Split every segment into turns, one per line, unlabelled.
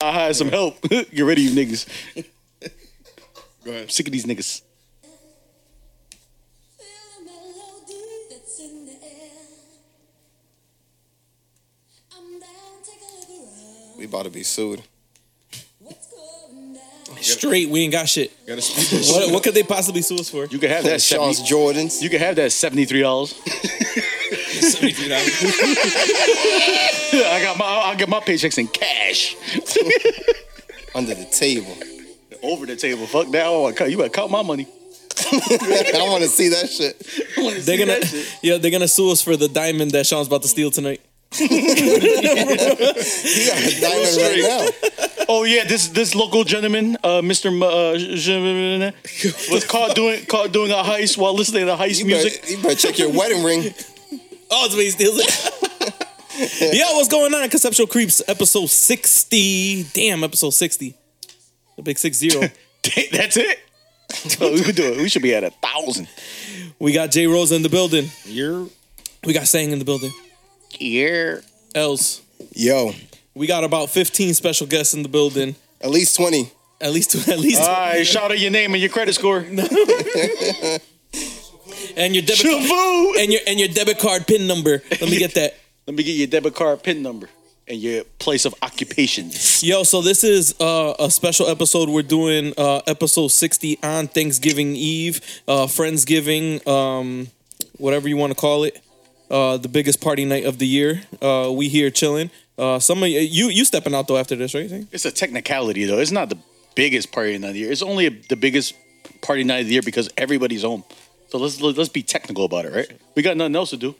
I hired some help. Get rid of you niggas. Go ahead. I'm sick of these niggas.
Feel the melody that's in the air. I'm down, take a look around.
We about to be sued.
What's going down?
Straight, we ain't got shit.
Gotta speak this
What, what could they possibly sue us for?
You can have that
Charles
70,
Jordans.
You can have that seventy three dollars.
$73.
I got my. I'll get my paychecks in cash.
under the table.
Over the table. Fuck that. Oh, I cut. You better cut my money.
I want to see that shit.
they're gonna, yeah, they're gonna sue us for the diamond that Sean's about to steal tonight.
He got a diamond right now.
Oh yeah, this this local gentleman, uh, Mr. M- uh, J- J- was caught doing caught doing a heist while listening to heist
You
music.
better, you better check your wedding ring.
Oh, that's what he steals it. Yo, what's going on? Conceptual Creeps, episode 60. Damn, episode 60. The big six zero.
That's it. Oh, we could do it. We should be at a thousand.
we got Jay Rose in the building.
Year,
We got Sang in the building.
year.
Else.
Yo,
We got about 15 special guests in the building.
at least 20.
At least two, at least
All right, shout out your name and your credit score.
and your debit
Shavu.
and your and your debit card pin number. Let me get that.
Let me get your debit card PIN number and your place of occupation.
Yo, so this is uh, a special episode. We're doing uh, episode 60 on Thanksgiving Eve, uh, Friendsgiving, um, whatever you want to call it. Uh, the biggest party night of the year. Uh, we here chilling. Uh, some of you, you you stepping out though after this, right? Zane?
It's a technicality though. It's not the biggest party night of the year. It's only the biggest party night of the year because everybody's home. So let's let's be technical about it, right? We got nothing else to do.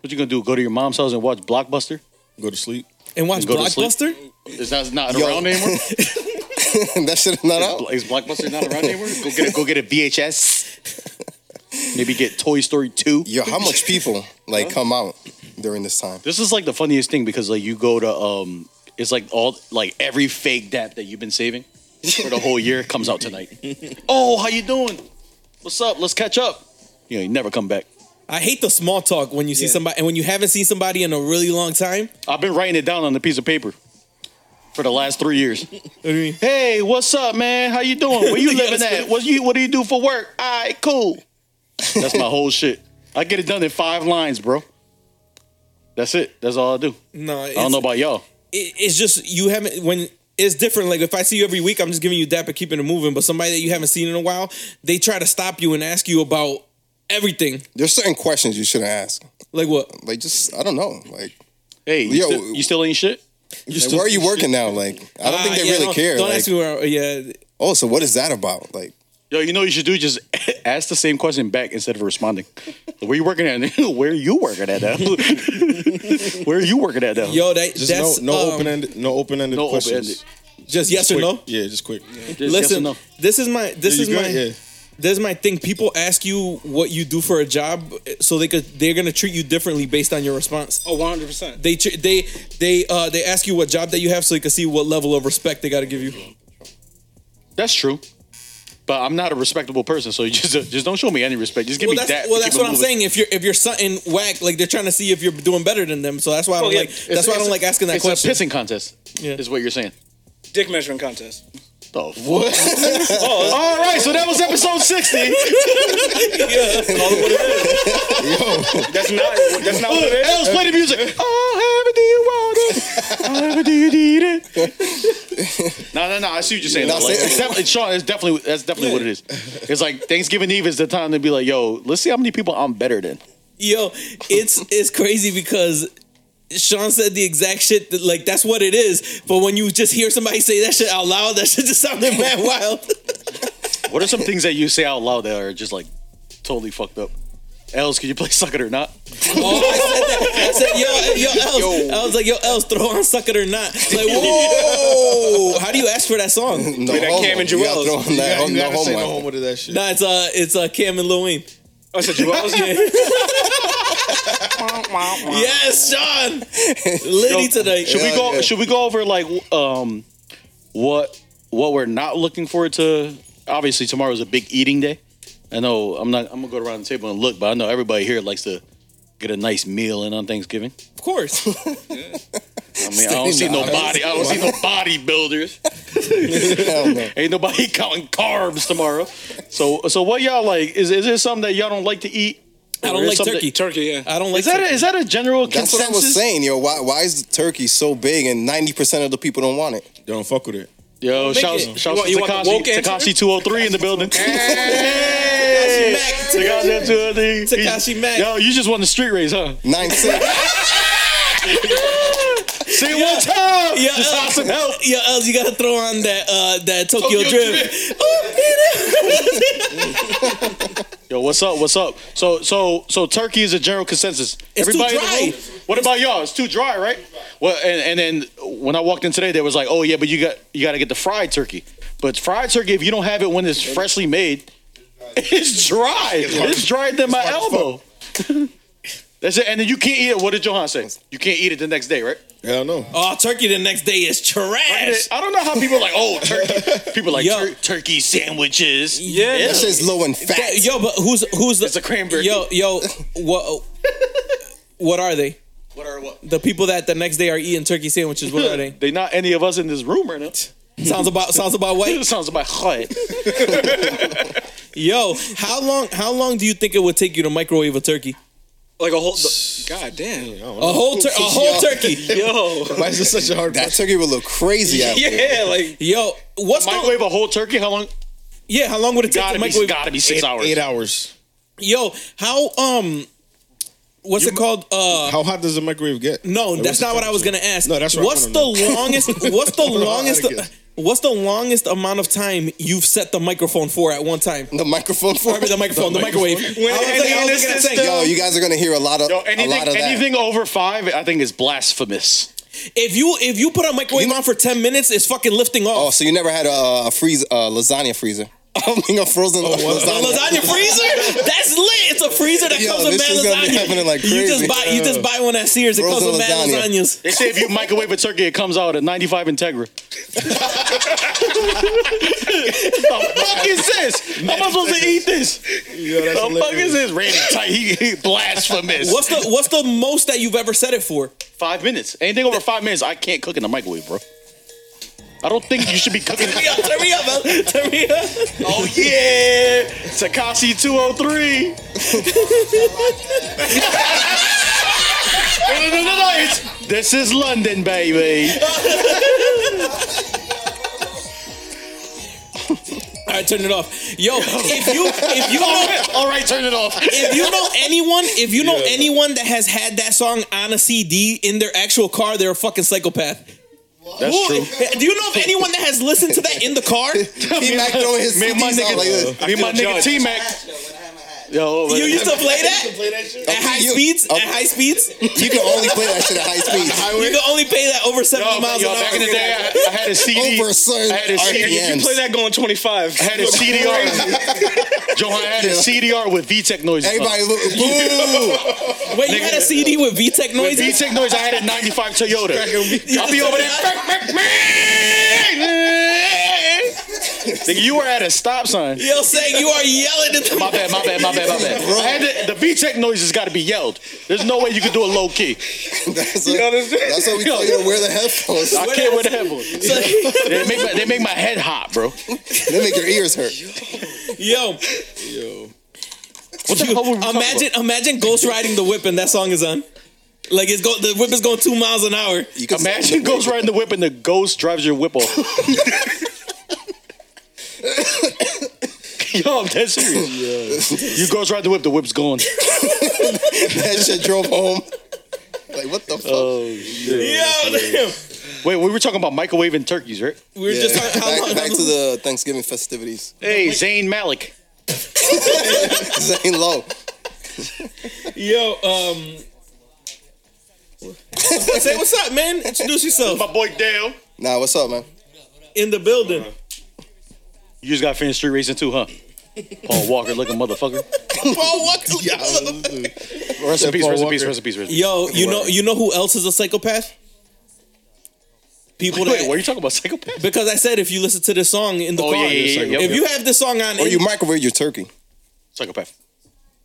What you gonna do? Go to your mom's house and watch Blockbuster?
Go to sleep.
And watch
Go to sleep.
Blockbuster.
Is that not
Yo.
around anymore?
that shit is not out.
Is Blockbuster not around anymore? Go get a, go get a VHS. Maybe get Toy Story Two.
Yo, how much people like come out during this time?
This is like the funniest thing because like you go to um, it's like all like every fake dap that you've been saving for the whole year comes out tonight. oh, how you doing? What's up? Let's catch up. You know, you never come back.
I hate the small talk when you see
Yeah.
somebody and when you haven't seen somebody in a really long time.
I've been writing it down on a piece of paper for the last three years.
What do you mean?
hey, what's up, man? How you doing? Where you
Yeah,
living
that's
at?
good.
What you What do you do for work? All right, cool. That's my whole shit. I get it done in five lines, bro. That's it. That's all I do.
No, it's,
I don't know about y'all.
it- it's just you haven't when it's different. Like if I see you every week, I'm just giving you dap and keeping it moving. But somebody that you haven't seen in a while, they try to stop you and ask you about everything.
There's certain questions you shouldn't ask.
Like what?
Like, just, I don't know. Like,
Hey, you,
Yo.
still, you still ain't shit.
like, where are you working now? Like, I don't think
Ah,
they
yeah,
really
don't-
care.
Don't
like,
ask me where. I- Yeah,
oh, so what is that about? Like,
Yo, you know what you should do just ask the same question back instead of responding. Where you working at? Where are you working at now? Where are you working at now?
yo, that
Just
that's
no, no
um,
open ended, no open ended
no
questions.
open-ended.
Just yes or
Quick.
no.
Yeah, just quick.
Just yes or
Listen,
no.
this is my this
You
is
good?
my
Yeah.
this is my thing. People ask you what you do for a job, so they could they're gonna treat you differently based on your response.
Oh, 100 percent.
They tr- they they uh they ask you what job that you have, so they can see what level of respect they got to give you.
That's true. But I'm not a respectable person, so you just just don't show me any respect. Just give
well,
me
that's,
that.
well,
Keep
that's
it
what I'm
moving.
saying. If you're if you're something whack, like they're trying to see if you're doing better than them. So that's why I don't like. That's why I don't like asking that
Oh, it's
question.
a pissing contest.
Yeah.
Is what you're saying.
dick measuring contest.
Oh, what? Oh, All right, so that was episode 60.
That's not. That's not what it is.
Ellis, play the music. Oh, however do you want it? However do you need it? No, no, no. I see what you're saying.
That's
though. Like,
it.
it's definitely, Sean, it's definitely, that's definitely what it is. It's like Thanksgiving Eve is the time to be like, yo, let's see how many people I'm better than.
Yo, it's it's crazy because Sean said the exact shit that like that's what it is. But when you just hear somebody say that shit out loud, that shit just sounded mad wild.
What are some things that you say out loud that are just like totally fucked up? Els, can you play Suck It or Not?
Oh, I said that. I said, yo, yo, Els. I was like, yo, Els, throw on suck it or not. Like, whoa, how do you ask for that song?
no,
that
homo.
Cam
Oh,
and
You gotta
Joel's.
throw in
You
that,
gotta, you
no
gotta say
homo.
no homo to that shit.
Nah, it's uh, it's uh, Cam and Lil Wayne.
Oh,
I said Joel's.
Yes, Sean, Liddy tonight.
Should we
Yeah,
go?
yeah.
Should we go over like w- um, what what we're not looking forward to? Obviously, tomorrow's a big eating day. I know I'm not. I'm gonna go around the table and look, but I know everybody here likes to get a nice meal in on Thanksgiving.
Of course.
I mean, I don't see
Staying
no
in the
body. I don't see no bodybuilders.
Hell no.
Ain't nobody counting carbs tomorrow. So, so what y'all like? Is is there something that y'all don't like to eat?
I
Or
don't
is
like
something-
turkey.
Turkey, yeah.
I don't like
Is that
turkey.
a, is that a general
That's
consensus?
what I was saying, yo. Why, why is turkey so big and 90% of the people don't want it?
Don't fuck with it.
Yo, shouts
it.
shouts
You
to
want- you want the
Takashi
woke answer?
Takashi two hundred three in the building. Hey! Takashi 203.
Takashi Mac.
Yo, you just won the street race, huh?
9 6.
See one time.
Yeah,
Just
uh,
have some help.
Yo, Els, you gotta throw on that uh, that Tokyo,
Tokyo
Drift. Oh,
Yo, what's up? What's up? So, so, so turkey is a general consensus.
It's too
Everybody
dry.
in the room. What about y'all? It's too dry, right? Well, and, and then when I walked in today, there was like, oh yeah, but you got you got to get the fried turkey. But fried turkey, if you don't have it when it's freshly made, it's dry. It's drier than my elbow. That's it. And then you can't eat it. What did Johan say? You can't eat it the next day, right?
Hell no.
Oh, turkey the next day is trash.
I don't know how people are like, oh, turkey. People are like
Yo.
"Tur- turkey sandwiches.
Yeah.
That shit's low in fat.
That- yo, but who's who's the
It's a cranberry.
Yo, yo, what what are they?
What are what?
The people that the next day are eating turkey sandwiches. What are they?
They not any of us in this room right now.
Sounds about sounds about white.
It sounds about hot.
Yo, how long how long do you think it would take you to microwave a turkey?
Like a whole. God damn.
A whole tur- a whole
Yo.
turkey.
Yo.
Why is this such a hard
That turkey would look crazy out there.
Yeah, like.
Yo, what's going?
Microwave a whole turkey? How long?
Yeah, how long would it take
Gotta
to
be,
microwave?
gotta be six hours.
Eight hours.
Yo, how um, what's it called? Uh,
How hot does the microwave get?
No,
Like,
that's
what's the
not what I was gonna ask.
No, that's what I
what's the
wanna
longest? What's the
wanna know how
longest?
that gets.
What's the longest amount of time you've set the microphone for at one time?
The microphone for
I mean, the microphone, the, microwave. I was
and
like- I was
in this
looking at saying,
Yo, you guys are going to hear a lot of,
Yo,
a
anything,
lot of that.
anything over five, I think is blasphemous.
if you if you put a microwave on for ten minutes, it's fucking lifting
Oh,
off.
so you never had a, a freeze, a lasagna freezer? I mean, a frozen
The
lasagna.
lasagna freezer? That's lit. It's a freezer that
Yo,
comes with
this
mad
is gonna be
lasagna.
happening like
you
crazy.
just buy you just buy one at Sears. It
Frozen
comes with mad
lasagna.
lasagnas.
They say if you microwave a turkey, it comes out at 95 Integra. the fuck is this? How am I supposed to eat this?
Yo, that's
The fuck
hilarious.
is this? Randy Tight, he, he blasphemous.
What's the what's the most that you've ever set it for?
Five minutes. Anything over five minutes, I can't cook in the microwave, bro. I don't think you should be cooking.
Turn me up, turn me up, man. turn me up.
oh yeah, Takashi 203. No, no, no, no, no, it's- this is London, baby.
All right, turn it off. Yo, if you if you know
All right, turn it off.
if you know anyone, if you know anyone that has had that song on a CD in their actual car, they're a fucking psychopath.
That's
Who-
true.
Do you know of anyone that has listened to that in the car?
He Mac throwing his
Me and my
CDs out like this.
nigga, me and my nigga T Mac. Yo, oh,
You used to play that at
Okay,
high
you-
speeds.
okay.
At high speeds, you
You can only play that shit at high speeds.
can only pay that over seventy
Yo,
miles
yo,
an
back
hour.
in the day, I, I had a CD.
Over a certain
I had a CD.
RPMs.
You play that going 25.
I had a CDR. Johan had a CDR with VTech noises.
Everybody, look, boo!
Wait, you had a CD with VTech
With
noises.
VTech noise, I had a 95 Toyota. I'll be over there. Nigga, you were at a stop sign.
Yo, saying you are yelling at the
My bad, my bad, my bad, my bad. I had to, the VTech noise has got to be yelled. There's no way you could do it low key.
That's, what, that's what we tell you to wear the headphones.
I can't wear the headphones.
So-
They make my, they make my head hot, bro.
They make your ears hurt.
Yo,
What the hell were we talking about?
imagine imagine ghost riding the whip and that song is on. Like it's go the whip is going two miles an hour.
You can
Imagine Ghost riding the whip and the ghost drives your whip off. Yo, I'm dead serious. You ghost ride the whip, the whip's gone.
That shit drove home. Like, what the fuck?
Yo, damn.
Wait, we were talking about microwaving turkeys, right?
We were just talking how long
back, back to the Thanksgiving festivities.
Hey, Zayn Malik.
Zane Low.
Yo, um Say what's up, man. Introduce yourself
My boy Dale.
Nah, what's up, man?
in the building.
You just got finished street racing too, huh? Paul Walker looking motherfucker.
Paul Walker.
Rest in peace,
Paul
rest in peace,
Walker.
rest in peace, rest in peace.
Yo, you know you know who else is a psychopath? People
Wait,
that
were you talking about psychopath?
because I said if you listen to this song in the
Oh,
car,
yeah, yeah, yeah, yeah.
if you have this song on,
Or
in-
you microwave your turkey.
Psychopath.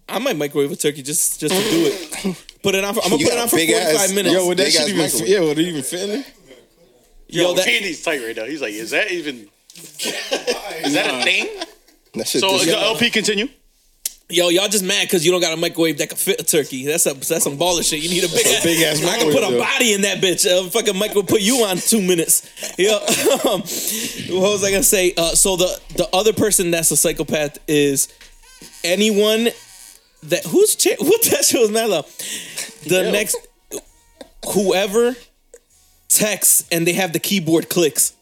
I might microwave a turkey just just to do it. Put it on. For, I'm gonna
You
put it
got
on for
big
45
ass-
minutes.
Yo, would that
Big
shit
ass
even?
microwave.
Yeah, would it even fit in there?
Yo, that-
Andy's tight right now. He's like, is that even? is that a thing?
That shit
So
just-
the LP continue.
Yo, y'all just mad because you don't got a microwave that can fit a turkey. That's a, that's some baller shit. You need a big ass.
big ass
I can put a
microwave, though.
body in that bitch. Uh, fucking microwave put you on two minutes. Yeah. Um, what was I gonna say? Uh, so the the other person that's a psychopath is anyone that who's cha- what that shit was mad about. The next whoever texts and they have the keyboard clicks.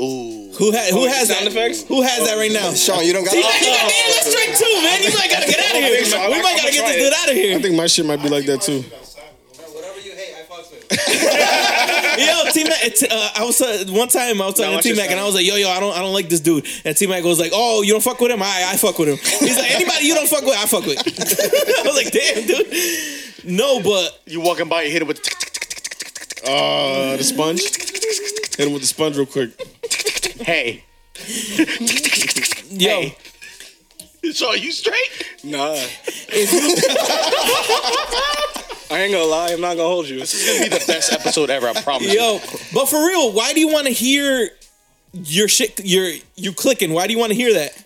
Ooh.
Who ha- who has
sound
that?
effects?
Who has that right now?
Sean, you don't got.
You might get that damn list straight too, man. You might gotta get out of here.
so.
We might gotta get
I'ma
this
try
dude
it.
out of
I
here.
think my shit might be like that too.
Whatever you hate, I fucks with.
Yo, T Mac. Uh, I was uh, one time I was talking
No,
to
it's
T Mac
just-
and I was like, Yo, yo, I don't, I don't like this dude. And T Mac was like, Oh, you don't fuck with him? I, I fuck with him. He's like, Anybody you don't fuck with, I fuck with. I was like, Damn, dude. No, but
You walking by, you hit him with. tick, tick, tick,
Uh, the sponge. Hit him with the sponge real quick.
tick. Hey,
yo,
so you straight?
Nah. I ain't gonna lie. I'm not gonna hold you.
This is gonna be the best episode ever. I promise. you.
yo. But for real, why do you want to hear your shit? Your you clicking? Why do you want to hear that?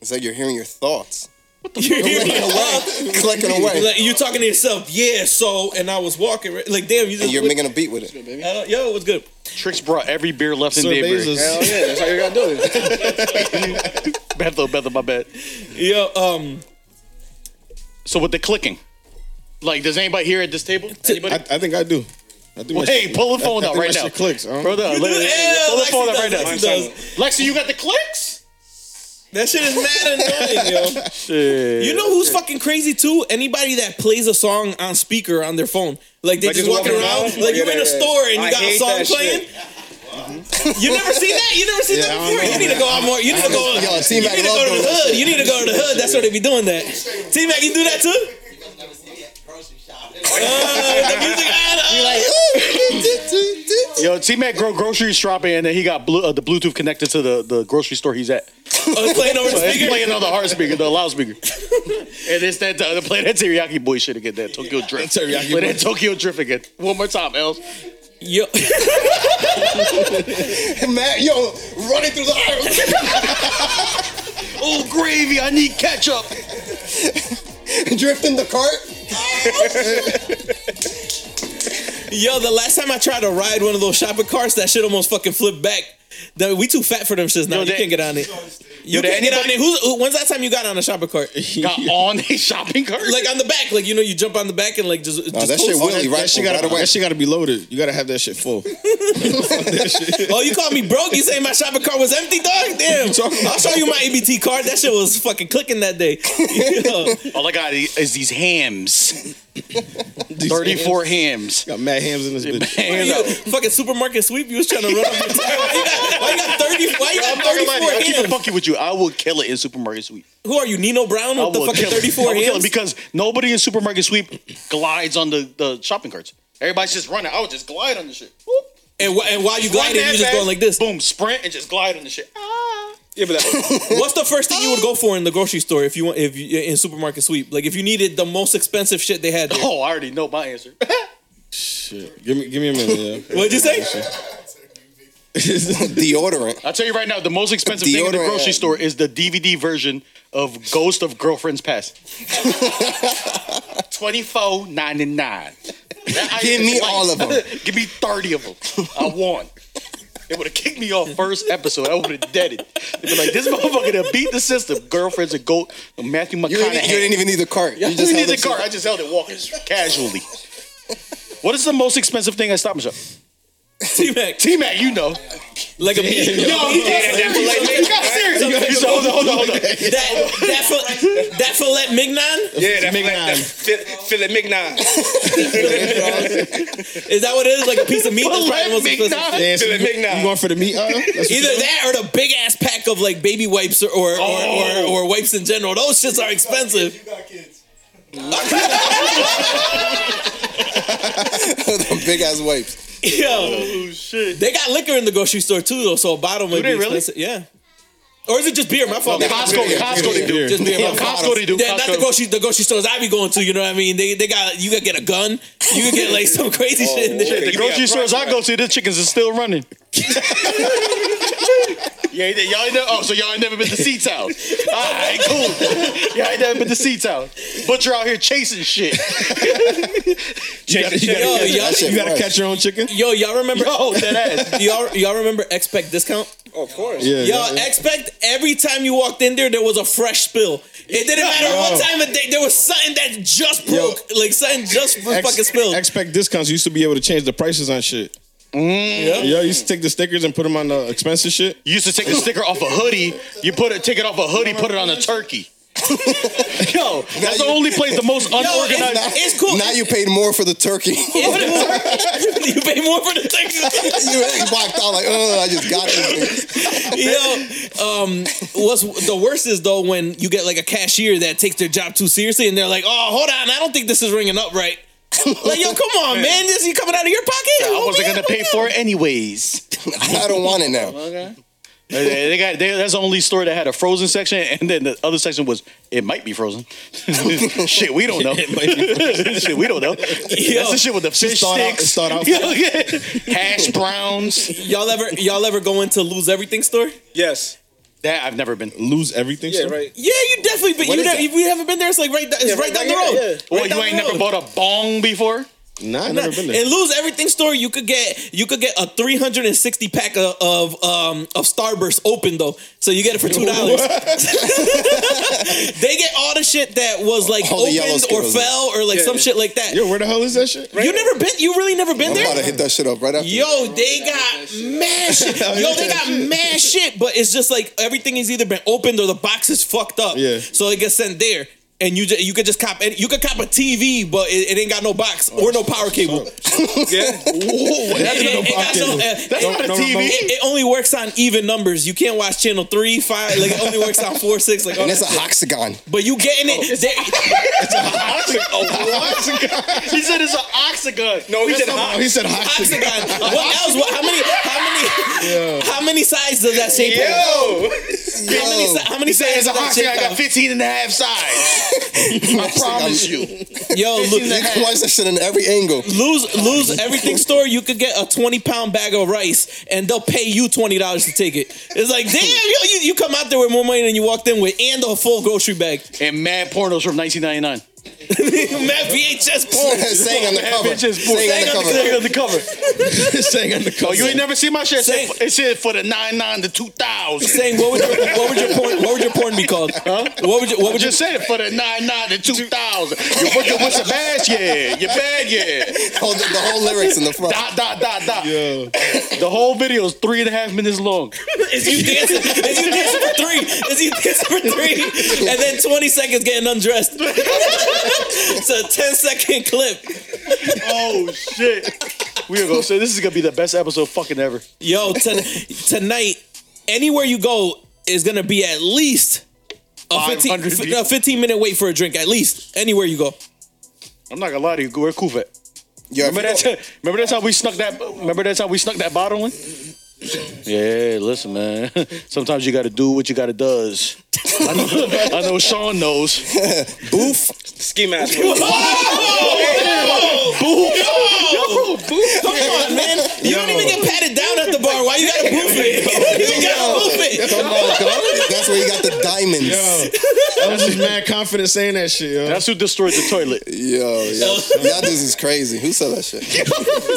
It's like you're hearing your thoughts
You're hearing it.
clicking away,
Like, you're talking to yourself, yeah. So, and I was walking, right? like, damn, you just
and you're
look-
making a beat with it.
I don't- yo, what's good?
Tricks brought every beer left in
Sir
Danbury.
Bezos.
Hell yeah, that's how you gotta do it.
Bad though, bad though, my bad.
Yo, um,
So with the clicking, like, does anybody here at this table? Anybody?
I, I think I do. I think my
hey,
shit-
pull the phone
I
out
think
right
my
now.
shit clicks. I don't-
Bro, no, let-
Yeah,
pull the
Lexi
phone out right
does,
now.
Lexi does.
Lexi, you got the clicks?
that shit is mad annoying, yo. You know who's fucking crazy too? Anybody that plays a song on speaker on their phone, like they
Like
just
just
walking
walking
around,
around?
like you're
Yeah,
in a
yeah, yeah.
store and you
I
got a
hate
song
that shit.
playing. You never seen that? You never seen that
Yeah, I don't
before?
know,
you need
man.
to go out more. You need to go.
Yo,
You
T-Mac
need to
love
go to the
doing
hood. You need to go to the hood. That's where they be doing that. T Mac, you do that too?
You guys never see me at grocery shop.
Uh, the music. I,
Yo, T Mac grow grocery shopping, and then he got blu- uh, the Bluetooth connected to the, the grocery store he's at.
I was Oh, playing over the
So it's
speaker.
playing on the hard speaker, the loudspeaker. and it's that uh, play that teriyaki boy shit again, that Tokyo Drift.
Teriyaki
play that
boy.
Tokyo Drift again. One more time, Els.
Yo,
Matt, yo, running through the aisles.
Oh gravy, I need ketchup.
drifting the cart.
yo, the last time I tried to ride one of those shopping carts, that shit almost fucking flipped back. That- we too fat for them shits now.
Yo,
you
that-
can't get on it. You
Yo, that
can't get on
anybody-
it. Who's, who- when's that time you got on a shopping cart?
Got on a shopping cart.
like on the back, like you know, you jump on the back and like just.
Oh,
just
that shit
coast.
Willie right,
That shit
right
gotta
away.
that shit gotta be loaded. You gotta have that shit full.
Oh, you called me broke? You saying my shopping cart was empty, dog? Damn. I'll show you my E EBT card. That shit was fucking clicking that day. Yo,
All I got is is these hams. 34 hams.
Got mad hams in this bitch.
Hands
you,
out.
fucking supermarket sweep. You was trying to run up your time. Why you got, why you got thirty? Why you
I'm
got
not gonna lie to you. I keep
thirty four
it
hands?
funky with you. I will kill it in supermarket sweep.
Who are you, Nino Brown
I
with the
will
fucking
kill it.
thirty
I
four
will kill it
hands?
because nobody in supermarket sweep glides on the, the shopping carts. Everybody's just running. I would just glide on the shit. Whoop.
And, wh- and while you gliding,
that
you just
fast.
going like this.
Boom, sprint and just glide on the shit.
Yeah, but that,
What's the first thing you would go for in the grocery store if you want if you, in supermarket sweep? Like if you needed the most expensive shit they had. There.
Oh, I already know my answer.
Shit. Give me give me a minute, yeah.
What'd you say?
Deodorant.
I'll tell you right now, the most expensive thing in the
Deodorant.
grocery store is the DVD version of Ghost of Girlfriend's Past. Twenty four ninety nine.
Give me all of them.
Give me thirty of them. I won. It would have kicked me off first episode. I would have dead it. They'd be like, this motherfucker that beat the system. Girlfriend's a goat. Matthew
You didn't, you
McConaughey.
didn't even need the cart. You
You
just
need
held
the
up
car. I just held it walking casually. What is the most expensive thing at Stop and Shop?
T Mac,
T Mac, you know.
like a meat. Yo,
Oh,
he got
You got serious. You said, Hold on, hold on, hold on.
that that fil- that fillet mignon
yeah, that McNine. Philip McNine.
is that what it is? Like a piece of meat. That's probably the most
Filet
expensive.
mignon?
Yeah, so
Feel it,
you-
Big Nine.
You going for the meat? Uh,
Either that or the big ass pack of like baby wipes or or,
Oh.
or, or, or wipes in general. Those shits are expensive.
got kids.
some big ass wipes.
Yo,
Oh shit.
they got liquor in the grocery store too, though. So a bottle might
they
be
really?
expensive. Yeah. Or is it just beer? My fault.
Costco, Costco they do.
Just beer.
Yeah, Costco they do.
Yeah, not the
Costco.
grocery, the grocery stores I be going to. You know what I mean? They, they got you gotta get a gun. You could get like some crazy shit in there.
The grocery stores I go to, the chickens are still running. yeah, you- y'all ain't never, oh, so y'all ain't never been to Sea Town. All right, cool. Y'all ain't never been to Sea Town. But you're out here chasing shit.
You gotta, you gotta,
Yo,
catch,
y'all-
you gotta
fresh.
catch your own chicken.
Yo, y'all remember?
Yo, dead ass.
y'all y'all remember expect discount?
of course.
Yeah,
Y'all eh, expect every time you walked in there, there was a fresh spill. It didn't matter what time of day, there was something that just broke, like something just
Ex-
fucking spilled.
Expect discounts. You used to be able to change the prices on shit.
Yeah.
Yo, you used to take the stickers and put them on the expensive shit.
You used to take the sticker off a hoodie. You put it, take it off a hoodie, put it on a turkey. Yo, that's the only place the most
Yo, it's,
unorganized.
it's cool.
Now you paid more for the turkey. you
It's cool. you pay more for the Texas.
really walked out like, oh, I just got this. thing."
Yo, um, what's the worst is though when you get like a cashier that takes their job too seriously and they're like, "Oh, hold on, I don't think this is ringing up right." like, yo, come on, man, this you coming out of your pocket?
I
Open
wasn't
up,
gonna
open
pay
up.
for it anyways.
I don't want it now.
They- They, they got they, that's the only store that had a frozen section, and then the other section was it might be frozen. shit, we don't know. shit, we don't know. That's the shit with the fish
thought out-
sticks,
thought out-
hash browns.
Y'all ever y'all ever go into lose everything store?
Yes.
That I've never been.
Lose everything.
Yeah.
sir?
Right.
Yeah, you definitely been.
What
You
is
never,
that?
if we haven't been there. It's like right, it's right,
right
down the
down
road.
here, yeah.
Right
Well, you
down
ain't
the
never
road.
bought a bong before.
Nah, I never been there.
And lose everything store. You could get you could get a three hundred and sixty pack of of, um, of Starburst open though. So you get it for two dollars. they get all the shit that was like
All the yellow
opened or
Skittles.
fell or like some shit like that.
Yo, where the hell is that shit?
You never been? You really never been
I'm about to
there?
hit that shit up right after.
Yo, they got mad shit. Yo, they got mad shit, but it's just like everything has either been opened or the box is fucked up.
Yeah.
So it gets sent there. And you just, you could just cop any- you could cop a TV, but it, it ain't got no box or no power cable.
Yeah.
It- it- it got no- uh,
That's
it-
not a
no
TV.
remote.
It, it only works on even numbers. You can't watch channel three, five. Like it only works on four, six. Like all
And
that
it's a
shit.
hexagon.
But you getting
Oh.
it? they-
he said it's an oxygen.
No, he said
Oh,
hot.
he said hot. shit.
Hexagon. What else? What, how many? How many? How many sides does that shape? have?
Yo.
How many? si- How many
It's
sides
an
does that shape?
oxygen. I got
have?
15 and a half sides. I promise you.
Yo, look,
You can watch that shit in every angle.
lose lose everything store. You could get a twenty pound bag of rice, and they'll pay you twenty dollars to take it. It's like damn, yo, you, you come out there with more money than you walked in with, and a full grocery bag.
And mad pornos from 1999.
Matt VHS porn.
Saying on the cover. Saying on
Saying on the
the cover.
cover.
Saying on the cover.
Oh, you ain't never seen my shit. It
Say-
said, it said for the 99 to 2000.
saying what would your what would your porn what would your porn be called? Huh? What would your what
I
would your
just said it for the 99 to 2000. You're fucking with some ass, yeah. You're bad, yeah.
Hold the, the whole lyrics in the front.
Dot, dot, dot, dot.
Yo.
The whole video is three and a half minutes long.
is you dancing is you dancing for three? Is you dancing for three? And then twenty seconds getting undressed. it's a 10 second clip.
Oh, shit. We are going to say this is going to be the best episode fucking ever.
Yo, ton tonight, anywhere you go is gonna be at least a 15,
500 people.
a 15 minute wait for a drink, at least. Anywhere you go.
I'm not going to lie to you. Where Koof at?
Yo, if
Remember
you
that?
don't-
time- Remember that's how we snuck that. Remember that's how we snuck that bottle in. Yeah, listen, man. Sometimes you got to do what you got to does. I know, I know Sean knows.
Boof.
Ski mask. bro.
Come on, man. You don't even get patted down at the bar. Why you gotta boof it? you gotta boof it.
Come on, dog. That's where you got the diamonds.
Yo. I was just mad confident saying that shit, yo.
That's who destroyed the toilet.
Yo, yo. Y'all dudes is crazy. Who said that shit?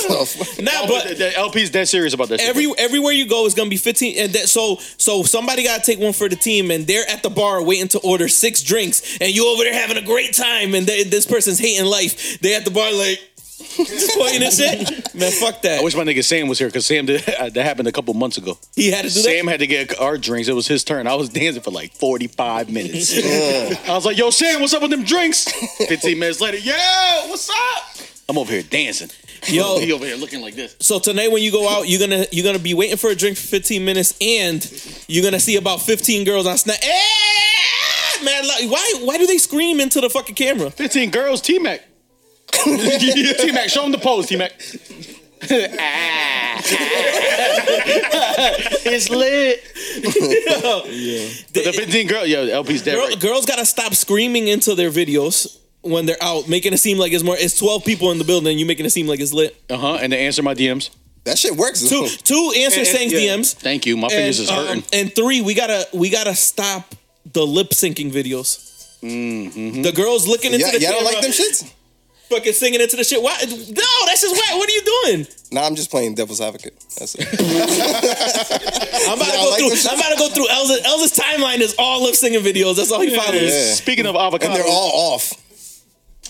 Oh, fuck.
Nah, but
the, the LP's dead serious about that. shit.
every everywhere you go is gonna be 15 and that so so somebody gotta take one for the team and they're at the bar waiting to order six drinks and you over there having a great time and they, this person's hating life they at the bar like just pointing and shit man fuck that
I wish my nigga Sam was here because Sam did that happened a couple months ago.
he had to do
Sam
that
had to get our drinks. It was his turn. I was dancing for like 45 minutes. I was like, yo, Sam, what's up with them drinks? 15 minutes later, yo, what's up? I'm over here dancing.
Yo.
He over here looking like this.
so tonight when you go out you're gonna you're gonna be waiting for a drink for 15 minutes and you're gonna see about 15 girls on snap Eh, man like, why why do they scream into the fucking camera
15 girls, T Mac. T Mac, show him the pose, T Mac. it's lit. The 15 girl, yo, LP's dead.
Girl,
right?
Girls gotta stop screaming into their videos when they're out, making it seem like it's more. It's twelve people in the building. You making it seem like it's lit.
Uh huh. And they answer my DMs.
That shit works.
Two, two answers saying
And- yeah.
DMs.
Thank you. My
And,
fingers is
um,
hurting.
and three, we gotta we gotta stop the lip syncing videos. The girls looking into
Mm-hmm. Yeah,
the
y'all
camera,
don't like them shits?
fucking singing into the shit. Why? No, that's just whack. What are you doing?
Nah, I'm just playing devil's advocate. That's it.
I'm about to
Y'all
go
like them
through.
shits?
I'm about to go through. Elza's, Elza's timeline is all lip syncing videos. That's all he follows.
Yeah.
Speaking of avocado,
and they're all off.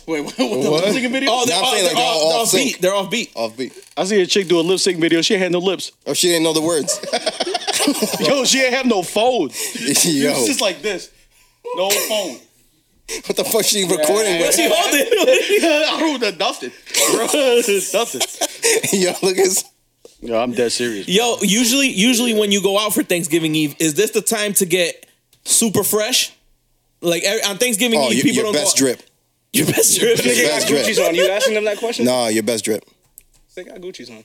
wait, what? what? the lip video?
Oh, they're,
Now I'm
all,
saying, like,
they're,
they're
all,
all
they're
off
off
sync.
beat. They're off beat.
Off beat.
I see a chick do a lip sync video. She ain't had no lips.
Oh, she didn't know the words.
Yo, she ain't have no phone.
Yo,
It's just like this. No phone.
what the fuck she recording
What
with?
she holding?
I don't know nothing. Bro, nothing.
Yo, look at
Yo, I'm dead serious.
Yo, usually, usually when you go out for Thanksgiving Eve, is this the time to get super fresh? Like every, on Thanksgiving
Oh,
Eve,
your,
people
your
don't
best
go.
drip.
Your best drip.
Nigga got
Best drip.
Gucci's on. You asking them that question?
Nah, your best drip.
They got Gucci's on.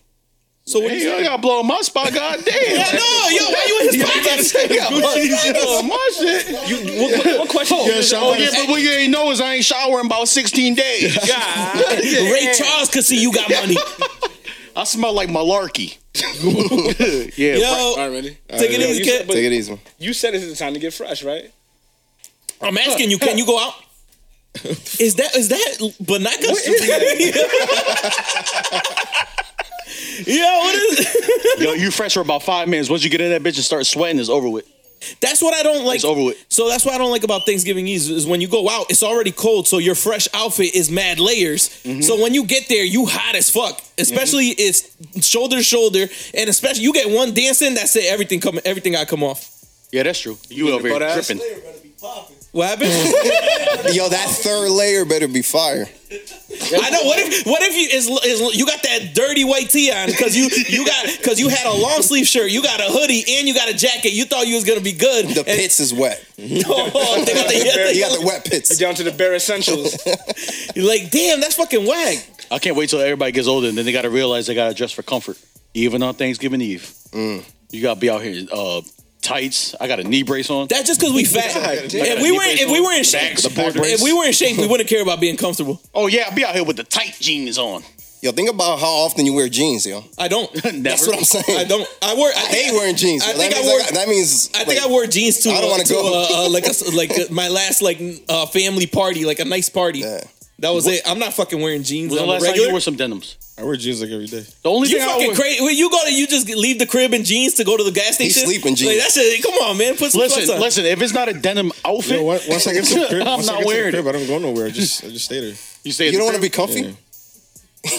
So what do
Hey,
you
yo, I
say?
got blown my spot. God damn.
Yeah, no, yo, why you in his pocket?
my shit.
You, what, what, what question?
Oh, yeah, but what you ain't know is I ain't showering about 16 days.
God.
Ray Charles could see you got money.
I smell like malarkey. yeah,
Yo,
All right, ready? All
take it
right, ready?
easy,
you
kid.
said-
Take it easy.
You said it's the time to get fresh, right?
I'm asking you, can you go out? Is that is that Banaka? Yo, what is?
Yo, you fresh for about five minutes. Once you get in that bitch and start sweating, it's over with.
That's what I don't like.
It's over with.
So that's what I don't like about Thanksgiving Eve is when you go out, it's already cold, so your fresh outfit is mad layers.
Mm-hmm.
So when you get there, you hot as fuck. Especially
Mm-hmm.
it's shoulder to shoulder, and especially you get one dancing, that's it. Everything come, everything I come off.
Yeah, that's true. You over here
butt ass?
dripping.
Player better be popping.
What happened?
Yo, that third layer better be fire.
I know. What if what if you is, is you got that dirty white tee on because you you got because you had a long sleeve shirt, you got a hoodie, and you got a jacket. You thought you was gonna be good.
The
and-
pits is wet. You
Oh, they got the-
got the wet pits.
Down to the bare essentials.
like damn, that's fucking whack.
I can't wait till everybody gets older and then they gotta realize they gotta dress for comfort. Even on Thanksgiving Eve. You gotta be out here uh tights. I got a knee brace on.
That's just because we fat. If we were if we were in shape,
The back brace.
if we were in shape, we wouldn't care about being comfortable.
oh yeah, I'll be out here with the tight jeans on.
Yo, think about how often you wear jeans, yo.
I don't.
Never.
That's what I'm saying.
I don't. I wore. I
I hate wearing jeans.
I
yo.
think
that,
I
means
wore-
got- that means
I think
like,
I wore jeans too.
I don't wanna
to
go.
uh, uh, like a, s- like uh, my last like n- uh, family party, like a nice party.
Yeah.
That was it. I'm not fucking wearing jeans.
When the
on the
last time
regular.
you wore some denims?
I wear jeans like every day.
The only
You
thing I
fucking
wear,
crazy. When you go to, you just leave the crib in jeans to go to the gas station.
He sleep in
Like,
jeans.
that shit. Come on, man. Put some sweats
Listen,
on.
listen, if it's not a denim outfit,
Yo, on- once I get to the crib,
I'm
once
not
I get to the
wearing
crib, I don't go nowhere. I just, I just stay there.
you say
You don't want to be comfy?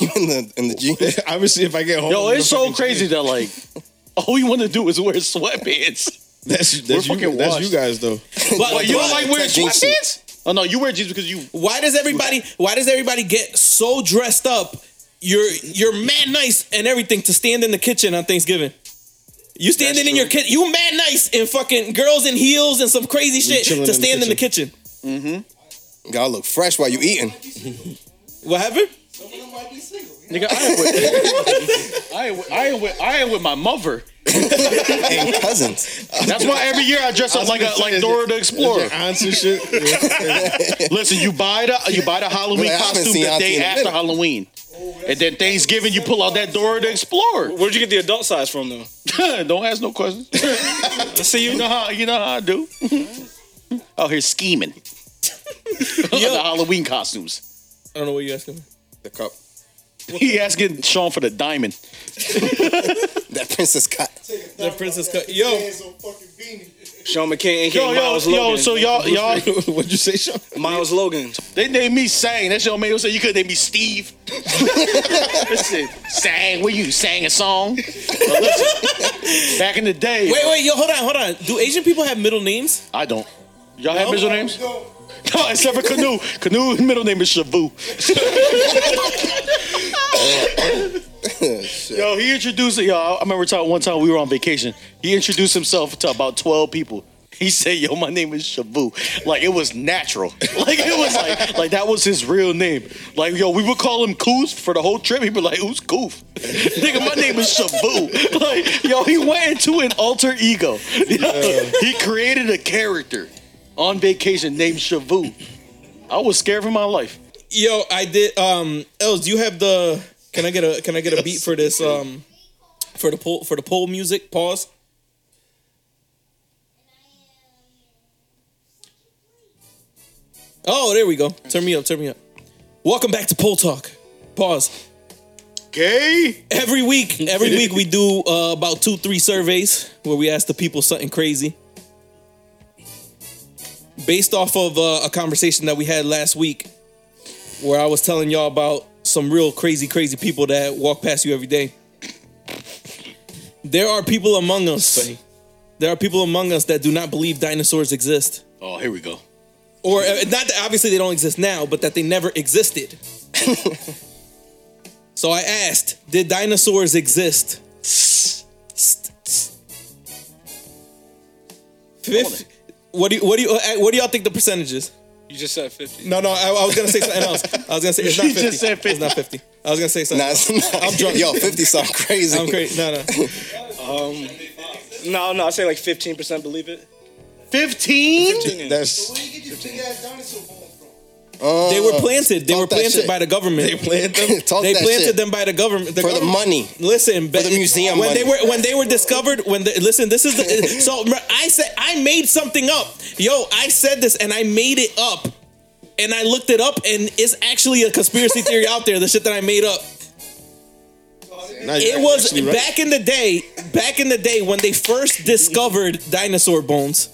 You in the in the jeans?
Obviously, if I get home,
Yo,
I'm
it's
gonna
so
fucking
crazy
change.
that like all you want to do is wear sweatpants.
That's that's
We're
you,
fucking
that's
washed.
you guys though.
But-
But you
but
don't like wearing
It's like jeans
sweatpants? Oh no, you wear jeans because you
why does everybody? Why does everybody get so dressed up? You're you're mad nice and everything to stand in the kitchen on Thanksgiving. You standing in your kitchen. You mad nice and fucking girls in heels and some crazy shit to
chilling in the
stand in the kitchen.
Gotta look fresh while you eating.
What happened?
Some of them might be single. You
nigga. I ain't with I ain't with, I ain't with, I ain't with my mother.
And cousins.
That's why every year I dress up like a, like Dora the Explorer.
Your aunts and shit.
Listen, you buy the you buy the Halloween
Like, I haven't
costume
seen
the
Auntie
day
in a
after
minute.
Halloween, and then Thanksgiving you pull out that Dora the Explorer.
Where'd you get the adult size from, though?
Don't ask no questions. See you know how you know how I do. Out here scheming. the Halloween costumes.
I don't know what you asking. me.
The cup.
He asking Sean for the diamond.
That princess cut.
take a thumb
The
out
princess
that
cut.
bitch
Yo.
hands on fucking beanie.
Sean McCain, aka
Yo, yo,
Miles
yo,
Logan.
so y'all y'all
What'd you say, Sean?
Miles Logan.
they named me Sang. That shit made say you could name me Steve. listen, Sang, where you sang a song? But listen, back in the day,
Wait, wait, yo, hold on, hold on. Do Asian people have middle names?
I don't. Y'all have middle names?
Yo,
No, except for Canoe. Canoe's middle name is Shavu. yo, he introduced yo. I remember time, one time we were on vacation. He introduced himself to about twelve people. He said, "Yo, my name is Shabu." Like it was natural. Like it was like like that was his real name. Like yo, we would call him Koof for the whole trip. He'd be like, "Who's Koof?" Nigga, my name is Shabu. Like yo, he went into an alter ego. Yo, He created a character on vacation named Shabu. I was scared for my life.
Yo, I did. Um, Els, do you have the? Can I get a? Can I get a beat for this? Um, for the poll for the poll music. Pause. Oh, there we go. Turn me up. Turn me up. Welcome back to Poll Talk. Pause.
Gay.
Every week, every week we do uh, about two, three surveys where we ask the people something crazy. Based off of uh, a conversation that we had last week, where I was telling y'all about some real crazy, crazy people that walk past you every day. There are people among us. There are people among us that do not believe dinosaurs exist,
Oh, here we go.
or uh, not that obviously they don't exist now, but that they never existed. so I asked, did dinosaurs exist? Fifth, what do you, what do you uh, what do y'all think the percentage is?
You just said 50.
No, no, I, I was gonna say something else. I was gonna say it's not
You
fifty.
just said
It's not fifty. I was gonna say something.
Nah, it's not.
I'm drunk.
Yo, 50 sound crazy.
I'm crazy. No, no.
Um, No, no, I say like 15% believe it.
Fifteen.
That's
Where you get these big ass dinosaur bones from?
Uh,
They were planted. They
talk
were
that
planted
shit.
by the government. They,
playing them.
Talk that
planted
shit.
them by the government. The
for the
government-
money.
Listen, but
the museum
when
money.
they were when they were discovered when the, listen this is the so I said I made something up yo I said this and I made it up and I looked it up and it's actually a conspiracy theory out there the shit that I made up it was back in the day back in the day when they first discovered dinosaur bones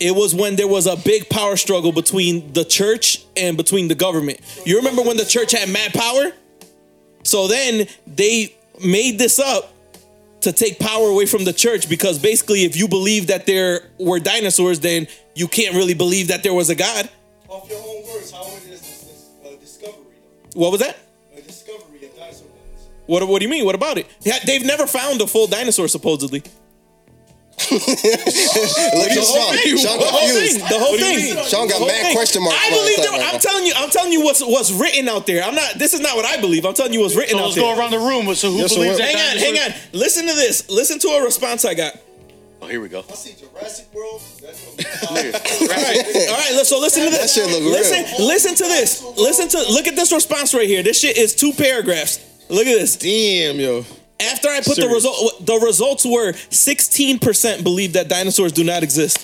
it was when there was a big power struggle between the church and between the government you remember when the church had mad power so then they made this up to take power away from the church because basically if you believe that there were dinosaurs then you can't really believe that there was a god
Off your own words, how was this a discovery?
what was that
though? A discovery of dinosaur bones.
what, what do you mean what about it Yeah, they've never found a full dinosaur supposedly
Look, Sean, Sean
the whole thing.
confused.
The whole thing.
Sean got
The whole
mad question marks
I
by
believe
himself
there,
right
I'm
now.
telling you. I'm telling you what's what's written out there. I'm not. This is not what I believe. I'm telling you what's written
So
out
let's
there.
go around the room. So who
Yes, so
believes?
what-
that
hang on.
dinosaurs-
Hang on. Listen to this. Listen to a response I got.
Oh, here we go.
I see Jurassic World. That's what
All right. All right. let's- So listen to this.
That shit look real.
listen. Listen to this. Listen to. Look at this response right here. This shit is two paragraphs. Look at this.
Damn, yo.
After I put the
Serious.
result, the results were 16% believe that dinosaurs do not exist.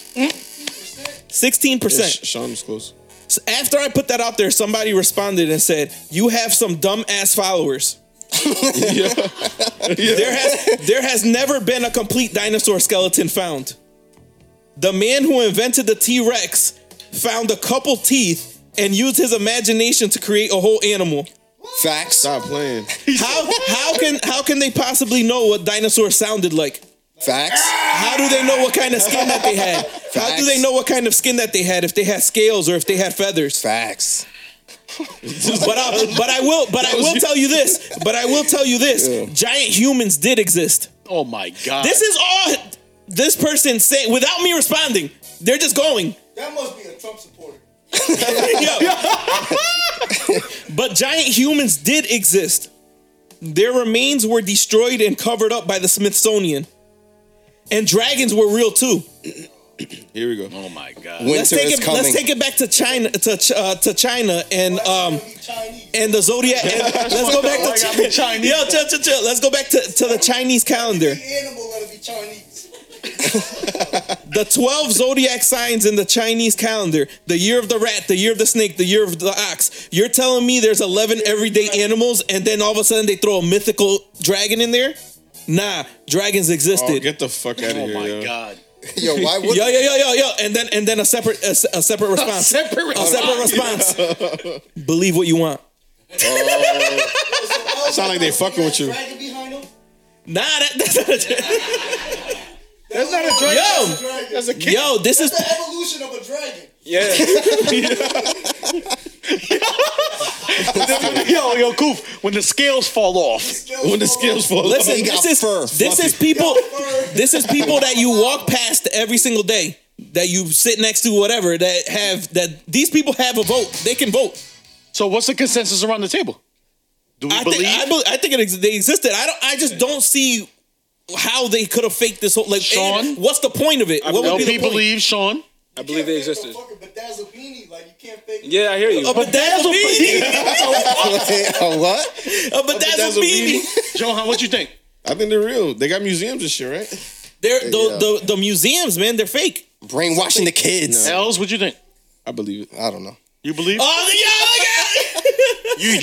16%.
Sh- Sean was close.
So after I put that out there, somebody responded and said, "You have some dumb ass followers." There has there has never been a complete dinosaur skeleton found. The man who invented the T Rex found a couple teeth and used his imagination to create a whole animal.
Facts.
Stop playing.
How how can how can they possibly know what dinosaurs sounded like?
Facts.
How do they know what kind of skin that they had? How do
Facts.
they know what kind of skin that they had if they had scales or if they had feathers?
Facts.
but I, but I will but I will tell you this. But I will tell you this. Giant humans did exist.
Oh my god.
This is all this person saying without me responding. They're just going.
That must be a Trump supporter.
Yo. but giant humans did exist. Their remains were destroyed and covered up by the Smithsonian. And dragons were real too.
Here we go.
Oh my god.
Winter
Let's take
is
it.
coming.
Let's take it back to China. To Ch- uh, to China and um
He Chinese.
and the zodiac. And let's go back
Why
to
gotta be
Chi-
Chinese?
Yo, chill, chill, chill. Let's go back to, to the Chinese calendar.
The animal gotta be Chinese.
The twelve zodiac signs in the Chinese calendar: the year of the rat, the year of the snake, the year of the ox. You're telling me there's eleven everyday animals, and then all of a sudden they throw a mythical dragon in there? Nah, dragons
Oh,
existed.
get the fuck out of
oh
here,
my
yo.
god.
Yo, why would
Yo, yo, yo, yo, yo, and then and then a separate a, se- a separate response.
separate
A separate response. Believe what you want.
Sound like they fucking with you.
Dragon behind him.
Nah, that, that's not a
That's not a drink.
yo.
Dragon.
That's a kid.
Yo, this is
The evolution of a dragon.
Yeah.
yo, yo, Goof, when the scales fall off.
When the scales fall
Listen,
He
this
got
is
fur.
this is people.
fur.
This is people that you walk past every single day. that you sit next to, whatever that have that these people have a vote. They can vote.
So what's the consensus around the table? Do we
I
believe?
think I, bel I think it ex- they existed. I don't. I just don't see how they could have faked this whole like.
Sean?
and what's the point of it? What would
LP
be the point?
believes Sean.
I believe they existed.
But that's a beanie. Like, you can't fake it.
Yeah, I hear you.
A bedazzle beanie.
A what?
A bedazzle
bedazzle
beanie.
Johan, what you think?
I think they're real. They got museums and shit, right?
They're
Yeah.
the, the the museums, man. They're fake.
Brainwashing the kids.
Els, what you think?
I believe it.
I don't know.
You believe?
Oh yeah, look at it.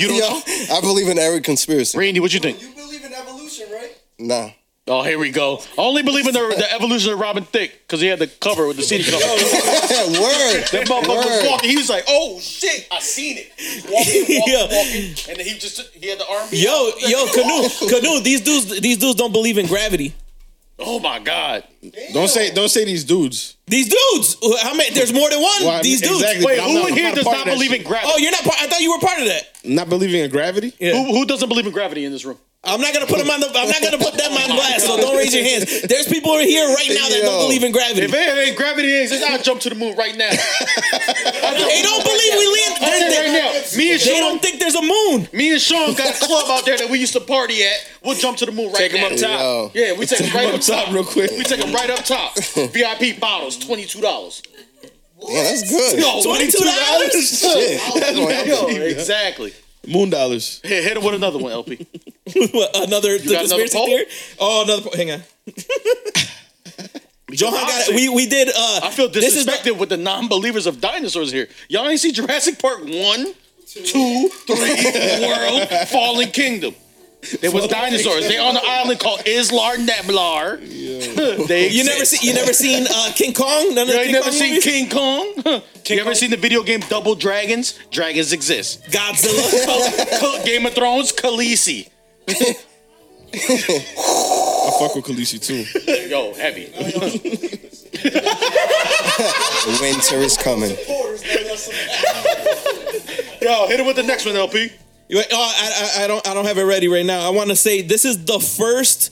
you you don't.
Yo,
know.
I believe in every conspiracy.
Randy, what you think?
You believe in evolution, right?
Nah.
Oh, here we go. I only believe in the, the evolution of Robin Thicke because he had the cover with the CD cover.
Word.
That motherfucker was
Word.
walking. He was like, "Oh shit, I seen it." Walking, walking,
Yeah.
walking, and then he just he had the arm. beat.
Yo, yo, canoe, canoe. These dudes, these dudes don't believe in gravity.
Oh my god!
Don't say don't say these dudes.
These dudes, how many? There's more than one.
Well, I-
these dudes.
exactly,
Wait,
but I'm
who
not-
in
I'm
here
a
does
part of
not
that
believe
shit.
in gravity?
Oh, you're not. Part, I thought you were part of that.
Not believing in gravity?
Yeah.
who, who doesn't believe in gravity in this room?
I'm not gonna put them on the. I'm not gonna put them on blast. So don't raise your hands. There's people in here right now that don't
Yo.
believe in gravity.
If it ain't gravity exists, I'll jump to the moon right now.
They don't believe we land.
I
They,
said right now, me and
they
Sean, Oh,
don't think there's a moon.
me and Sean got a club out there that we used to party at. We'll jump to the moon right
Take
now.
him up top.
Yo.
Yeah, we take them right up top.
real quick.
We take them right up top. VIP bottles, twenty two dollars.
Yeah, that's good.
Twenty two dollars.
Shit.
exactly.
Moon dollars.
Here, hit him with another one, LP.
Another the
got another
conspiracy
poll?
theory. Oh, another. po- Hang on. Johan got it. We we did. Uh,
I feel
This is not-
disrespected with the non-believers of dinosaurs here. Y'all ain't see Jurassic Park one, two, three, World, Fallen Kingdom. There was dinosaurs. They on an island called Islar Neblar. they
You never see. You never seen uh, King Kong. None
You
of the
ain't
King
never
Kong
seen
movies?
King Kong? you ever seen the video game Double Dragons? Dragons exist.
Godzilla. Oh,
Ca- game of Thrones, Khaleesi.
I fuck with Khaleesi too.
Yo, heavy.
Winter is coming.
Supporters, now y'all some
Yo, hit him with the next one, LP.
You- oh, I, I, I don't. I don't have it ready right now. I want to say this is the first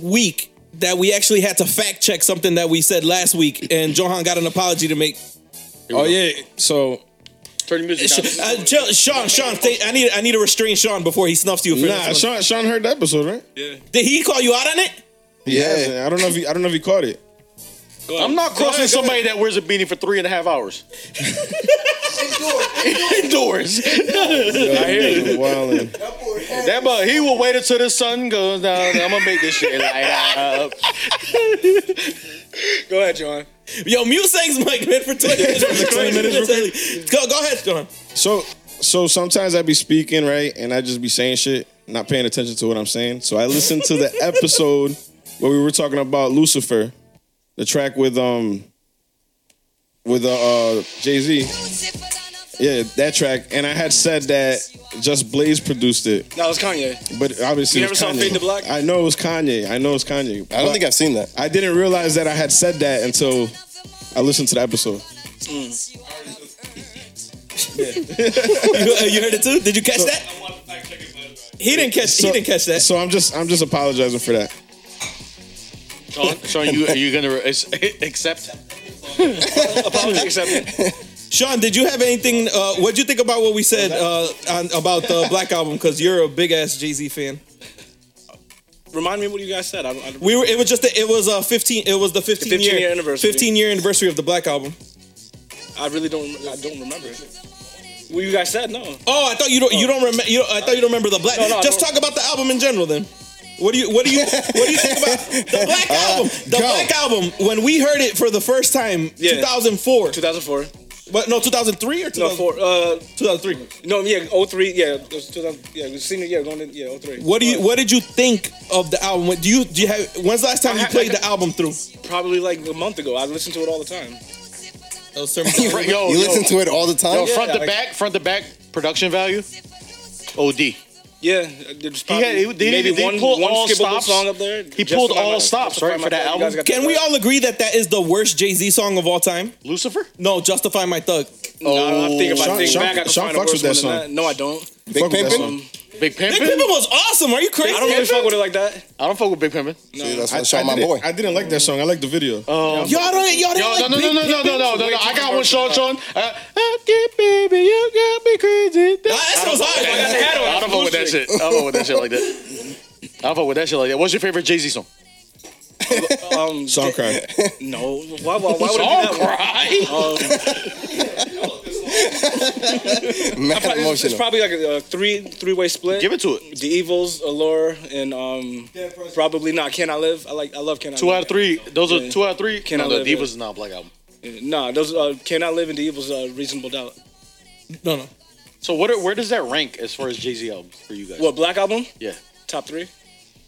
week that we actually had to fact check something that we said last week, and Johan got an apology to make.
Oh yeah. So
Turn the music down.
Uh, Ch- Sean, Sean, stay, I need I need to restrain Sean before he snuffs you. For
nah,
this one.
Sean Sean heard the episode, right?
Did he call you out on it?
Yeah.
I don't know if he, I don't know if he caught it.
I'm not crossing somebody that wears a beanie for three and a half hours. Indoors.
I hear you. Wildin'.
that boy had
That boy, he will wait until the sun goes down. I'm gonna make this shit light up.
Go ahead, John.
Yo, Mute Sang's mic man for twenty minutes. go, go ahead, Sean.
So so sometimes I be speaking right, and I just be saying shit, not paying attention to what I'm saying. So I listened to the episode where we were talking about Lucifer, the track with um with uh, uh Jay Z. Yeah, that track, and I had said that just Blaze produced it,
No, it's Kanye.
but obviously it
You ever
was
saw
Kanye.
Fade to Black?
I know it was Kanye. I know it's Kanye.
I don't think I've seen that.
I didn't realize that I had said that until I listened to the episode.
You, uh, you heard it too? Did you catch that? He didn't catch. he didn't catch that.
So I'm just I'm just apologizing for that.
Sean, Sean, you are you gonna ac- accept?
Apology accepted.
Sean, did you have anything? Uh, what'd you think about what we said uh, on, about the Black album? Because you're a big ass Jay Z fan.
Remind me what you guys said. I, I,
We were. It was just. A, it was a 15. It was the 15,
15
year,
year anniversary.
15 year anniversary of the Black album.
I really don't. rem- I don't remember. What you guys said? No.
Oh, I thought you don't. You don't remember. You don't, I thought you don't remember the Black.
No, no, I
just
don't-
talk about the album in general then. What do you? What do you? What do you think about the Black
Uh,
album? The
go.
Black album. When we heard it for the first time,
Yeah.
2004.
2004.
What? No, 2003 or
No,
2004.
four. Uh,
2003.
no, yeah, 03. Yeah, it was 2000. Yeah, it was senior year going in. Yeah, 03.
What do you? What did you think of the album? What do you? Do you have? When's the last time
I
you
ha-
played the album through?
Probably like a month ago. I listen to it all the time.
Yo, Oh, yo,
You listen to it all the time?
yo, front
Yeah,
to
like-
back, front to back production value. OD.
Yeah, there's
He
probably
had- he- they-
maybe
they
one,
pulled
one
all
skippable
stops.
song up there.
He
Just
pulled
Find My
all
Love.
stops,
Just Find
right,
My
for that
Love. You
album?
guys got
Can
that
we
right.
all agree that that is the worst Jay Z song of all time?
Lucifer?
No, Justify My Thug.
No, I think if I
Sean-
think
Sean-
back, I can
Sean
find a
fucks
worse
with
one
that
than
song.
that. No, I don't.
Fuck with that
Pimpin'?
song.
Big
Big
Pimpin'?
Pimpin' was awesome. Are you crazy?
I don't really fuck with it like that.
I don't fuck with Big Pimpin'.
See, that's
I,
why I shot my
didn't,
boy.
I didn't like that song. I like the video.
Um,
Y'all don't. Y'all don't
Yo,
like
no, no,
Big
no, no, no,
Pimpin'?
no, no, no, I got one, Sean, Sean. Uh, okay, baby, you got me crazy.
Nah, Ah, that sounds
That's a
hot.
hat on.
I don't fuck with that shit. I don't fuck with that shit like that. I don't fuck with that shit like that. What's your favorite Jay Z song?
Um,
Song cry.
no. Why, why, why would it be that Um, one?
cry.
Mad
Probably- It's, it's
emotional.
probably like a, a three three way split.
Give it to it.
The Evils, Allure, and um,
Dead President.
probably not. Can I live? I like. I love Can I.
Two
live.
out of three. Those are
Yeah.
two out of three.
Can
no,
I
the
live,
Divas is not a black album.
Nah, those uh, Can I live and the Evils uh, Reasonable Doubt.
No, no.
So what? Are, where does that rank as far as Jay Z albums for you guys?
What Black Album?
Yeah.
Top three.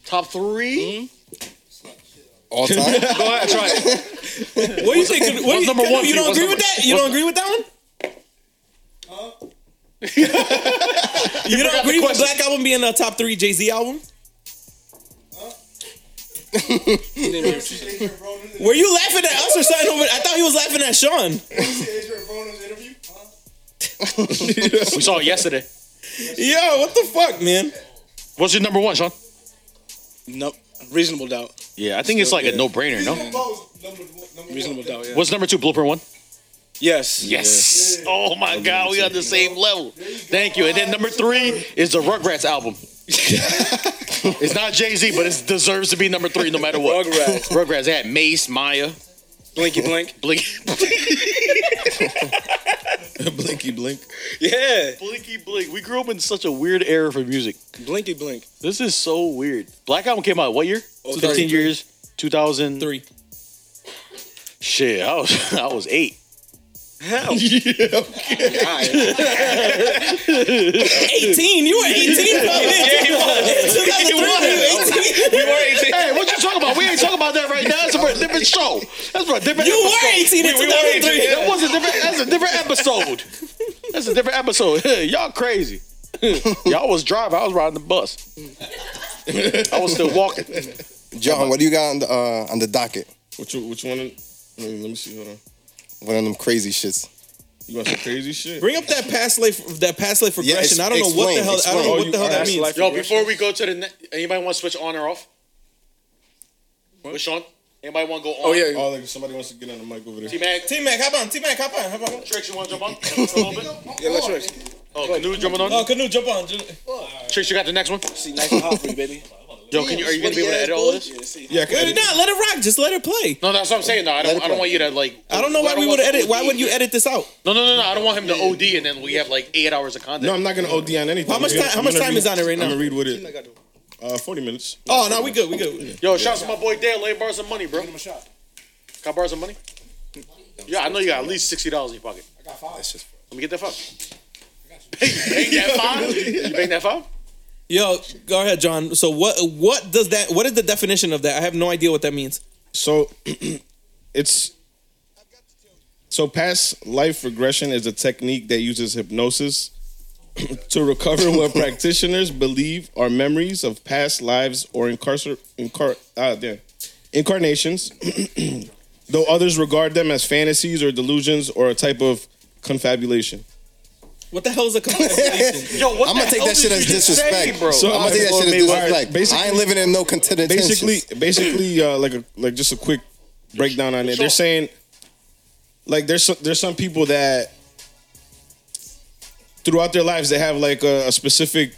Top 3
All time.
Go ahead, try it.
What do you think? What do you,
number one for
you
you?
don't
What's
agree
number-
with that? You don't agree with that one? you don't
forgot the
agree with
question.
Black Album being a top three Jay Z album?
Adrian Broner's
Were you laughing at us or something? Over? I thought he was laughing at Sean.
Adrian Broner's interview? Huh?
We saw it yesterday.
Yo, what the fuck, man?
What's your number one, Sean?
Nope. Reasonable Doubt.
Yeah, I think it's like a no-brainer. No.
Both number one. Number
Reasonable Doubt. Yeah.
What's number two? Blueprint one.
Yes.
Yes. Oh my God, we on the same level. Thank you. And then number three is the Rugrats album. it's not Jay Z, but it deserves to be number three no matter what.
Rugrats.
Rugrats they had Mace, Maya,
Blinky Blink.
Blink,
Blinky blink.
Yeah.
Blinky Blink. We grew up in such a weird era for music.
Blinky Blink.
This is so weird. Black album came out what year?
Oh,
15 years. 2000.
Three.
Shit, I was I was eight.
Hell.
Eighteen. You were eighteen. yeah, he was.
He was.
You were eighteen.
Hey, what you talking about? We ain't talking about that right now. That's for a different show. That's for a different.
You were
episode.
18 in
We- we were
2003.
18. That was a different. That's a different episode. That's a different episode. Y'all crazy. Y'all was driving. I was riding the bus. I was still walking.
John, what do you got on the uh, on the docket?
Which one- which one? Let me, let me see. Hold on.
One of them crazy shits.
You want some crazy shit?
Bring up that past life, that past life regression. I don't know what the hell. I don't know
explain,
what the hell that
explain.
means.
Yo, before we go to the next, anybody want to switch on or off? Which on? Anybody want to go on?
Oh yeah.
Oh, like somebody wants to get on the mic over there.
T Mag,
T Mac, hop on. T Mac, hop on. Hop on.
Tricks, you want to jump on for a little bit?
Yeah, let's race.
Oh, Canoe jumping on.
Oh, canoe, jump on. Jump-
Tricks, you got the next one.
See, nice and hot for you, baby.
Yo, can you are you gonna be able to edit all this?
Yeah, see.
Yeah, I can
Wait,
edit
nah, let it rock. Just let it play.
No, that's what I'm saying. though. I don't. I don't want you to like.
I don't know why we
want
would
to
edit. Why
OD.
would you edit this out?
No, no, no, no. I don't want him to OD, and then we have like eight hours of content.
No, I'm not gonna OD on anything.
How much
I'm
time- how
gonna
much
read-
time is on it right now?
I'm gonna read with it. Uh, 40 minutes.
Oh no, we good. We good.
Yo, shout out to my boy Dale. Lay bars some money, bro. Got bars some money? Yeah, I know you got at least sixty dollars in your pocket. Let me get that five. Bang, bang that five. You bang that five.
Yo, go ahead, John. So what? What does that? What is the definition of that? I have no idea what that means.
So it's so past life regression is a technique that uses hypnosis to recover what practitioners believe are memories of past lives or incarcer- incar- ah, damn. incarnations, though others regard them as fantasies or delusions or a type of confabulation.
What the hell is a confabulation?
Yo, what
I'm gonna
the
take
hell
that shit
did
as
you just
disrespect.
say, bro.
So-
I'm gonna take that shit as
Well, well,
disrespect.
basically-
I ain't living in no contented
basically basically uh, like a like just a quick breakdown on it. They're saying like there's some, there's some people that throughout their lives they have like a, a specific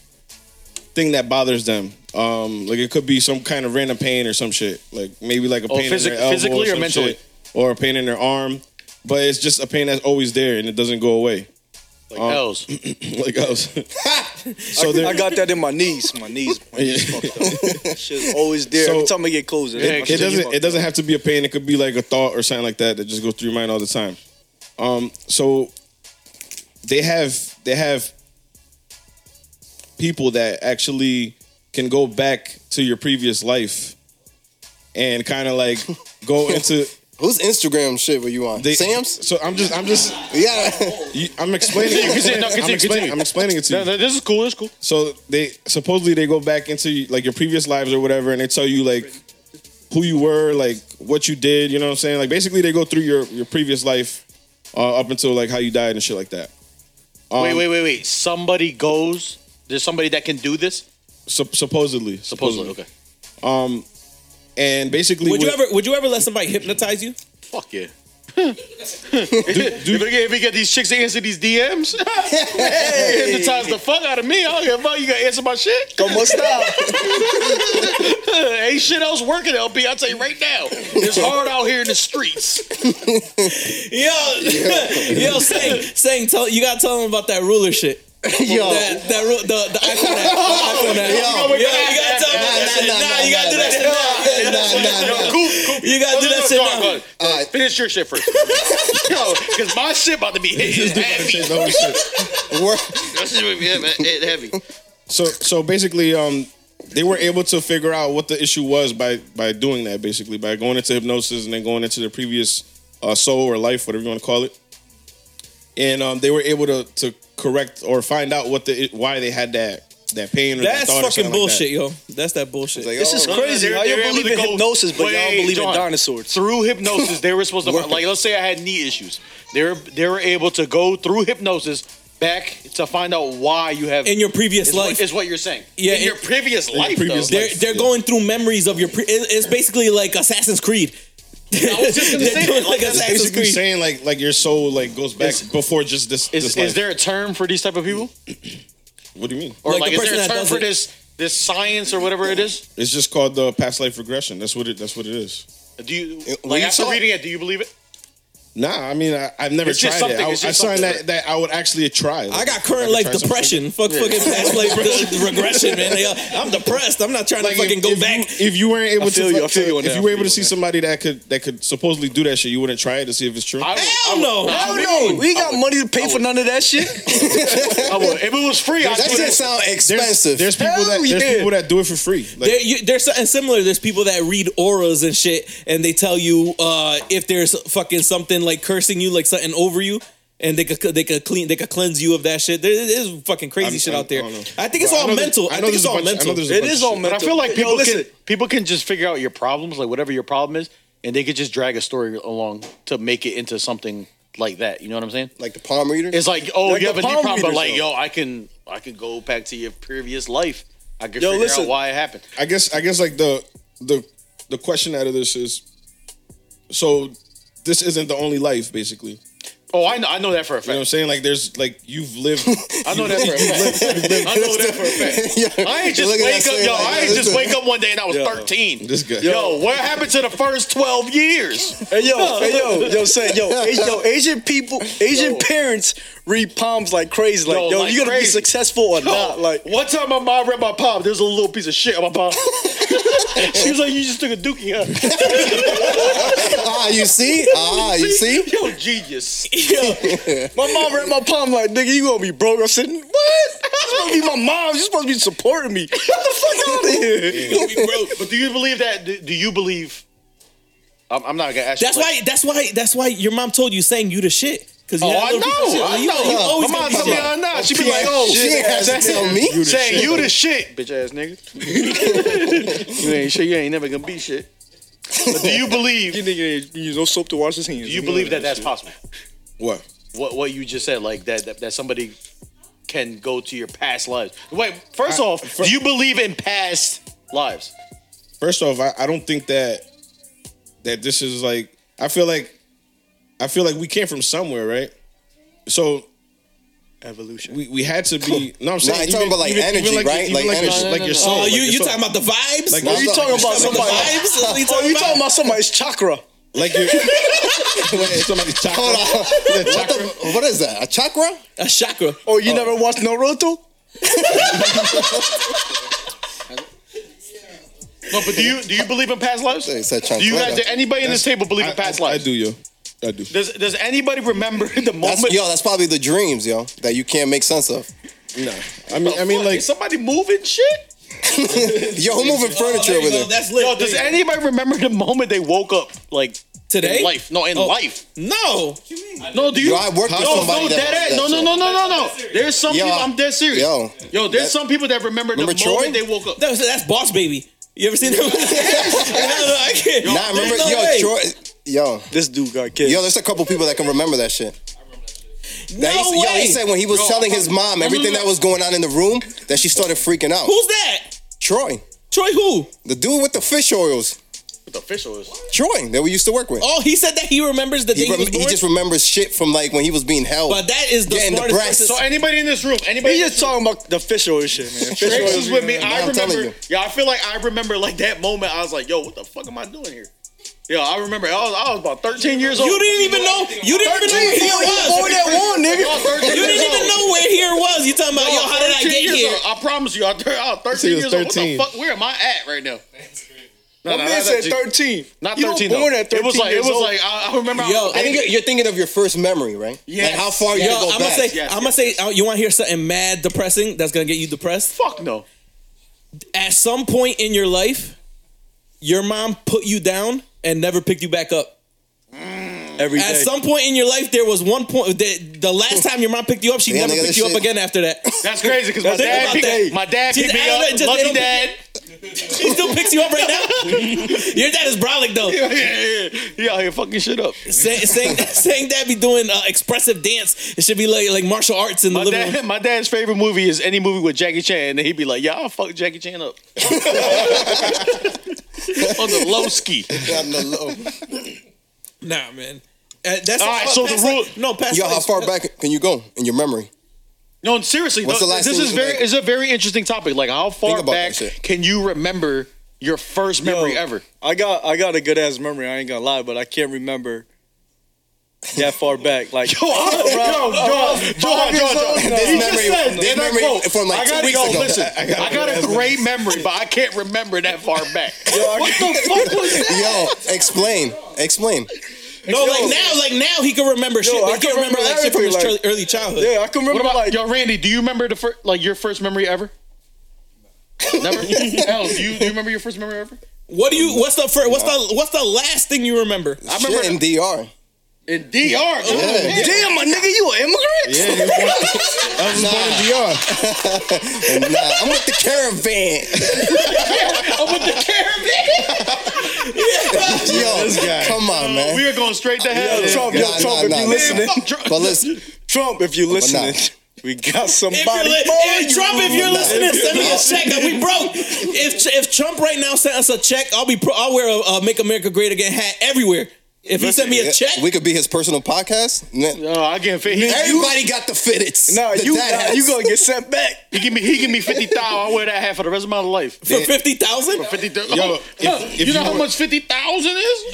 thing that bothers them. Um, like it could be some kind of random pain or some shit. Like maybe like a
Oh,
pain
physic-
in their elbow
physically or
some
mentally?
shit. or a pain in their arm. But it's just a pain that's always there and it doesn't go away.
like hells.
like us. so
I
they're
got that in my knees. My knees. My knees fucked up. Shit's always there.
So-
Every time I get closer.
Yeah,
it doesn't it doesn't have to be a pain. It could be like a thought or something like that that just goes through your mind all the time. Um, so they have they have people that actually can go back to your previous life and kind of like go into
Who's Instagram shit were you on?
they,
Sam's?
So I'm just I'm just
Yeah.
you- I'm explaining.
You can say- no,
I'm
continue,
explaining.
continue.
I'm explaining it to you.
No, no, this is cool. This is cool.
So they supposedly they go back into like your previous lives or whatever, and they tell you like who you were, like what you did. You know what I'm saying? Like basically they go through your your previous life uh, up until like how you died and shit like that. Um,
wait, wait, wait, wait. Somebody goes There's somebody that can do this.
Sup- supposedly,
Supposedly, okay.
Um, and basically,
Would you
with-
ever would you ever let somebody hypnotize you?
Fuck yeah. if, we get, if we get these chicks to answer these DMs, hypnotize the fuck out of me. I don't give a fuck. You gotta answer my shit.
Como está?
Ain't shit else working, LP. I'll tell you right now. It's hard out here in the streets.
Yo, yo, saying, saying, tell you gotta tell them about that ruler shit.
Yo.
That that ru- the the iPhone app, the iPhone app.
Yo.
Yo, you gotta tell them about that shit. Nah, you gotta do that shit. now.
Nah, nah, nah.
Yo, Coop, Coop.
You gotta do that shit now.
shit. Finish your shit first. Yo, because my shit about to be hit heavy.
We're-
That shit about to be hit- hit heavy.
so so basically, um, they were able to figure out what the issue was by by doing that. Basically, by going into hypnosis and then going into their previous uh, soul or life, whatever you want to call it, and um, they were able to to correct or find out what the why they had that that pain or that
That's
thought or
fucking
something like that.
bullshit, yo. That's that bullshit.
like,
This is
oh,
crazy.
They're-
How you
they're able
believe
to
in
go
hypnosis, but y'all
way
believe in
down.
dinosaurs?
Through hypnosis, they were supposed to like let's say I had knee issues. They were they were able to go through hypnosis back to find out why you have
in your previous
is
life,
what, is what you're saying.
Yeah,
in your
it-
previous life
previous
though.
they're they're going through memories of your. Pre- it- it's basically like Assassin's Creed.
I was just gonna
They're
say
doing
that,
like
like, that's
Assassin's
Basically,
Creed.
saying like like your soul like goes back before just this.
Is is
this life.
there a term for these type of people?
What do you mean?
Or
Like
like,
the
is there
person
a
that
term
does
for
it.
this this science or whatever it is?
It's just called the past life regression. That's what it. That's what it is.
Do you
It- when
like
you
after
talk-
reading it, do you believe it?
Nah, I mean, I, I've never
It's
tried
just
it.
something-
I, I
it's just
signed
something.
that, that I would actually try.
I got current life depression. Fuck fucking past life the regression, man. Yo, I'm depressed. I'm not trying to fucking go
if
back.
You, if you weren't able
I feel
to,
you, I feel you on
if
that,
you
I
were able
feel you
to
on
see
that.
somebody that could that could supposedly do that shit, you wouldn't try it to see if it's true.
I would-
Hell
I would-
no.
I
Hell
would-
no, we ain't got money to pay for none of that shit.
I would. Oh, If it was free, I'd
That
do
shit
it.
sound
there's,
expensive.
There's people
Hell
that there's
yeah.
people that do it for free. Like,
There, you, there's something similar. There's people that read auras and shit, and they tell you uh, if there's fucking something like cursing you, like something over you, and they could they could clean they could cleanse you of that shit. There is fucking crazy
I'm-
shit
I'm-
out there.
I don't know.
I, think it's
But I
all
know there's-
mental.
I
I,
know
think it's
there's a
all
bunch- I know
mental.
there's a
It
bunch
is
of
all
shit.
But I
mental.
feel like
Yo,
people
listen.
can people can just figure out your problems, like whatever your problem is, and they could just drag a story along to make it into something like that. You know what I'm saying?
like the palm reader.
It's like, oh,
Like
you
the
have a knee
palm
problem, but
readers,
like,
though.
yo, I can I can go back to your previous life. I can
Yo,
figure
listen.
out why it happened.
I guess I guess like the the the question out of this is, so this isn't the only life, basically.
Oh, I know, I know that for a
You know what I'm
fact.
saying? Like there's like you've lived.
I know that for a fact. I know that for a fact.
Yo,
I ain't
you're
just
looking at
wake up, yo.
that shit
I
like,
ain't just
listen.
wake up one day and I was
Yo.
13.
This guy.
Yo, what happened to the first 12 years?
Hey yo, hey yo, yo, say yo, A- yo, Asian people, Asian
Yo.
parents read palms like crazy. Like
Yo,
yo,
like
you gonna be
crazy.
successful or
Yo,
not? Like
one time my mom read my palm. There's a little piece of shit on my palm. she was like, "You just took a dookie, huh?"
Ah, you see? Ah, you see?
Yo, genius.
my mom read my palm like nigga, you gonna be broke. I said what? You're supposed to be my mom. You're supposed to be supporting me. Get the fuck out of here.
But do you believe that? Do, do you believe? I'm, I'm not gonna ask.
That's
you,
why. That's why. That's why your mom told you saying you the shit. Cause you
Oh,
had
I
little people-
know. I
you,
know.
you always
my
gonna
mom
be
told me
shit.
I not. She be like, "Oh,
She ain't had to tell me.
You the
saying
shit.
you the shit, bitch ass nigga. you ain't shit. You ain't never gonna be shit." But do you
You
believe?
nigga ain't use no soap to wash his hands.
Do you believe that that's possible?
What?
What what you just said, like that that, that somebody can go to your past lives. Wait, first
I-
off,
fir-
do you believe in past lives?
First off, I, I don't think that that this is like I feel like I feel like we came from somewhere, right? So
evolution?
we, we had to be no I'm saying
you're talking about, like, energy, right?
Like
Like
like,
energy.
your-
No,
like your soul.
Oh,
like
you
your
you
soul.
talking about the vibes?
Like,
Are you
Oh,
talking about
the
somebody?
vibes? You
Oh,
talking
you talking
about?
about somebody's chakra?
like your Wait, somebody's chakra.
Hold
Yeah,
What,
chakra.
the, what is that? A chakra?
A chakra.
Oh, you never watched Naruto?
No, but do you do you believe in past lives?
They said
Do you guys?
chancleta.
Does anybody in this table believe
I,
in past
I, I
lives?
do, yo. I do.
Does Does anybody remember the moment?
That's, yo, that's probably the dreams, yo, that you can't make sense of.
No. I mean I mean
Fuck,
like
is somebody moving shit?
Yo, who moving furniture
Oh, there
over
you go.
there?
That's lit.
Yo, does anybody remember the moment they woke up like
Today?
In life, no, in
Oh.
life.
No.
No, do you?
Yo, I worked with
no,
somebody
no,
that-
dead ass.
that
No, no,
shit.
no, no, no, no. There's some
Yo,
people.
I-
I'm dead serious.
yo.
yo, there's
That-
some people that remember the
Remember
moment
Troy?
they woke up.
That was, that's Boss Baby. You ever seen that? no, no, I can't.
Nah, I remember,
There's no
yo,
way.
Troy, yo,
This dude got kicked.
yo, there's a couple people that can remember that shit. Now, he,
No
yo, he
way.
said when he was telling his mom everything that was going on in the room that she started freaking out.
Who's that?
Troy,
Troy who?
the dude with the fish oils.
What the official is?
Troy, that we used to work with.
Oh, he said that he remembers the day
he,
he,
rem-
was
he
born.
just remembers shit from like when he was being held.
but that is the
Getting the
smartest
breasts.
person-
So
anybody in this room? Anybody?
He just talking about the fish oil shit, man. Fish
Drake's
oil
was with me.
Now
I
I'm telling
remember.
you.
Yeah, I feel like I remember like that moment. I was like, "Yo, what the fuck am I doing here?" Yeah, I remember. I was, I was about 13 years old.
You didn't even know. You didn't even know where he was.
Born at
I
one, nigga.
was 13
You didn't
years
even
old.
know where here was. You talking about yo?
I was
Oh, How did I
13
get
years
here?
old. I promise you, I was 13
he was
years old. What the
13.
fuck? Where am I at right now? No,
My
no,
man
not
said
that-
thirteen.
Not
You
13.
were born
though.
at thirteen.
It was like
years
it was
old.
like I, I remember. I-
Yo,
I,
I think you're, you're thinking of your first memory, right?
Yes.
Like how far Oh, you
Yo,
can go
I'm gonna
back.
say,
Yes,
I'm gonna
yes.
say, uh, you want to hear something mad depressing that's gonna get you depressed?
fuck no.
At some point in your life, your mom put you down and never picked you back up.
every
At some point in your life, there was one point that the last time your mom picked you up, she
Damn,
never
nigga,
picked
this
you up
shit-
again after that.
That's crazy because my
Think
dad
about
picked,
that.
my dad
See,
picked me
I don't know,
up.
just- they
Lucky
don't
dad.
She still picks you up right now. your dad is brolic though.
Yeah, yeah, yeah. He out here fucking shit up.
Saying, saying, saying that be doing uh, expressive dance. It should be like like martial arts in the
My,
living room.
dad, my dad's favorite movie is any movie with Jackie Chan, and he'd be like, "Yeah, I'll fuck Jackie Chan up on the low ski."
On the low.
Nah, man. Uh, that's
All right, so the
past
rule-
life- No, past
Yo, how
life-
far back can you go in your memory?
No, seriously,
What's
no,
the last
this
thing
is
you
very
like-
is a very interesting topic. Like, how far
Think about
back
that shit.
can you remember your first memory
Yo,
ever?
I got I got a good ass memory. I ain't gonna lie, but I can't remember that far back. Like
Yo, yo, yo, Johan,
years
Johan, Johan.
old now.
He just
This
said,
memory- this
and I
memory
quote,
from, like,
I
two
gotta
weeks
go,
ago.
Listen, I got, a great memory, but I can't remember that far back. what the fuck was that?
Yo, explain, explain.
No, like now, like now he can remember shit, but
I
he
can
can't remember
remember
like shit from his
everything, like-
early childhood.
yeah, I can remember
What about
like
yo, Randy? Do you remember the first, like your first memory ever? Never. Hell, do you, do you remember your first memory ever?
What do you? What's the first? What's the? What's the last thing you remember?
I
remember-
shit in DR.
In DR. Yeah.
damn my nigga, you an immigrant?
Yeah, he was born- I was born in DR.
And, nah, I'm with the caravan.
I'm with the caravan.
Yo,
This guy.
come on, man.
We are going straight to hell.
Yo, Trump, yo,
Nah,
Trump,
nah,
if
nah,
you
nah.
listening,
Fuck Trump.
But listen,
Trump, if you
but nah.
listening, we
If
got
you're,
somebody.
li-
for
if
you.
Trump, if you're
Nah.
listening, send me a check. We broke. If if Trump right now sent us a check, I'll be pro- I'll wear a uh, "Make America Great Again" hat everywhere. If he sent me a check,
we could be his personal podcast. Man,
No, Oh, I can't fit. He,
Everybody got the fitteds.
Nah,
The
you
dad
nah,
hats.
you gonna get sent back.
he give me he give me fifty thousand. I wear that hat for the rest of my life.
for fifty thousand.
Fifty thousand.
Yo,
Oh,
if-
huh,
if
you
you
know how
were-
much fifty thousand is?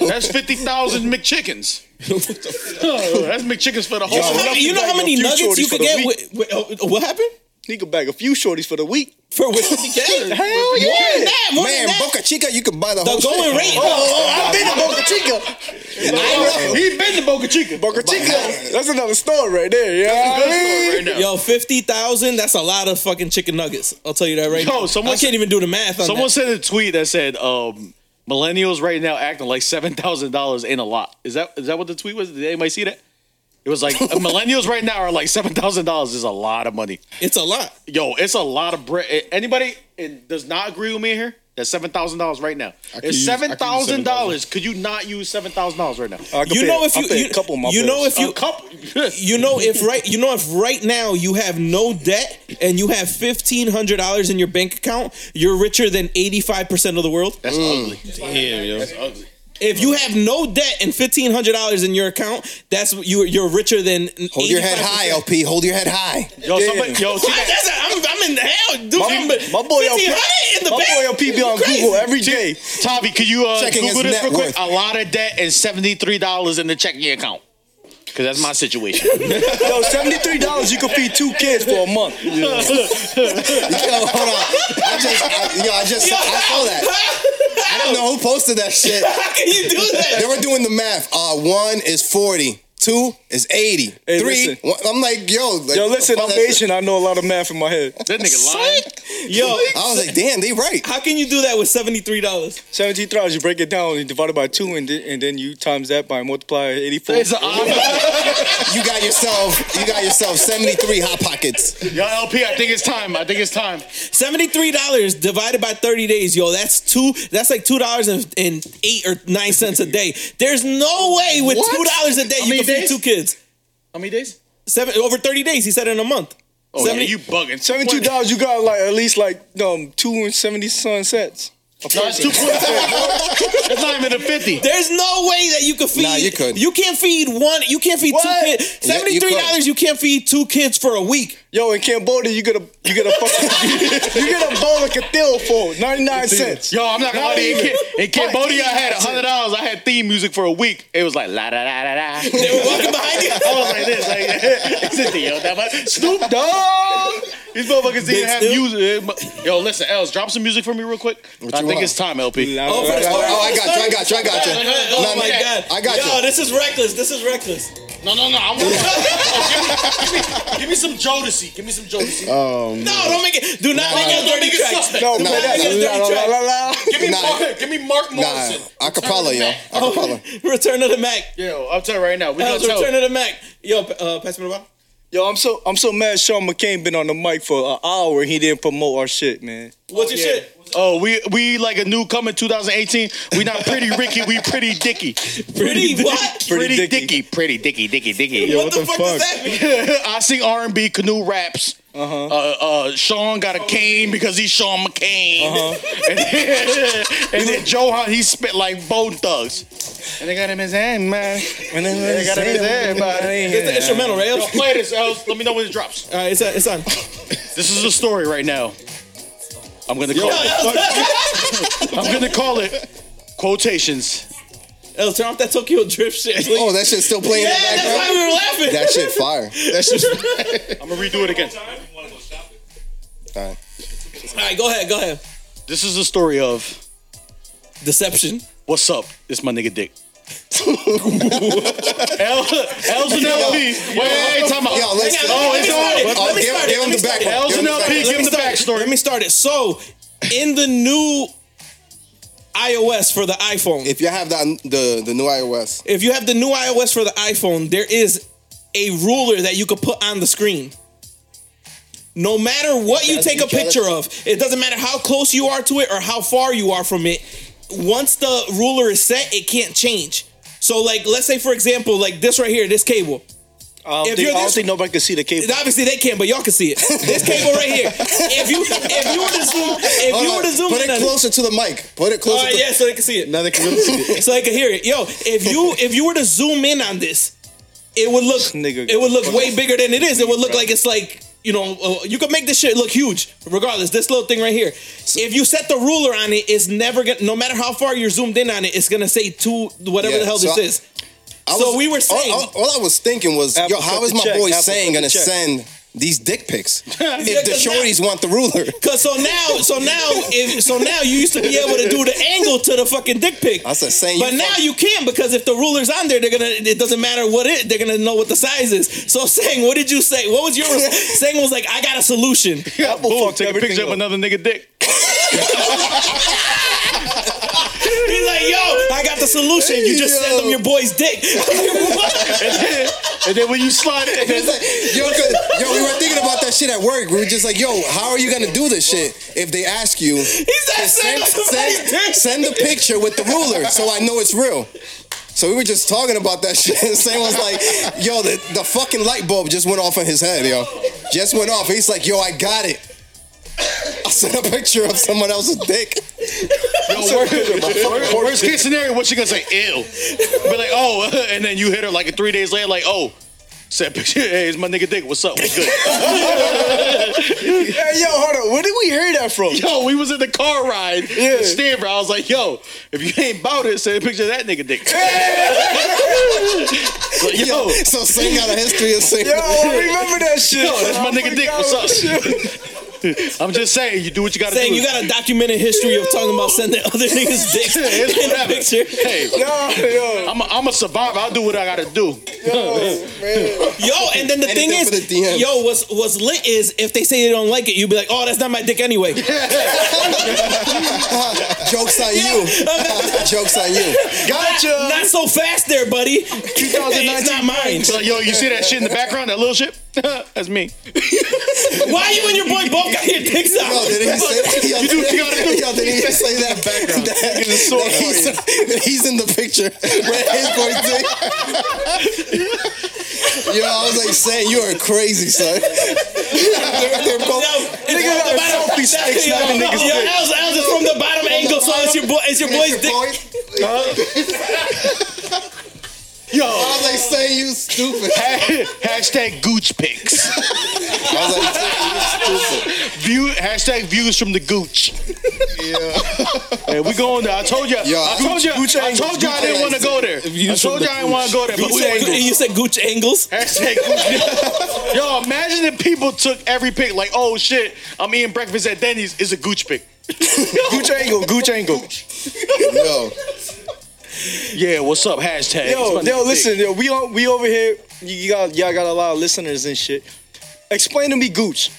Yeah, that's fifty thousand McChickens. Oh, that's McChickens for the whole.
Yo,
month.
You know how many
Few
nuggets you
shorties for
could
the
get?
week.
With, with, uh, what happened?
He could bag a few shorties for the week.
For with fifty k? More
Hell yeah.
than that. More than
Man,
that.
Boca Chica, you could buy the,
oh,
The
whole
going
shit.
rate. Oh,
I've been to Boca Chica.
He been to Boca Chica.
Boca Chica. That's another story right there. Yeah,
Right now.
Yo, fifty thousand. That's a lot of fucking chicken nuggets. I'll tell you that right
Yo,
now.
someone
I can't
said-
even do the math on
Someone
that.
sent a tweet that said, um, "Millennials right now acting like seven thousand dollars ain't a lot." Is that is that what the tweet was? Did anybody see that? It was like millennials right now are like seven thousand dollars is a lot of money.
It's a lot.
Yo, it's a lot of bread. Anybody it does not agree with me here? That's seven thousand dollars right now.
I could
It's
use- I could
seven
use
thousand dollars.
$7,000.
Could you not use seven thousand dollars right now?
I could
You
pay-
know if
I
you
pay
you,
a couple of my
you know
bills.
if you
a couple.
you know if right you know if right now you have no debt and you have fifteen hundred dollars in your bank account, you're richer than eighty five percent of the world.
That's
Mm.
ugly.
Damn, yo.
If you have no debt and fifteen hundred dollars in your account, that's you you're richer than
Hold your head high, LP. Hold your head high.
Yo, somebody, yo, see
I,
that?
that's I'm, I'm in the hell, dude. I'm,
my boy LP,
1500 in the
my
bank?
boy LP be on
You crazy.
Google every day.
Tavi, could you uh,
Checking
Google
his
this
net
real quick?
worth.
A lot of debt and seventy three dollars in the checking account. Cause that's my situation.
Yo, seventy three dollars, you could feed two kids for a month.
Yo, hold on. I just, I, yo, I just, saw, I saw that. I don't know who posted that shit.
How can you do
They
that?
were doing the math. Uh, one is forty. Two is eighty.
Hey,
Three.
listen.
One, I'm like, yo, like,
Yo, listen,
fuck
I'm
that shit.
Asian. I know a lot of math in my head.
That nigga lying.
Yo,
I was like, damn, they right.
how can you do that with seventy three dollars?
Seventeen dollars, you break it down, you divide it by two, and, then- and then you times that by multiply eighty four.
It's an odd.
You got yourself, you got yourself seventy three hot pockets.
Yo, LP, I think it's time. I think it's time.
Seventy three dollars divided by thirty days, yo. That's two. That's like two dollars and, and eight or nine cents a day. There's no way with
What?
two dollars a day
How
you
many
can feed
days?
two kids.
How many days?
Seven over thirty days. He said in a month.
Oh, yeah,
Seventy-
you bugging.
Seventy-two dollars. You got like at least like um two and seventy sunsets.
No, it's 2.7. That's not even a 50.
There's no way that you could feed.
Nah, you could.
You can't feed one. You can't feed
What?
two kids.
Yeah, you
Seventy three dollars. You can't feed two kids for a week.
Yo, in Cambodia, you get a you get a fucking, you get a bowl of katil for ninety-nine cents.
Yo, I'm not gonna
Not
lie to you. In
even.
Ca- In Cambodia, I had $100. I had theme music for a week. It was like la da da da da.
They were walking behind you.
I was like this, like, it's a deal. That much. Snoop Dogg. These motherfuckers
Big
didn't have
Snoop.
music. Yo, listen, Els, drop some music for me real quick. I
you
think
want?
it's time, LP.
Oh, for the
Oh,
story,
oh, I got you, I got you, I got you.
Oh
No,
my
no,
god!
I got
Yo,
you.
this is reckless. This is reckless.
No, no, no. I want give, me, give, me, give me some Jodeci. Give me some Jodeci.
Uh, No, don't make it. Do not make
nah,
it a dirty track.
No,
Nah,
play that.
that's
La, la,
dirty
la, la, la.
give me
nah.
Mark. Give me Mark
Nah,
Morrison.
acapella, yo.
Oh.
Acapella.
Return of the Mac.
Yo, I'm telling you right now. We
That
gonna
was Return
tell.
of the Mac. Yo, uh, pass me the ball.
Yo, I'm so I'm so mad. Sean McCain been on the mic for an hour. and He didn't promote our shit, man.
What's your shit?
Oh, we we like a new coming 2018. We not pretty Ricky. We pretty Dicky.
Pretty what?
Pretty,
Pretty
Dicky.
Dicky.
Pretty Dicky. Dicky Dicky.
Yo,
What the fuck does that mean?
I sing R and B, canoe raps. Uh-huh. Uh uh, Sean got a cane because he's Sean McCain. Uh-huh. And then, and then Johan, he spit like bone thugs. And they got him his hand, man.
And then
They got him his hand, man.
It's the instrumental, right?
Yo,
All
play this, else. Let me know when it drops.
right, it's on. It's on.
This is the story right now. I'm gonna call it. I'm gonna call it quotations.
Yo, turn off that Tokyo Drift shit. please.
Oh, that shit's still playing
yeah,
in the
that's
background.
why we were laughing.
That shit fire. That shit's
I'm gonna redo it again.
Alright.
All right, go ahead. Go ahead.
This is the story of
Deception.
what's up. It's my nigga Dick. L, L's and LP. Wait, wait, wait, time out.
Yo, let's
Hang on,
Oh,
let me
it's
start
on.
it.
Oh,
Let me
give-
start it.
give him
Let me
the
start
back
it.
one.
L's and LP, give him the
start it.
backstory.
Let me start it. So, in the new iOS for the iPhone,
If you have that the the new iOS,
if you have the new iOS for the iPhone, there is a ruler that you could put on the screen. No matter what you
That's
take a
each other.
picture of, it doesn't matter how close you are to it or how far you are from it. Once the ruler is set, it can't change. So, like, let's say for example, like this right here, this cable.
Um,
I
If
don't, think,
you're
I don't
this-
think nobody can see the cable.
Obviously, they can, but y'all can see it. This cable right here. If you if you were to zoom, if
Hold
you
on.
were to zoom
put
in
it
on
closer to the mic. Put it
All
closer.
right,
to,
Oh, yeah, so they can see it.
Now they can really see it.
so I can hear it. Yo, if you if you were to zoom in on this, it would look
Nigga.
it would look way bigger than it is. It would look like it's like you know uh, you could make this shit look huge. Regardless, this little thing right here. If you set the ruler on it, it's never gonna. No matter how far you're zoomed in on it, it's gonna say two whatever
Yeah,
the hell
so
this
I-
is.
I
So we were saying-
All, all- all I was thinking was,
Apple
yo, how
cut
is
the
my
check.
boy
Apple
saying
cut the
gonna
check.
send these dick pics if the
'cause now-
shorties want the ruler?
Cause so now, so now, if, so now you used to be able to do the angle to the fucking dick pic.
I said, saying,
But
you
now
fuck-
you can because if the ruler's on there, they're gonna. It doesn't matter what it. They're gonna know what the size is. So saying, what did you say? What was your saying? Was like, I got a solution.
Apple
Boom,
fucked
take a
everything
picture of
up.
another nigga dick.
He's like, yo, I got the solution. You just send them your boy's dick. What?
And then when you slide it, and
It's
then,
like, yo, 'cause- yo, we were thinking about that shit at work. We were just like, yo, how are you gonna do this shit if they ask you?
He's not
Send,
sending somebody's
send,
dick.
send the picture with the ruler so I know it's real. So we were just talking about that shit. And Sam was like, yo, the, the fucking light bulb just went off in his head, yo. Just went off. He's like, yo, I got it. I sent a picture of someone else's dick.
Wor- worst case scenario, what she gonna say? Ew. Be like, oh, and then you hit her like three days later, like, oh, said picture. Hey, it's my nigga Dick. What's up? We good.
Hey, yo, hold on. Where did we hear that from?
yo, we was in the car ride.
Yeah.
Yeah. Stanford. I was like, yo, if you ain't about it, send a picture of that nigga Dick. Like, yo,
Yo, so Sam got a history of saying,
Yo, I remember that shit.
yo, that's my
I
nigga Dick.
forgot
What's
what
up?
the shit was.
I'm just saying, you do what you gotta
Saying
do.
you got a documented history of talking about sending other niggas dicks in
It's
the
whatever.
picture.
Hey,
Yo, yo.
I'm a, I'm a survivor. I'll do what I gotta do.
Yo, and then the thing
Anything
is,
for the DMs.
yo, what's what's lit is if they say they don't like it, you'd be like, oh, that's not my dick anyway.
jokes on you. jokes on you.
Gotcha.
Not so fast there, buddy. 2019. It's not mine.
So, yo, you see that shit in the background? That little shit? that's me.
Why you and your boy both got your dicks out?
Yo, Oh, did he say, yo,
You do what you gotta do.
Yo, did he say that background? That,
He's a sword
that he's, that he's in the picture. Where his boy dick. Yo, I was like, saying you are crazy, son. They're both-
Nigga got a selfie stick snapping niggas' dick.
Al's Al's is from the bottom angle, so it's your boy, it's your boy's dick.
Yo, I was like, saying you stupid.
hashtag gooch pics.
I was like, saying you stupid.
View hashtag views from the gooch. Yeah. we going there. I told you.
Yo,
I told you.
Gooch
I told you I didn't
angles, gooch
want to go there. I
Views
told
from
you
the
I didn't want to go there. But
You
we
said,
ain't
you said gooch angles.
Hashtag gooch. Yo, imagine if people took every pic like, oh shit, I'm eating breakfast at Denny's. It's a gooch pic.
Gooch angle, gooch angle.
Yo,
Yeah, what's up? Hashtag. It's
Yo,
my
yo,
nigga
listen, yo, we on, we over here. You, you got y'all got a lot of listeners and shit. Explain to me, Gooch.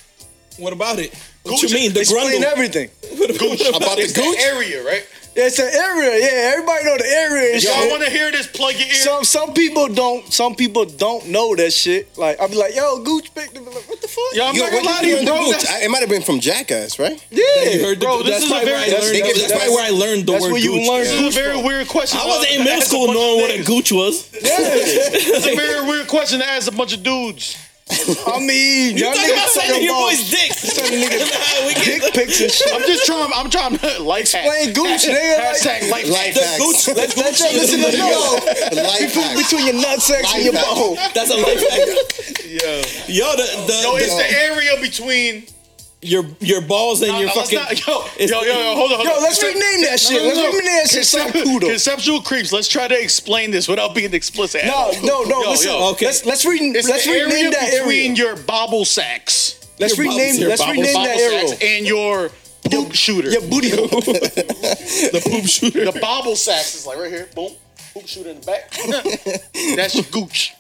What about it? What
Gooch-
you mean? The
Explain
grundle.
everything.
Gooch.
about the
Gooch
gooch?
area, right?
It's an area, yeah. Everybody know the area. And
Yo, I
shit.
want to hear this. Plug your ear.
some some people don't. Some people don't know that shit. Like I'll be like, yo, Gooch picked. Them. Like, what the fuck?
Yo, I'm
Yo,
not gonna
what
lie
did
to
you
you,
learn the
bro.
gooch? I- It might have been from Jackass, right?
yeah,
You heard the-
Bro, this
that's
is a
probably
very-
where I
that's-
learned-
they give-
that's probably where I learned the
that's
word
where you
gooch.
learn.
This is a very weird question.
I wasn't in
to
middle
ask a
school
bunch of
knowing what a
niggas.
gooch was.
It's a very weird question to ask a bunch of dudes.
I mean,
You
y'all
talking about
niggas
sending
talking
your
about
boy's dick? Nah, we get-
dick pics and shit.
I'm just trying. I'm trying to like
Explain Gooch, nigga.
Hashtag life
Life
The
hacks.
gooch. That's
Let y'all listen to yo.
Life hacks.
Between your nutsacks and your
Life hack.
butthole.
That's a life hack. Yo. Yo, the, the,
Yo, it's
the-
the area between.
your your balls and your
Uh, let's
fucking.
not- yo, yo, yo, yo, hold on. Hold
Yo,
on.
let's rename that shit. Let's rename that shit Sarcudo.
Conceptual creeps. Let's try to explain this without being explicit. at
No,
all.
no, no.
Yo,
listen.
yo.
Okay.
Let's let's re-
It's
let's
the
rename
area
that
between
area.
your bobble sacks,
Let's
your
rename.
bobs, your
Let's
bobs,
your
rename
bobble
that
sacks,
arrow.
and your poop shooter.
Your booty hole.
the poop shooter.
The bobble sacks is like right here. Boom. Poop shooter in the back. That's your gooch.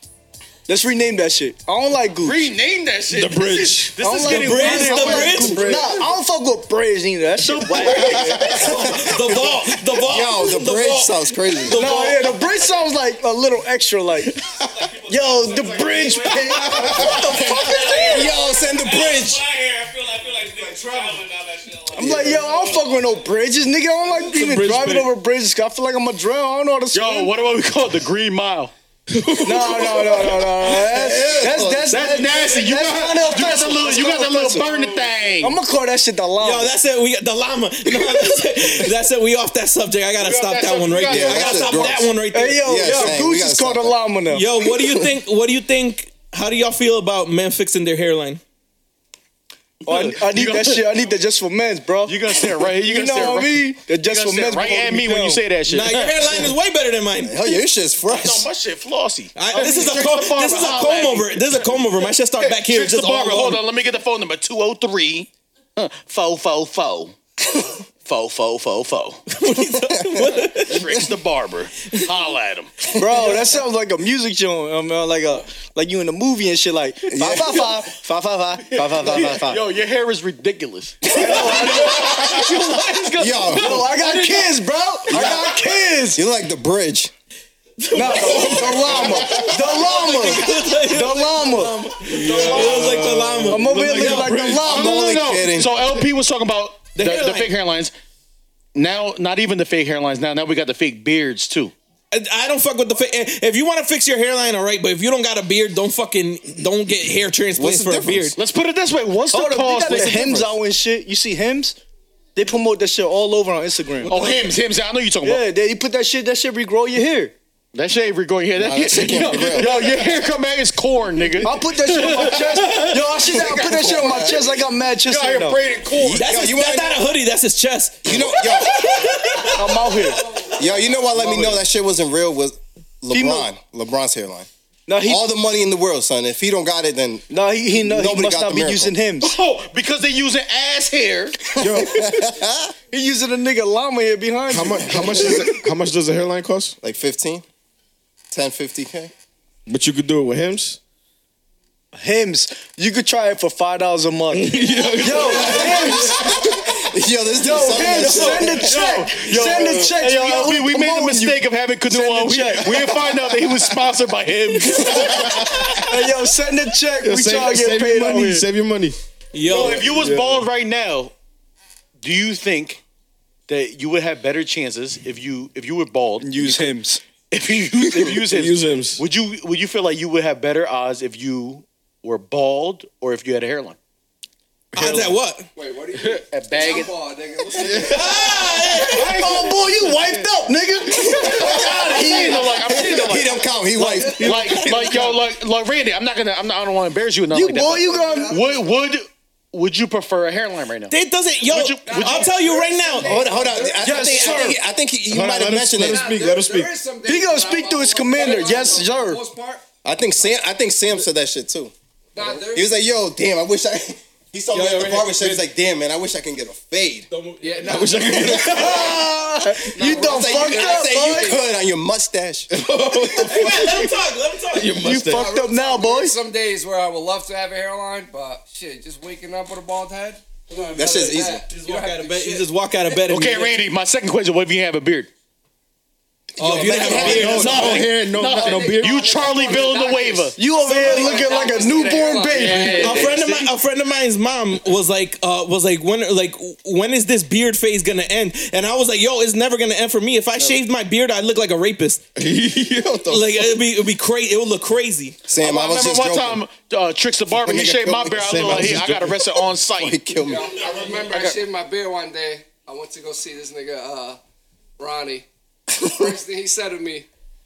Let's rename that shit. I don't like Gooch.
Rename that shit.
The bridge.
This is, this
I
is
don't like
getting
bridge,
weird.
the
I don't like
bridge.
Gooch. Nah, I don't fuck with bridge either. That shit.
The ball. The ball.
Yo, the bridge
ball.
sounds crazy.
The
No,
ball.
yeah, the bridge sounds like a little extra. Like, yo, the bridge. pig. what the fuck is that?
Yo, send the bridge.
I feel like I feel like they're traveling now that shit. Like,
I'm like, yo, I don't fuck with no bridges, nigga. I don't like even
bridge
driving
pig.
over bridges. 'cause I feel like I'm gonna drown. I don't know how to swim.
Yo, what about we call it? The green mile.
No, no, no, no, no. That's that's that's,
That's nasty. You
that's
got,
kinda
you got the
offensive.
little, you got the little burner thing.
I'm gonna call that shit the llama.
Yo, that's it. We got the llama. No, that's, it. that's it. We off that subject. I gotta
off
stop
that
that one
subject.
right
We
there.
gotta-
I
that's
gotta stop
gross.
that one right there.
hey, yo,
Yeah,
yo,
same. We
Goose
gotta
is called a
stop
llama now.
Yo, what do you think? What do you think? How do y'all feel about men fixing their hairline?
Oh, I, I need
You
that
got-
shit. I need that just for men's, bro.
You gonna stand right here. You gonna
You know
stand
what I
right.
mean?
You
That just
gonna
for men's.
stand right
before
at
we
me when
down.
you say that shit.
Now your hairline is way better than mine.
Hell, your Oh, shit's
No,
fresh.
Oh, my shit flossy.
I, this is a
Trick
comb,
the barber,
this is a
holla at
comb
me.
over. This is a comb over. My shit start back here.
Trick
Just
the
all
barber. Hold
wrong.
on, let me get the phone number 203 huh, fo fo fo. Fo fo fo fo. Tricks the barber. Holla at him.
Bro, that sounds like a music joint. I mean, like a like you in a movie and shit. Like five five five five five five five five five five five.
Yo, your hair is ridiculous.
Yo,
Yo, I got kids, bro. I got kids.
you like the bridge.
No, the, the llama, the llama,
it
the llama.
was like the llama.
I'm over here looking like the
I'm
llama.
only
only
kidding.
So LP was talking about the, the
hairline.
fake hairlines. Now, not even the fake hairlines. Now, now we got the fake beards too.
I I don't fuck with the. Fi- if you want to fix your hairline, all right. But if you don't got a beard, don't fucking don't get hair
What's the
transplants for a beard.
difference?
Let's put it this way: What's
Hold
the
up, they got
cost?
the
What's the
hymns
difference?
out and shit. You see hymns? They promote that shit all over on Instagram.
Oh, hymns, hymns. I know you're talking about
Yeah, they you put that shit. That shit regrow your hair.
that shit. Ain't going here. That,
Nah, that shit
yo,
can't be real.
yo, your hair come back is corn, nigga.
I put that shit on my chest. Yo, I should I put that shit on my chest. I got mad chest hair now.
braided corn.
That's
Yo,
his,
you
that's
wanna
not a hoodie. That's his chest.
You know, yo,
I'm out here.
yo, you know what? Let me know that shit wasn't real. Was LeBron?
Female.
LeBron's hairline.
No, Uh, he,
All the money in the world, son. If he don't got it, then
no, he, he, no, he
Nobody
must
got
not
the
be
miracle.
using hymns.
Oh, because they using ass hair.
He using a nigga llama here behind
How
you.
much? How much? Is it, how much does a hairline cost?
like 15, 10, 50k.
But you could do it with hymns.
Hymns. You could try it for five dollars a month. yo, hymns.
Yo, this dude
Yo,
selling that shit.
hymns. Send a check. Send a check.
Hey, yo, LP, we made the
promoting you.
mistake of having Canoe
Send a
on. We,
check.
we didn't find out that he was sponsored by him.
Hey, yo, send a check. we
save,
trying to get
save
paid
your
out
money.
here.
Save your money.
Yo,
So if you was bald right now, do you think that you would have better chances if you if you were bald
Use hymns.
if you use, if you use him,
Use hims.
would you would you feel like you would have better odds if you were bald or if you had a hairline?
Odds at what?
Wait, what do you mean?
A bag.
I'm bald, nigga. What's that?
Oh boy, you wiped up, nigga.
like, I'm thinking,
He don't count. He wife.
like, like, like, yo, like, like, Randy, I'm not gonna, I'm not, I don't want to embarrass you. or nothing
You
like that,
boy,
but
you gone.
Would would would you prefer a hairline right now?
It doesn't. Yo,
Would you- would
I'll
you-
tell you right now.
Hold on, hold on. I, I
Yes,
think,
sir.
I think, I think you
Hold on,
might have
let him-
mentioned
let
it.
him speak, let him speak.
He gonna speak to his commander. Yes, sir.
I think Sam. I think Sam said that shit too. He was like, "Yo, damn, I wish I." He saw
Yo,
me
yo,
at
right
the
here.
barbershop. He's like, "Damn, man, I wish I can get a fade."
Yeah, no.
I wish I could get a
You done
I say,
fucked
you, I say you
up, boy.
could on your mustache.
Let him talk. Let him talk.
your
You
mustache.
fucked up now, boy.
Some days where I would love to have a hairline, but shit, just waking up with a bald head. That
shit's easy.
Just walk out of bed. You just walk out of bed. and
Okay,
be-
Randy, my second question: What if you have a beard?
Oh, if you didn't have a
Yo,
beard,
No,
that's
no
nothing.
hair, no, no beard.
You Charlie Villanueva.
You over here looking like a newborn baby.
a friend of mine, a friend of mine's mom was like, uh, was like, when, like, when is this beard phase gonna end? And I was like, yo, it's never gonna end for me. If I shaved my beard, I'd look like a rapist.
Yo, what the
Like it'd be, it'd be crazy. It would look crazy.
Sam, I,
I
was
remember
just
one
joking.
time, uh, Tricks the Barber, he
Nigga
shaved my
killed me.
beard. I was
Same, I
like,
was
he,
just
I got arrested on
He
site.
killed me.
I remember I shaved my beard one day. I went to go see this nigga, uh, Ronnie. First thing he said to me,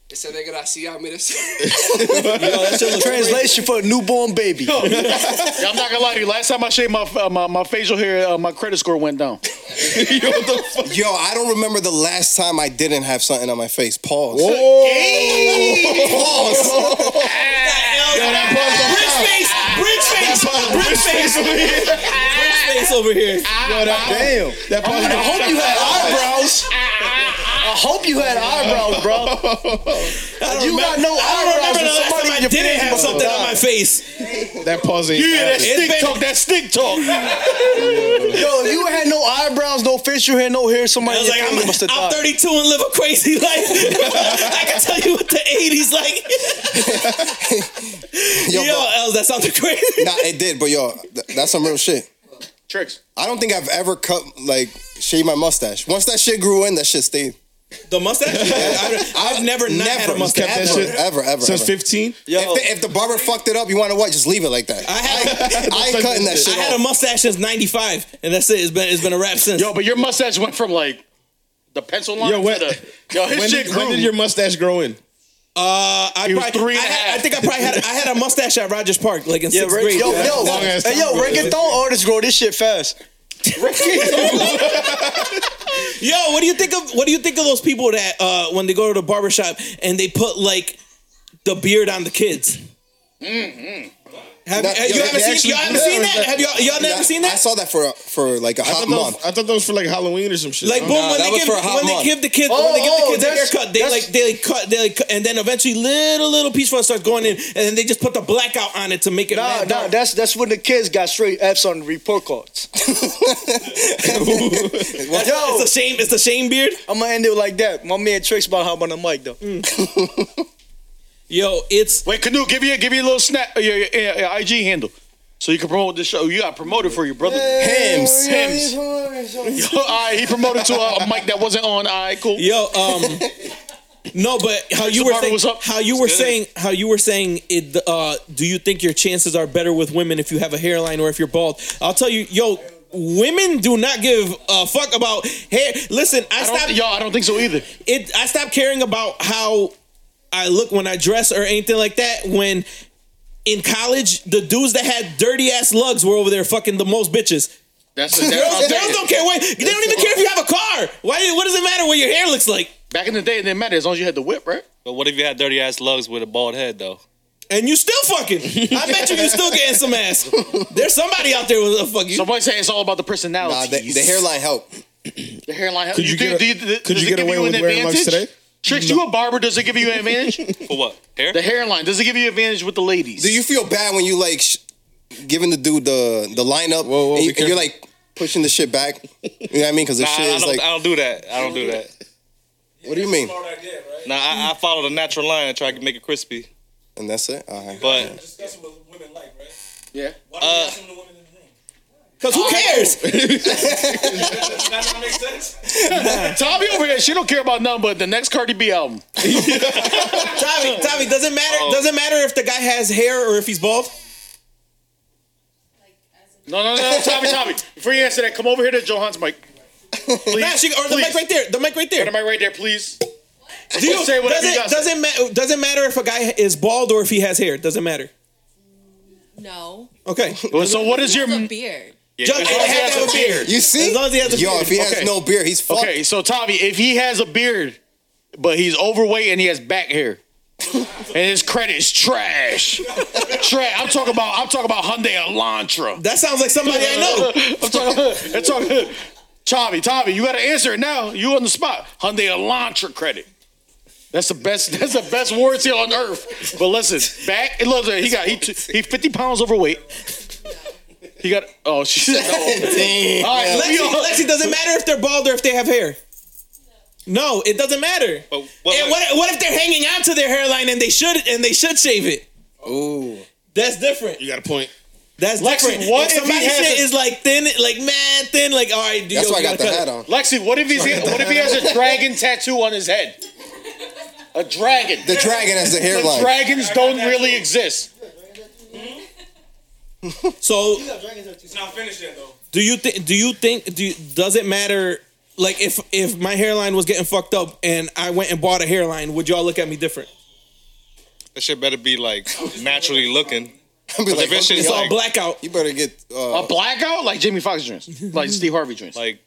he said, nigga, I see how many
Translation for a newborn baby.
Yeah, I'm not gonna lie to you. Last time I shaved my uh, my, my facial hair, uh, my credit score went down.
Yo, what the fuck?
Yo, I don't remember the last time I didn't have something on my face. Pause. Pause.
Bridge face, bridge face, bridge face, bridge face over here.
Damn. That
I
positive
hope you had eyebrows. I hope you had eyebrows, bro. You got no
I don't
eyebrows.
remember the
and
last time
somebody in
I
your
didn't
face
have
must
something on
died.
my face.
That pause ain't valid.
It's been-
that stick talk.
Yo, if you had no eyebrows, no facial hair, no hair, somebody
I
in
was
your
like, I'm,
family must have
I'm
died.
32 and live a crazy life. I can tell you what the 80s like.
Yo,
Yo,
but-
Els, that sounded crazy.
nah, it did, but yo, th- that's some real shit.
Tricks.
I don't think I've ever cut like shaved my mustache. Once that shit grew in, that shit stayed.
The mustache? I, have never not had a mustache.
Kept that
ever,
shit
ever, ever,
Since
ever.
15?
Yo,
If the, if the barber fucked it up, you want to what? Just leave it like that.
I had,
I ain't cutting that
I
shit.
had a
off.
mustache since 95, and that's it. It's been, it's been a wrap since.
Yo, but your mustache went from like the pencil line
Yo, what-
to the yo. His
When
shit
did,
grew.
when did your mustache grow in?
Uh, I
He was
probably,
three and
I
a
had-
half.
I think I probably had I had a mustache at Rogers Park, like in
Yeah,
sixth
Rick,
grade.
yo, yo,
Long ass
hey, yo,
time ago.
reggaeton artists grow this shit fast.
Yo, what do you think of what do you think of those people that uh, when they go to the barbershop and they put like the beard on the kids? Have,
Nah,
have
yo,
you
they
haven't seen
actually
y'all haven't
do that
seen
or
that?
is that-
Have y'all y'all never
I-
seen
I
that?
saw that for a, for like a
I
hot
thought, that was,
month.
I thought that was for like Halloween or some shit.
Like
Huh?
boom,
that
when they
was
give
for a hot
when they
month.
give the kids when they give
Oh,
the kids a
that's-
haircut, they
that's-
like they cut they like, cut- and then eventually little little piece for it starts going in, and then they just put the blackout on it to make it.
Nah,
mad
nah,
dark.
that's that's when the kids got straight F's on the report cards.
it's a shame. It's the shame beard.
I'm gonna end it like that. My man tricks about hop on the mic though.
Mm.
Yo, it's
Wait, Canoe, give you give you a little snap uh, your, your, your, your IG handle so you can promote the show. You got promoted for you, brother.
Hams.
Hims. all right, he promoted to a, a mic that wasn't on. All right, cool.
yo um. No, but how you were
Sabaro,
saying,
what's up?
how you were saying how you were saying it. Uh, do you think your chances are better with women if you have a hairline or if you're bald? I'll tell you, yo, women do not give a fuck about hair. Listen, I,
I
stopped
don't, yo, I don't think so either.
it I stopped caring about how I look when I dress or anything like that when in college the dudes that had dirty ass lugs were over there fucking the most bitches.
That's, that's what
Girls,
I'm
girls
saying.
don't care what they don't even care if you have a car. Why what does it matter what your hair looks like?
Back in the day, it didn't matter as long as you had the whip, right?
But what if you had dirty ass lugs with a bald head though?
And you still fucking. I bet you you still getting some ass. There's somebody out there with a fuck you.
Somebody say it's all about the personality.
Nah, the, the hairline help.
The hairline.
Could you
think-
get a-
do th-
could
does
you
it
get
give
away
an
with wearing lugs
advantage?
today?
Tricks, you a barber? Does it give you an advantage?
For what? Hair?
the hairline. Does it give you an advantage with the ladies?
Do you feel bad when you like sh- giving the dude the the lineup
Whoa, whoa,
and,
be
you, and you're
careful.
like pushing the shit back? You know what I mean? Because the
Nah,
shit
I
is
don't,
like,
I don't do that. I don't do that.
what do you mean?
Nah, I, I follow the natural line and try to make it crispy.
And that's it. All right.
But
Discussing what women like, right?
Yeah.
Why do
Uh,
the women in the room?
Cause who cares?
That makes sense.
Tommy over here, she don't care about nothing but the next Cardi B album.
Tommy, Tommy, doesn't matter. Doesn't matter if the guy has hair or if he's bald.
No, no, no, Tommy, Tommy. Before you answer that, come over here to Johan's mic. Please,
Nah, she, or the mic
please.
right there. The mic right there.
Am I right there, please?
Do you,
Say whatever you
doesn't
got to
doesn't, ma- doesn't matter if a guy is bald or if he has hair. Doesn't matter.
No.
Okay.
Well, so what is your?
It's a beard.
Just
as
it
long as he
has to have
has
a
a
beard.
You see?
As long as he has a
Yo,
beard.
if he has
Okay.
no beard, he's fucked.
Okay, so Tommy, if he has a beard, but he's overweight and he has back hair, and his credit is trash, trash. I'm talking about. I'm talking about Hyundai Elantra.
That sounds like somebody I know.
I'm talking. I'm talking. Tommy, Tommy, you got to answer it now. You on the spot. Hyundai Elantra credit. That's the best. That's the best warranty on earth. But listen, back. and Listen, he got he he 50 pounds overweight. He got. Oh, she said no.
Damn.
All right,
Lexi,
Oh, we all-
Lexi, doesn't matter if they're bald or if they have hair. No, it doesn't matter.
But
and
what,
what, what if they're hanging on to their hairline and they should and they should shave it?
Ooh.
That's different.
You got a point.
That's
Lexi,
different.
what
If
if he
somebody's
has
shit
a-
is like thin, like mad thin, like all right,
That's
yo,
why I
you
got
gotta
the
cut
hat
it.
on.
Lexi, what if he's what if he has a dragon tattoo on his head? A dragon.
The dragon has the
The
hairline.
dragons don't really exist.
So
It's not finished yet though.
Do you think? Do you think? Do you, does it matter? Like if if my hairline was getting fucked up and I went and bought a hairline, would y'all look at me different?
That shit better be like naturally looking.
I'd be like,
if it's
"Yo,
It's
just
all
Like-
blackout.
you better get. Uh,
A blackout like Jamie Foxx drinks, like Steve Harvey drinks.
Like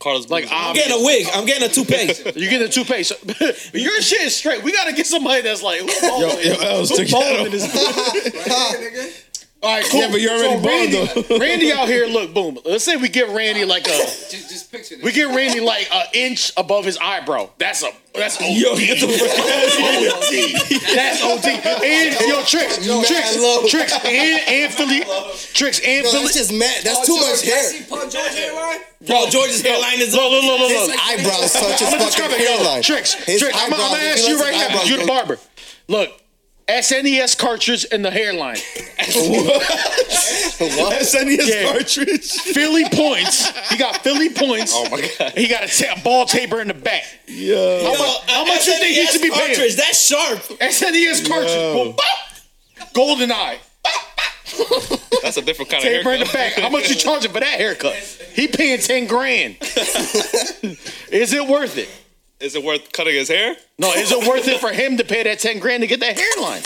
Carlos.
Like,
Boozer.
I'm-
I'm getting a wig. I'm getting a toupee.
You get a toupee. So, your shit is straight. We gotta get somebody that's like who's
Yo,
balling,
yo, Els,
who's
take
balling
that
in
out.
this. All right, cool.
Yeah, but you're already bald,
Randy,
though.
Randy out here, look, boom. Let's say we get Randy like a,
Just, just picture
we
this.
get Randy like an inch above his eyebrow. That's a, that's OD.
Yo, get the fuck
That's OD. And yo, tricks, tricks,
low.
tricks, and and Philly, tricks and
yo,
Philly.
that's just mad.
Oh,
That's too much hair.
Paul George hairline?
Bro, George's hairline is
Look, look, look, look,
His
look.
eyebrows touch his
I'm just
fucking
coming, yo.
hairline.
Tricks,
His
tricks. I'm, I'm
eyebrows,
gonna
if
ask
he
you
lets
right
his
now.
eyebrows
You're the
go-
barber. Look, SNES cartridge and the hairline.
That's NES
Yeah.
cartridge.
Philly points. He got Philly points.
Oh my god.
He got a, ta- a ball taper in the back.
Yeah.
How much, how much you think he should be paying?
cartridge? E That's sharp.
SNES E cartridge.
Yo.
Boom, bop. Golden eye.
That's a different kind of
Taper in the
haircut.
back. How much you charging for that haircut? He paying ten grand. is it worth it?
Is it worth cutting his hair?
No, is it worth it for him to pay that ten grand to get that hairline?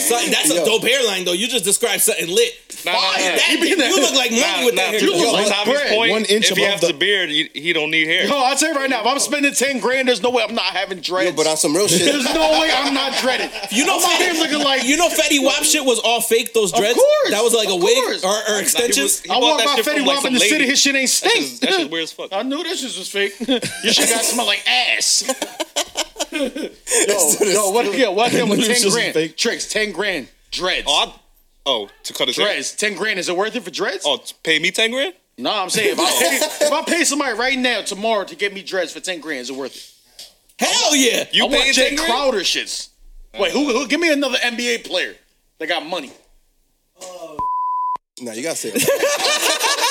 Son, that's a dope hairline though. You just described something lit.
Nah, nah, nah.
That
You
thing-
being
you
that-
look like money
Nah,
with
nah,
that
to
haircut.
look like
Tommy's
bread.
point,
One inch
if he
above
has
the-
the beard, he, he don't need hair.
No, I'll Oh, tell you right now, if I'm spending 10 grand, there's no way I'm not having dreads.
Yo, but on some real shit.
there's no way I'm not dreaded.
You know,
I'm out here looking like
you know, Fetty Wap shit was all fake. Those dreads.
course,
that was like a
of
wig
course.
or, or
Nah, he was-
extensions.
he
I
bought
walk
that
by
shit from,
Fetty
like,
Wap
some
in the city,
lady.
his shit ain't
That's
stink.
just- That's just weird as fuck.
I knew this shit was fake. Your shit got smell like ass. yo, yo, what? Yeah, what? Yeah, with
This
ten
is
grand
fake.
tricks, ten grand dreads,
Oh, I- oh, to cut his hair.
dreads, ten grand. Is it worth it for dreads?
Oh, to pay me ten grand?
No, I'm saying if I, pay, if I pay somebody right now tomorrow to get me dreads for ten grand, is it worth it?
Hell yeah.
You
I want
paying
Jay
ten grand?
Crowder shits. Wait, who, who? Give me another NBA player that got money.
No, you gotta say it.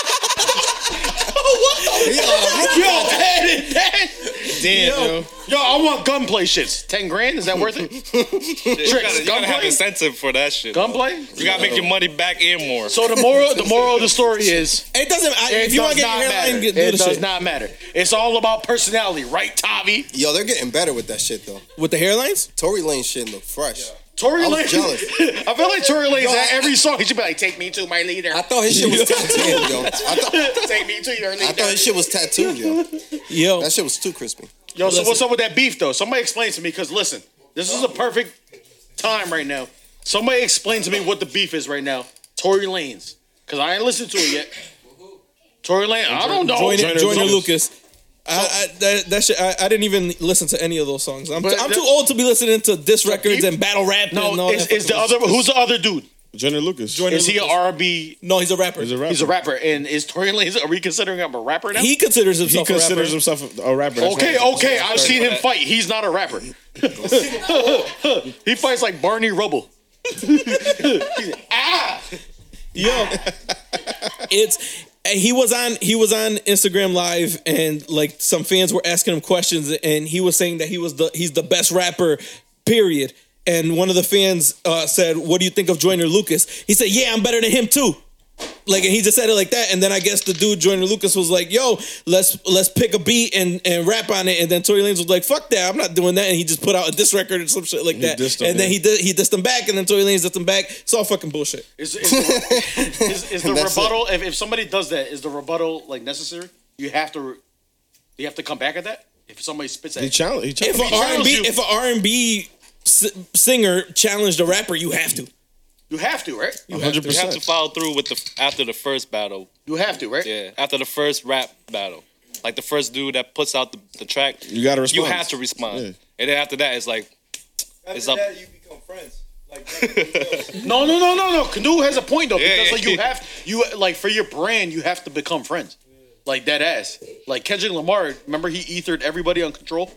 Yo,
Yo, that, that,
Damn, yo.
yo, I want gunplay shits. Ten grand, is that worth it?
Shit, You gotta,
Tricks,
you gotta have
gunplay?
incentive for that shit.
Gunplay.
You gotta make your money back and more.
So the moral, the moral of the story is,
It doesn't. I,
it
if you want
does
to get
not
your
matter.
hairline, get, do
it
the
does
shit.
not matter. It's all about personality, right, Tommy?
Yo, they're getting better with that shit though.
with the hairlines.
Tory Lane shit look fresh.
Tory
I was
Lanez.
jealous.
I feel like Tory Lanez
Yo,
at
I-
every song he should be like, "Take me to my leader,
I thought his shit was tattooed, yo. I thought,
take me to your leader."
I thought his shit was tattooed, yo.
Yo,
That shit was too crispy.
Yo, so
Listen.
what's up with that beef though? Somebody explain to me, cause listen, this is a perfect time right now. Somebody explain to me what the beef is right now. Tory Lanez, cause I ain't listened to it yet. Tory Lanez, I don't know.
Joyner,
Joyner
Joyner
Lucas.
Lucas. I, I, that, that shit, I, I didn't even listen to any of those songs. I'm,
But
I'm
the-
too old to be listening to diss records
you-
and battle rap. and
No,
all
is,
that
is the
fucking-
other who's the other dude?
Jenner Lucas.
Joyner
Is he an
Lucas.
R&B?
No, he's a rapper.
He's a rapper.
He's a rapper, and is Tory Lanez? Are we considering him a rapper now?
He considers
He
himself a
considers
rapper.
himself a rapper. That's
okay,
right.
okay, I've seen him fight. He's not a rapper. he fights like Barney Rubble.
Yo, it's and he was on he was on Instagram live and like some fans were asking him questions and he was saying that he was the he's the best rapper period and one of the fans uh, said what do you think of Joyner Lucas he said yeah I'm better than him too like and he just said it like that and then I guess the dude Joyner Lucas was like yo let's let's pick a beat and and rap on it and then Tory Lanez was like fuck that I'm not doing that and he just put out a diss record or some shit like that
dissed him,
and then
yeah.
he did he dissed him back and then Tory Lanez dissed him back it's all fucking bullshit
Is, is the, is, is the
That's it.
rebuttal if, if somebody does that is the rebuttal like necessary? You have to you have to come back at that if somebody spits at
He
you.
challenged. He
if
challenged.
an R and
challenged
B
you.
if an R and B singer challenged a rapper, you have to.
You have to, right? You
Hundred
You have to
percent.
follow through with the after the first battle.
you have to, right?
Yeah, after the first rap battle, like the first dude that puts out the, the track,
You gotta respond.
you have to respond.
Yeah.
And then after that, it's like it's up.
you become friends. Like,
No, no, no, no, no. Canoe has a point though
Yeah,
because
yeah,
like you
yeah.
have you like for your brand you have to become friends. Like that ass. Like Kendrick Lamar, remember he ethered everybody on Control.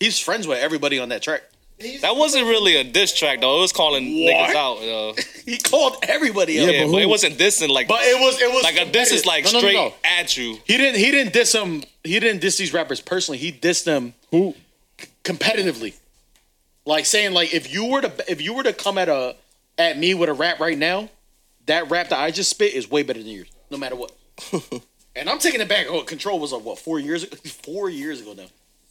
He's friends with everybody on that track.
That wasn't really a diss track though. It was calling niggas
What?
out. Uh,
He called everybody out.
yeah, but, it wasn't dissing like.
But it was it was
like a diss is like
No, no, no,
straight
no.
at you.
He didn't. He didn't diss them. He didn't diss these rappers personally. He dissed them
Who?
competitively, like saying like if you were to if you were to come at a at me with a rap right now, that rap that I just spit is way better than yours, no matter what. and I'm taking it back. Oh, Control was like what four years ago? Four years ago now.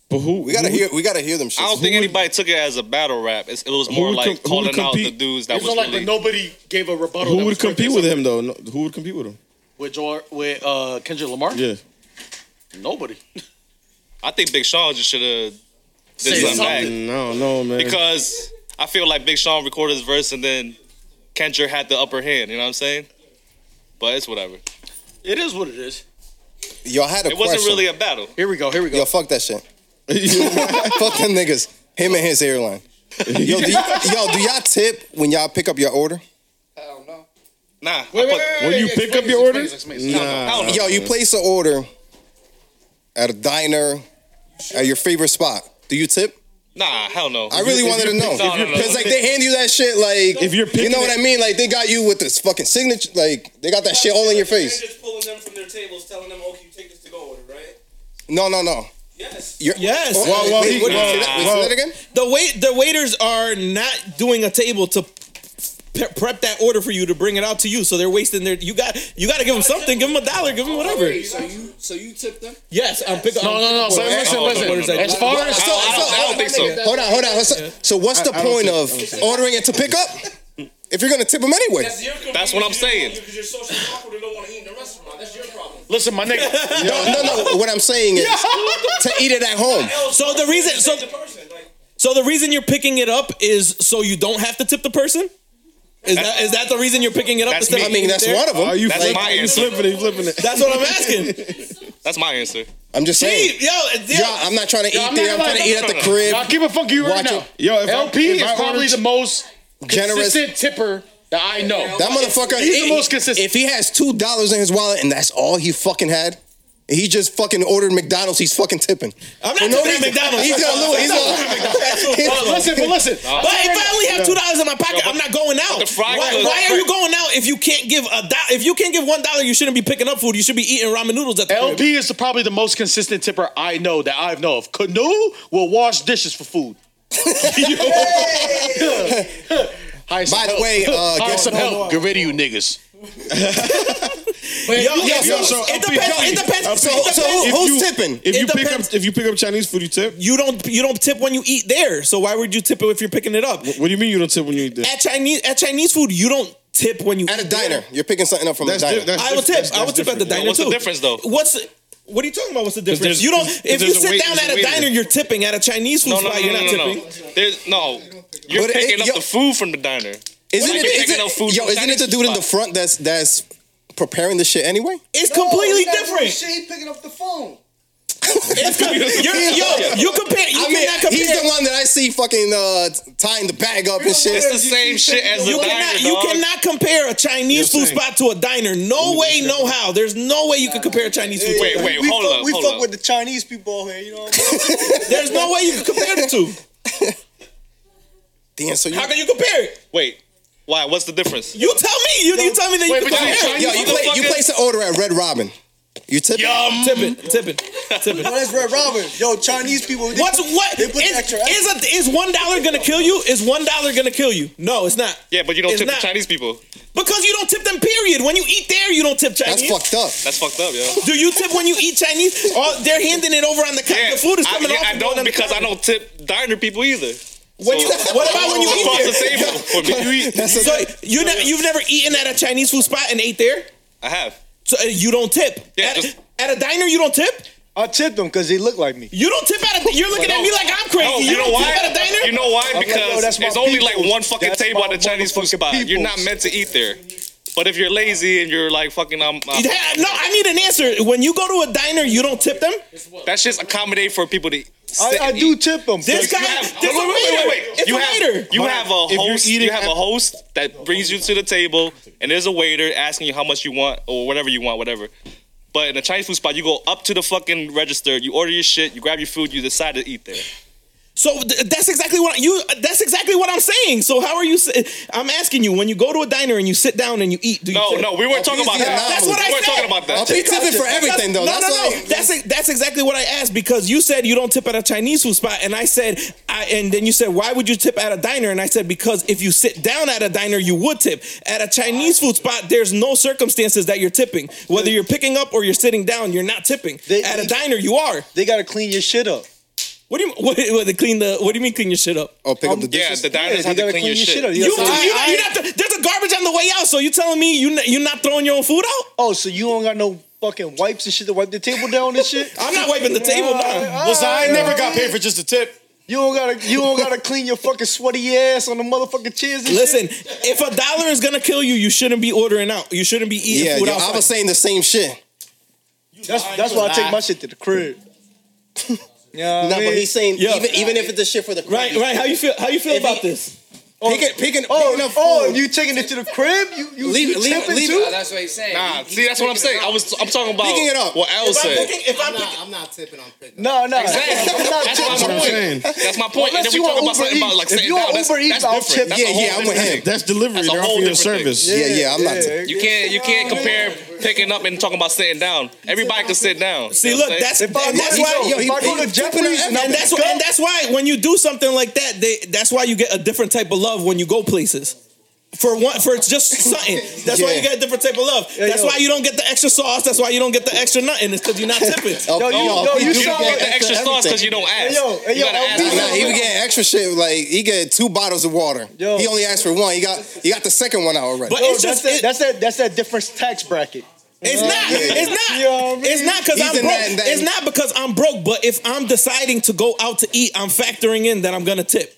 But who?
We gotta
who,
hear. We gotta hear them shit.
I don't think anybody took it as a battle rap. It's, it was more
would com-
like
who would
calling out the
compete?
dudes that
It's
was
not like
really.
but nobody gave a rebuttal.
Who
that was
would
worth
compete
it.
with him though? No, who would compete with him?
With Jor, with uh, Kendrick Lamar?
Yeah.
Nobody.
I think Big Sean just should have did
Say
something
something.
back.
No, no, man.
because I feel like Big Sean recorded his verse and then Kendrick had the upper hand. You know what I'm saying? But it's whatever.
It is what it is.
Y'all had a
It
question.
wasn't really a battle.
Here we go. Here we go.
Yo, fuck that shit. fuck them niggas. Him and his airline. Yo, do y- yo, do y'all tip when y'all pick up your order?
Hell no.
Nah.
Wait, wait,
I put-
wait,
When
wait,
you
wait,
pick
explain
up your
this,
order?
explain this, explain this.
Hell no.
Yo, you place an order at a diner at your favorite spot. Do you tip?
Nah, hell no.
I really
if
wanted to
you
know
pick- No, no, no.
because like they hand you that shit like
If you're
you
picking
know what
it-
I mean like they got you with this fucking signature like they got that shit all in your face.
Just pulling them from their tables, telling them, "Okay, you take this to go order, right?"
No, no, no.
Yes.
You're,
Yes.
Oh,
Well, well,
wait,
he-
what,
well,
say that, wait, say
well-
that again.
The wait the waiters are not doing a table to pe- prep that order for you to bring it out to you, so they're wasting their. You got you got to give them something. Give them a dollar. Give them whatever.
Wait, so you so you tipped them?
Yes, I'm picking.
No, no, no. So listen,
no, no,
listen.
no, no.
Oh, As far as
So-
I don't, I don't think so.
Hold on, hold on. So, so what's the
I don't
point
think-
of ordering it to pick up if you're gonna tip them anyway?
That's what I'm saying.
Because you're socially awkward and don't want to eat in the restaurant. That's your problem.
Listen, my nigga.
No, no, no. What I'm saying is to eat it at home.
So the reason so
The person, like,
so the reason you're picking it up is so you don't have to tip the person. Is that is that the reason you're picking it up?
That's
instead
me.
I mean, that's
there?
one of
Are
them.
you
That's
flipping?
my
Are you
answer.
flipping it? You flipping it?
That's what I'm asking.
That's my answer.
I'm just saying.
Yo,
Yo,
yeah.
I'm not trying to eat
I'm
there. I'm
not
trying to
gonna-
eat at the crib.
Y'all keep it funky right
Watch
now.
it.
Yo, if I-
LP
if I
is probably
ordered-
the most
Generous-
consistent tipper that I know.
That motherfucker.
He's the
if-
most consistent.
If he has two dollars in his wallet and that's all he fucking had. and He just fucking ordered McDonald's. He's fucking tipping.
I'm not
For no
tipping at
reason.
McDonald's.
He's gonna lose. He's gonna-
But listen, but listen.
But if I only have two dollars in my pocket, I'm not going out.
the fry
Why,
goes-
why are you going out if you can't give a dollar? If you can't give one dollar, you shouldn't be picking up food. You should be eating ramen noodles at the crib.
LP is the, probably the most consistent tipper I know that I've know of. Canoe will wash dishes for food. Hire some
By the
help.
way, uh,
hire
guess-
some
no,
help. Get rid of you niggas.
Yo, yo,
yo,
so
so
it depends.
LP
It
Johnny.
depends.
So,
it depends.
so who-
If
who's
you-
tipping?
If
It
you pick
depends.
up, if you pick up Chinese food, you tip.
you don't you don't tip when you eat there. So why would you tip if you're picking it up
What do you mean you don't tip when you eat this?
at Chinese at Chinese food? You don't tip when you
At a
eat
diner,
there.
you're picking something up from a
That's
diner.
di- that's
I will
different.
tip.
That's-
I will
that's
tip at the
different.
diner
What's the
too.
difference, though?
What's what are you talking about? What's the difference?
there's-
You don't. If
there's
you
a
sit
wait-
down at
there's a
a
waiter.
diner, you're tipping. At a Chinese food
No, no, no,
spot,
no,
you're not
no, no,
tipping.
no. There's no. You're
But it-
picking up
yo-
the food from the diner.
Isn't
Like,
it,
you ain't
isn't,
getting no food
yo,
from
isn't it the
Chinese
dude in the
spot.
front that's that's preparing the shit anyway?
It's completely different.
Shit, he picking up the phone.
It's com- you're, yo, you compare. You
I mean,
cannot compare.
he's the one that I see fucking uh, tying the bag up and shit.
It's the same shit as the
you
diner.
cannot, you
dog.
cannot compare a Chinese
You're
food spot to a diner. No way, no how. There's no way you can compare a Chinese food.
Wait,
to a
wait,
diner.
hold up,
we
hold
fuck
up.
with the Chinese people out here, you know what I'm
There's no way you can compare the two.
Damn, so you,
How can you compare it?
Wait, why? What's the difference?
You tell me. You, you tell me that
Wait,
you
but you didn't
can
try-
Yo, you play you place an order at Red Robin. You tip it.
Um,
tip it, tip it, tip it.
That's Red Robin. Yo, Chinese people. they-
What's what?
They put
Is,
extra.
is, a, is one dollar gonna kill you? Is one dollar gonna kill you? No, it's not.
Yeah, but you don't
It's
tip
not.
the Chinese people.
Because you don't tip them. Period. When you eat there, you don't tip
That's
Chinese.
fucked up.
That's fucked up, yo.
Do you tip when you eat Chinese? Oh, they're handing it over on the counter.
Yeah,
The food is
I,
coming
yeah,
off.
I
and going
don't
on the
because I
counter.
don't tip diner people either.
When you- what about when you
It's
eat
across
there?
the table for me. You eat.
That's a,
So you never, you've never eaten at a Chinese food spot and ate there.
I have.
So uh, you don't tip.
Yeah,
at,
just-
at a diner, you don't tip.
I tipped them because they look like me.
You don't tip at a. You're looking at me like I'm crazy.
No,
you, don't tip at a diner.
You know why?
like, yo,
Because
that's my
it's only like
peoples.
one fucking
That's
table
my
at a Chinese food
motherfucking
spot. You're not
peoples.
meant to eat there. But if you're lazy and you're like fucking, um, uh,
Yeah, No, I need an answer. When you go to a diner, you don't tip them.
that's just accommodate for people to.
I,
sit
I
and
do
eat.
tip them.
This guy,
You have-
there's
wait,
a
wait, wait,
waiter.
wait, wait.
It's
You
a
have,
waiter.
You have a
if you're
host.
eating
You have
at-
a host that brings you to the table, and there's a waiter asking you how much you want or whatever you want, whatever. But in a Chinese food spot, you go up to the fucking register, you order your shit, you grab your food, you decide to eat there.
So th- that's exactly what you. That's exactly what I'm saying. So how are you? sa- I'm asking you. When you go to a diner and you sit down and you eat, do you?
No,
tip?
no, we weren't talking about
Appease the
that.
anomaly. That's what
I
we weren't
said.
talking about
I'll
that.
be tipping for
That's-
everything though.
No,
That's
no, no.
like
that's e- that's exactly what I asked because you said you don't tip at a Chinese food spot, and I said, I, and then you said, why would you tip at a diner? And I said because if you sit down at a diner, you would tip. At a Chinese food spot, there's no circumstances that you're tipping. Whether you're picking up or you're sitting down, you're not tipping.
They-
at a diner, you are.
They gotta clean your shit up.
What do you what, what, they clean the? What do you mean clean your shit up?
oh, pick up the
Yeah,
dishes.
the diners
Um, they
have to clean your shit.
up.
You,
You gotta-
you, you're not th- there's a garbage on the way out, so you telling me you n- you're not throwing your own food out?
oh, so you don't got no fucking wipes and shit to wipe the table down and shit?
I'm not wiping the table down.
Listen, I ain't never got paid for just a tip.
You don't gotta you don't gotta clean your fucking sweaty ass on the motherfucking chairs and shit.
Listen, if a dollar is gonna kill you, you shouldn't be ordering out. You shouldn't be eating
Yeah,
food
yo, I
outside.
was saying the same shit.
That's that's why I take my shit to the crib. Yeah,
No, but he's saying
Yo.
even even if it's the shit for the
right, right. How you feel? How you feel about this?
Picking, picking,
Oh,
picking up
oh,
food.
you taking it to the crib? You you
Leave-
leave,
leave-
tipping
leave-
too?
Nah, that's what he's saying.
Nah,
He- he's
see, that's what I'm
picking
saying.
it
I
up.
was, I'm talking about
Picking it up.
what Al said.
if I'm picking,
I'm not tipping. I'm picking.
No, no,
Exactly.
I'm not
That's
tipping.
my
what I'm
point.
saying.
That's my point. And
Unless
then we
you
talk
on
about
Uber
something about
Eats.
like
If
sitting
you on
down. That's,
Uber Eats,
that's
I'll tip.
different. That's a
Yeah,
whole
yeah, I'm with
different
him.
thing.
That's delivery.
That's a
They're
whole
offering you a
different thing.
service.
Yeah, yeah, I'm not.
You can't you can't compare picking up and talking about sitting down. Everybody can sit down.
see,
You know
look,
what I'm
that's
saying?
and
I
that's
go-
why.
yo, if I go to
he-
Jeffrey's and
And
I
that's why, and that's why when you do something like that, they that's why you get a different type of love when you go places. For one, for just something. That's why
Yeah.
you get a different type of love. That's
yo.
why you don't get the extra sauce. That's why you don't get the extra nothing. It's because you're not tipping.
Yo,
you- yo, you
you don't
Yeah,
get the extra sauce because you don't ask.
yo, hey,
you
yo,
gotta ask.
LB,
Nah,
Nah,
he was getting extra shit. Like he get two bottles of water.
Yo.
He only asked for one. He got he got the second one out already.
But
Yo,
it's
that's
just
that,
it-
that's that that's that difference tax bracket.
It's not. It's not.
You know what I mean?
It's not because
He's
I'm
in
broke.
that- that-
It's not because I'm broke. But if I'm deciding to go out to eat, I'm factoring in that I'm gonna tip.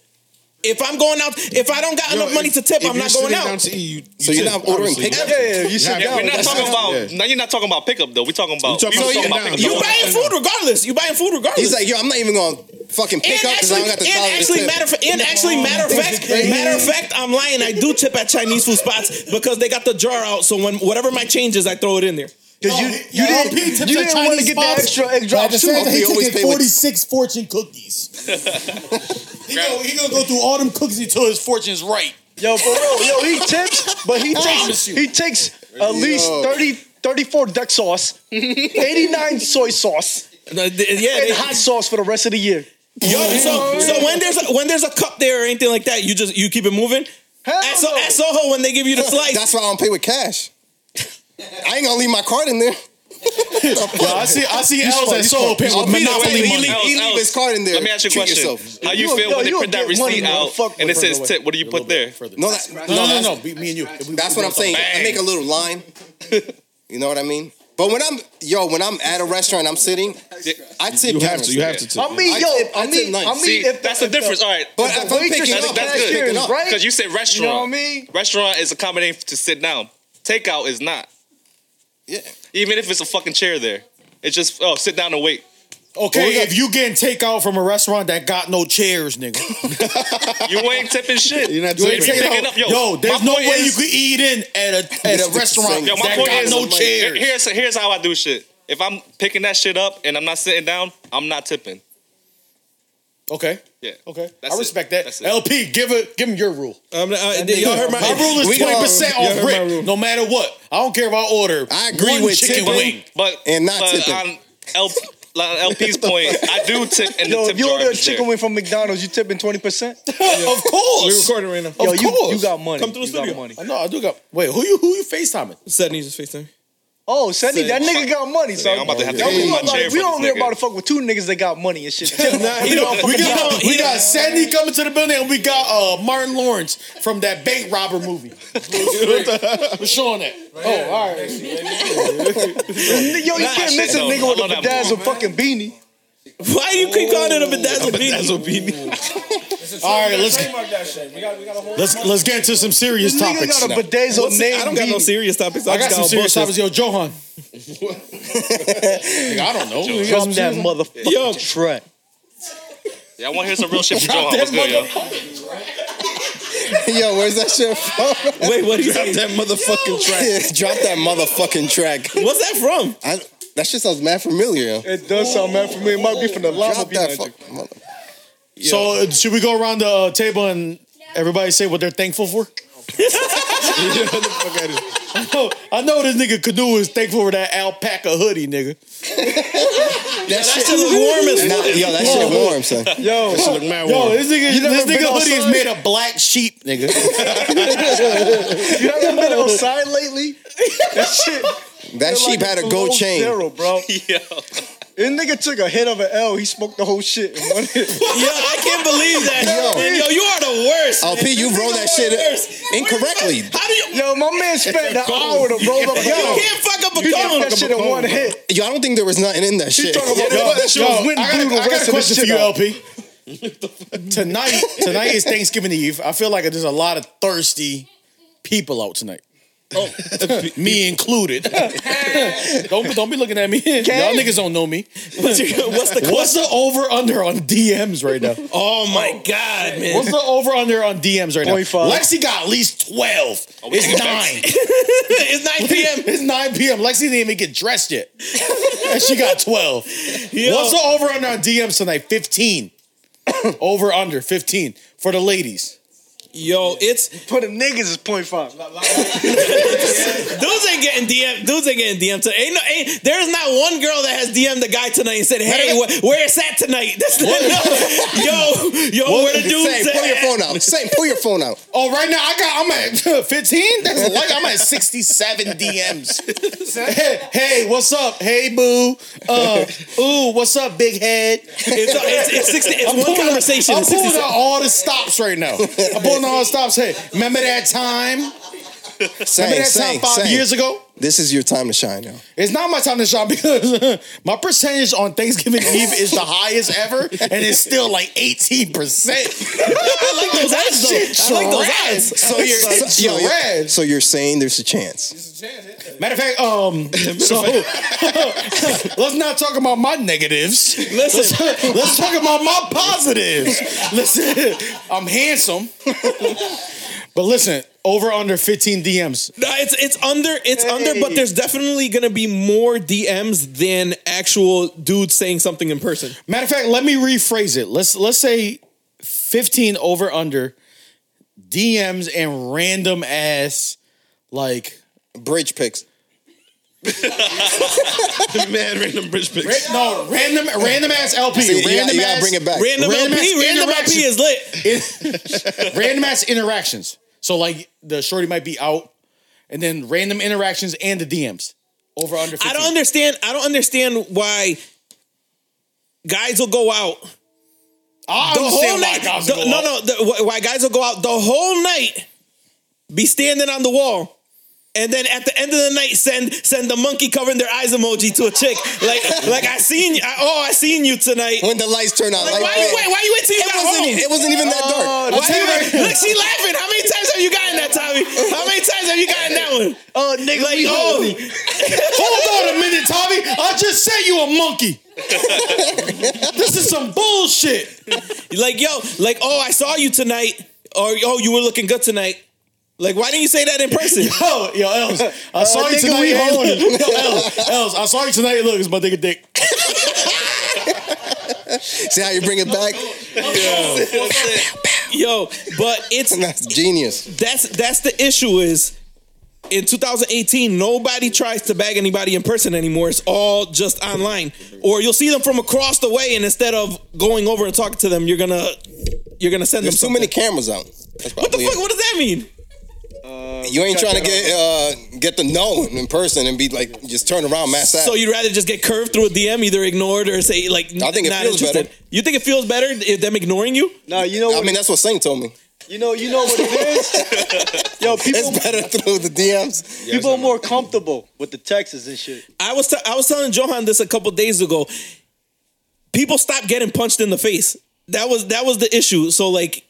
If I'm going out, if I don't got
Yo,
enough money
if-
to tip,
if
I'm
you're
not going
sitting
out.
down to eat, you-
So you're
tip,
not ordering
obviously.
pickup?
Yeah, yeah, you sit
have-
down.
We're not
That's
talking
not-
about
yeah.
now. You're not talking about pickup though. We're talking about.
talking
we were
about
talking
sitting
about
down.
pickup.
You buying food regardless. You buying food regardless.
He's like, yo, I'm not even gonna fucking pick
and
up because I
actually,
don't got the
and
dollar
actually,
to
matter
tip.
of, and actually, matter of fact, matter of fact, I'm lying. I do tip at Chinese food spots because they got the jar out. So when whatever my change is, I throw it in there.
Because you, you didn't, you didn't want to get the extra egg
I
drop
just
too.
said
He
he
always
took
pay
in
with-
46 fortune cookies. he, gonna, he gonna go through all them cookies until his fortune's right.
Yo, for real, yo, he tips, but he takes
promise you.
he takes at least 30, 34 duck sauce, 89 soy sauce,
Uh, th- Yeah,
and
they-
hot sauce for the rest of the year.
Yo, so so when there's a, when there's a cup there or anything like that, you just you keep it moving.
Hell
At, so,
no.
at Soho, when they give you the slice,
That's why I don't pay with cash. I ain't gonna leave my card in there.
Yo, I see, I see L's
smart,
at
you
Soho paying
I'll
with
be there
Monopoly money.
waiting. He leave- he
Else-
leave his
else.
card in there.
Let me ask you a
Treat
question.
yourself.
How you
Yo,
feel
yo,
when they
you'll
print that
get money,
receipt
man.
out
Fuck
and it
with
says
it.
tip? What do you put there?
No, that,
No, no,
that's-
no. Be me and you. If we-
That's
we
what I'm
both on
saying. I
Bang.
make a little line. You know what I mean? But when I'm yo, when I'm at a restaurant, I'm sitting. I tip.
You have
counters.
to. You have to tip.
I mean,
I
yo,
tip- I
I
tip
mean,
nice.
I mean,
See,
if
that's the
if
difference. All right,
But
The,
if
the
I'm picking
waitress
up,
and
that's good.
cashier is
Picking up.
right.
because you said
You know what I
restaurant.
mean?
Restaurant is accommodating to sit down. Takeout is not.
Yeah.
Even if it's a fucking chair there, it's just oh sit down and wait.
Okay, if you getting takeout from a restaurant that got no chairs, nigga.
You ain't tipping shit.
You're not
You
tipping.
ain't taking
Picking up,
out.
yo,
Yo,
my
there's no
point
way
is-
you could eat in at a at a restaurant
Yo, my
that
point
got
is
no
here-
chairs.
Here's here's how I do shit. If I'm picking that shit up and I'm not sitting down, I'm not tipping.
Okay.
Yeah.
Okay.
That's
I
it.
respect that.
That's it.
LP, give it. Give him your rule.
Um, I,
And then y'all heard my, my rule is twenty percent off rip, no matter what. I don't care if I order. I
agree
one
with
chicken
tipping.
wing.
But
And not
uh,
but
tipping.
on LP, like on LP's point, I do tip in the
Yo,
tip
if you
jar.
order a
is
chicken
there.
wing from McDonald's, you tipping twenty percent.
of course,
recording right now.
Yo,
of
you,
course.
you got money.
Come through the
you got
studio.
money.
I know. I do got. Wait, who you who you Facetiming?
Sydney's just FaceTime.
Oh, Sandy, that nigga got money. So
Damn, I'm about to have to
Yo,
move
we
my
don't,
chair
like, we
for
don't
this
live about
nigga.
to fuck with two niggas that got money and shit.
Nah, he don't- we got, we got Sandy coming to the building, and we got uh, Martin Lawrence from that bank robber movie. We're showing that. Oh, all right.
Yo, you
Nah,
can't
shit,
miss a
no.
nigga
I
with a
love that
bedazzled fucking beanie.
Why do you keep calling it a bedazzled beanie?
All right, let's
Trademark that shit. We got, we got a whole.
let's let's get into some serious
This nigga
topics.
got
now.
a bedazzled name
I don't got no
beanie.
serious topics. I,
I got
just
some
got
serious
bullshit.
topics. Yo, Johan. Nigga, I don't know. You got some
From that
serious-
motherfucking
Yo.
track.
Yeah, I want to hear some real shit from Johan. What's good, yo?
Yo, where's that shit from?
Wait, what do you say?
That motherfucking track.
Yeah, Drop that motherfucking track.
What's that from?
I, that shit sounds mad familiar. Yo.
It does sound mad for me. It might be from the llama
Drop
behind
that
you.
fuck. Mother-
So uh, should we go around the uh, table and everybody say what they're thankful for? I know- I know this nigga Canoe is thankful for that alpaca hoodie, nigga.
that, shit was warm as nah, Yo, that shit warm, son.
Yo,
Look, man,
Yo,
warm.
this nigga,
You never
this
been
nigga hoodie is
outside?
made of black sheep, nigga.
you haven't been outside lately? That shit.
That
feel
sheep
like
had
it's
a gold
below
chain.
Zero, bro.
Yo,
This nigga took a hit of an L. He smoked the whole shit in one hit.
Yo, I can't believe that.
Yo.
Yo, yo you are the worst. man.
LP, you
This
rolled
nigga
that
are
shit
the worst.
incorrectly.
How do you? You
Yo, my man spent an hour to roll up. Yo,
can't fuck up a
he did that
cone.
shit in one hit.
Yo, I don't think there was nothing in that shit.
talking about-
Yo,
That shit was
yo,
wind
I got,
blew the
I got
rest
a
of this
question for you,
shit out.
LP. tonight, tonight is Thanksgiving Eve. I feel like there's a lot of thirsty people out tonight. Oh, me included. don't don't be looking at me. Y'all niggas don't know me.
What's your- What's the?
What's the over under on DMs right now?
Oh my god, man.
What's the over under on DMs right
Point
now?
five.
Lexi got at least twelve.
we
It's
taking
nine.
it's 9 p.m.
It's 9 p.m. Lexi didn't even get dressed yet. and she got 12. What's the over under on DMs tonight? 15. over under 15 for the ladies.
Yo, it's
For the niggas, is point five.
dudes ain't getting DM. Dudes ain't getting DM today. Ain't no, ain't, there's not one girl that has DM'd the guy tonight and said, "Hey, wh- where it's at tonight?" That's no. Yo, yo, where the
Say,
dudes
pull your
at?
phone out. Say, pull your phone out.
Oh, right now I got I'm at 15? That's like I'm at 67 DMs. hey, hey, what's up? Hey, boo. Uh, ooh, what's up, big head?
It's, it's, it's, 60, it's one
pulling-
conversation.
I'm
it's 60
pulling out all the stops right now. I'm pulling out all the stops. Hey, remember that time?
Say,
Remember that
say,
time five
say.
years ago?
This is your time to shine now.
It's not my time to shop because my percentage on Thanksgiving Eve is the highest ever, and it's still like eighteen percent. I like those ads though. I like those ads. So you're,
So,
yo,
yo,
you're
you're, so you're saying there's a chance.
matter of fact, um, so let's not talk about my negatives.
Listen.
let's, let's talk about my positives. Listen, I'm handsome, but listen, over under fifteen DMs.
No, it's it's under it's under, but there's definitely gonna be more DMs than actual dudes saying something in person.
Matter of fact, let me rephrase it. Let's let's say 15 over under DMs and random ass like
Bridge picks.
Mad random bridge picks.
no random random ass LP.
See, you gotta-
random
you gotta
ass
bring it back.
Random,
Random
LP,
ass
random LP
interaction.
is lit.
random ass interactions. So like the shorty might be out, and then random interactions and the DMs. Over under 15.
I don't understand. I don't understand why guys will go out
I
the whole
understand why
night.
guys
the-
go
no,
out.
no, the, wh- why guys will go out the whole night, be standing on the wall, and then at the end of the night send send the monkey covering their eyes emoji to a chick like like I seen you. I, oh, I seen you tonight.
When the lights turn out,
Like,
like,
why you wait? Oh, Why you wait till you
it,
got
wasn't,
home?
it wasn't even that dark.
Why you like- look, she laughing. How many times have you gotten that, Tommy? How many times have you gotten that one?
Oh, nigga,
Like,
we
oh,
holy.
Hold on a minute, Tommy. I just said you a monkey. this is some bullshit.
like, yo, like, oh, I saw you tonight, or oh, you were looking good tonight. Like, why didn't you say that in person?
Yo, yo, Els, I saw you
nigga,
tonight.
we
Hey, look, yo, Els, Els, I saw you tonight. Look, it's my nigga dick.
See how you bring it back?
Yo, but it's
that's genius.
That's that's the issue is in 2018 nobody tries to bag anybody in person anymore. It's all just online. Or you'll see them from across the way and instead of going over and talking to them, you're going to you're going to send
There's
them
too many cameras out.
What the fuck? What does that mean?
You ain't trying to get uh, get the known in person and be like just turn around, mass out.
So you'd rather just get curved through a DM, either ignored or say like
I think it
not
feels
interested.
better.
You think it feels better if them ignoring you?
No, you know.
I mean, that's what Saint told me.
You know, you know what it is. Yo, people,
It's better through the DMs.
people are more comfortable with the texts and shit.
I was t- I was telling Johan this a couple days ago. People stopped getting punched in the face. That was that was the issue. So like,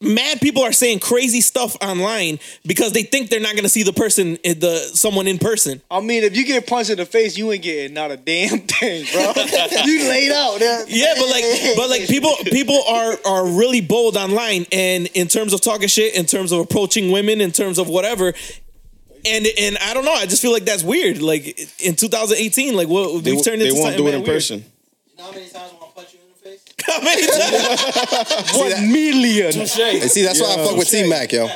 mad people are saying crazy stuff online because they think they're not gonna see the person in the someone in person.
I mean, if you get punched in the face, you ain't getting not a damn thing, bro. you laid out. There.
Yeah, but like, but like, people people are are really bold online, and in terms of talking shit, in terms of approaching women, in terms of whatever. And, and I don't know. I just feel like that's weird. Like in 2018, like what
They,
we've turned
they
into
won't
something
do it
mad
in
weird.
person.
How many times?
One million.
And see, that's why I fuck with T Mac, yo.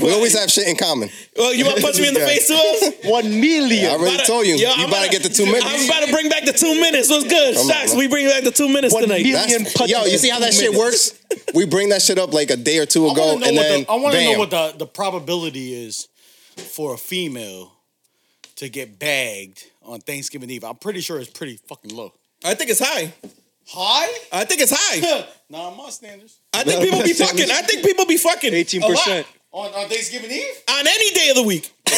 We always have shit in common.
Well, Oh, you want to punch me in the face, too? us?
One
I
million.
already told you. you
Yo, I'm
better
about
get the two
I'm
minutes.
about to bring back the two minutes. What's good,
Come on,
Shocks?
man.
we bring back the two minutes
One
tonight.
deal. Million
That's,
punches
yo, you see
in
how
two
that shit
minutes.
works? We bring that shit up like a day or two
I
ago,
want to
and
know,
then
what the, I wanna know
bam.
what the, the probability is for a female to get bagged on Thanksgiving Eve. I'm pretty sure it's pretty fucking low.
I think it's high.
High?
I think it's high.
Nah, my standards.
I think people be fucking. I think people be fucking.
Eighteen
a lot
percent.
On, on Thanksgiving Eve?
on any day of the week.
But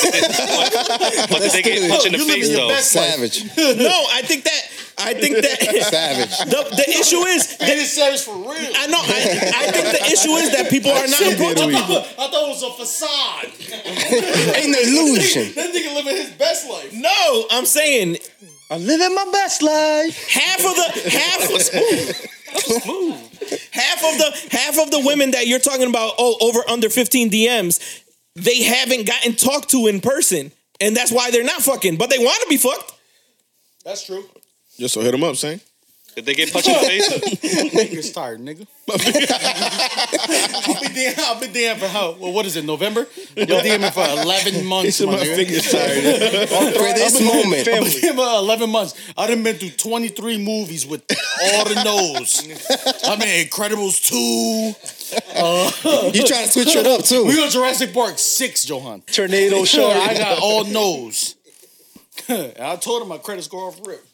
did they get punched in the
You live
face
in your
though.
best-
savage,
No, I think that. I think that.
savage.
The, the issue is,
And it's serious for real. I,
I know. I, I think the issue is that people are not approachable.
thought it was a facade.
Ain't no illusion.
That nigga living his best life.
No, I'm saying
I'm living my best life.
half of the half half of the half of the women that you're talking about oh over under 15 DMs they haven't gotten talked to in person and that's why they're not fucking but they want to be fucked
That's true.
Just so hit them up, saying.
Did they get punched in the face?
Nigga's tired, nigga. I've been damn, I've been damn for how? Well, what is it? November? I've been damn for eleven months. My
My
nigga.
fingers tired.
For this moment,
I've been damn for eleven months. I done been through twenty three movies with all the no's. I'm in Incredibles two.
you trying to switch it up
We
too?
go Jurassic Park six, Johan.
Tornado
Sure,
short.
I got all no's. And I told him my credit score off rip.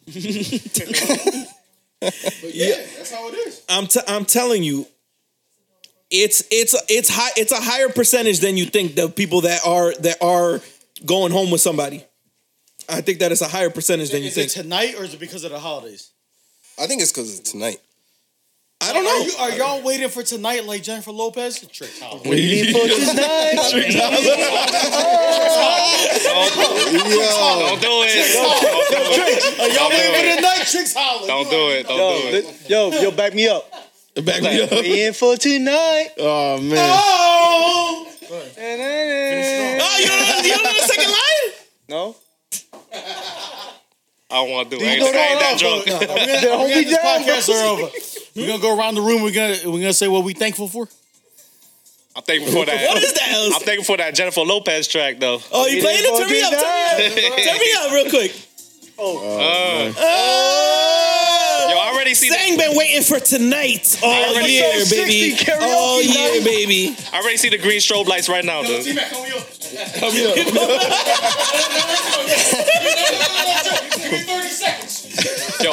but yeah, that's how it is.
I'm t- I'm telling you it's it's it's high it's a higher percentage than you think the people that are that are going home with somebody I think that is a higher percentage than you
Is it
think
tonight or is it because of the holidays?
I think it's because it's tonight.
I
Are,
don't know
you, are y'all waiting for tonight like Jennifer Lopez? Trick Howard.
Yo,
Don't do it. Don't do it.
Are y'all waiting for tonight? Tricks Howard.
Don't do it. Don't do
Yo,
it.
li- yo, yo, back me up.
Back me up.
We in for tonight.
Oh man.
Oh!
oh you don't know, you don't know the second line
No.
I don't want to do it. I
you
ain't,
know
I ain't that
no,
drunk.
We're gonna,
Hold
we're
me
gonna, this
down,
podcast are over. We're gonna go around the room. We're gonna we're gonna say what we thankful for.
I'm thankful for
what
that.
is that else?
I'm thankful for that Jennifer Lopez track though.
Oh, you playing it? Turn me up, turn me up, turn me up real quick.
Uh,
Oh,
yo, I already see. The,
Sang been waiting for tonight all
already
year,
saw
baby.
60 karaoke
All year,
night.
baby.
I already see the green strobe lights right now, dude. Yo,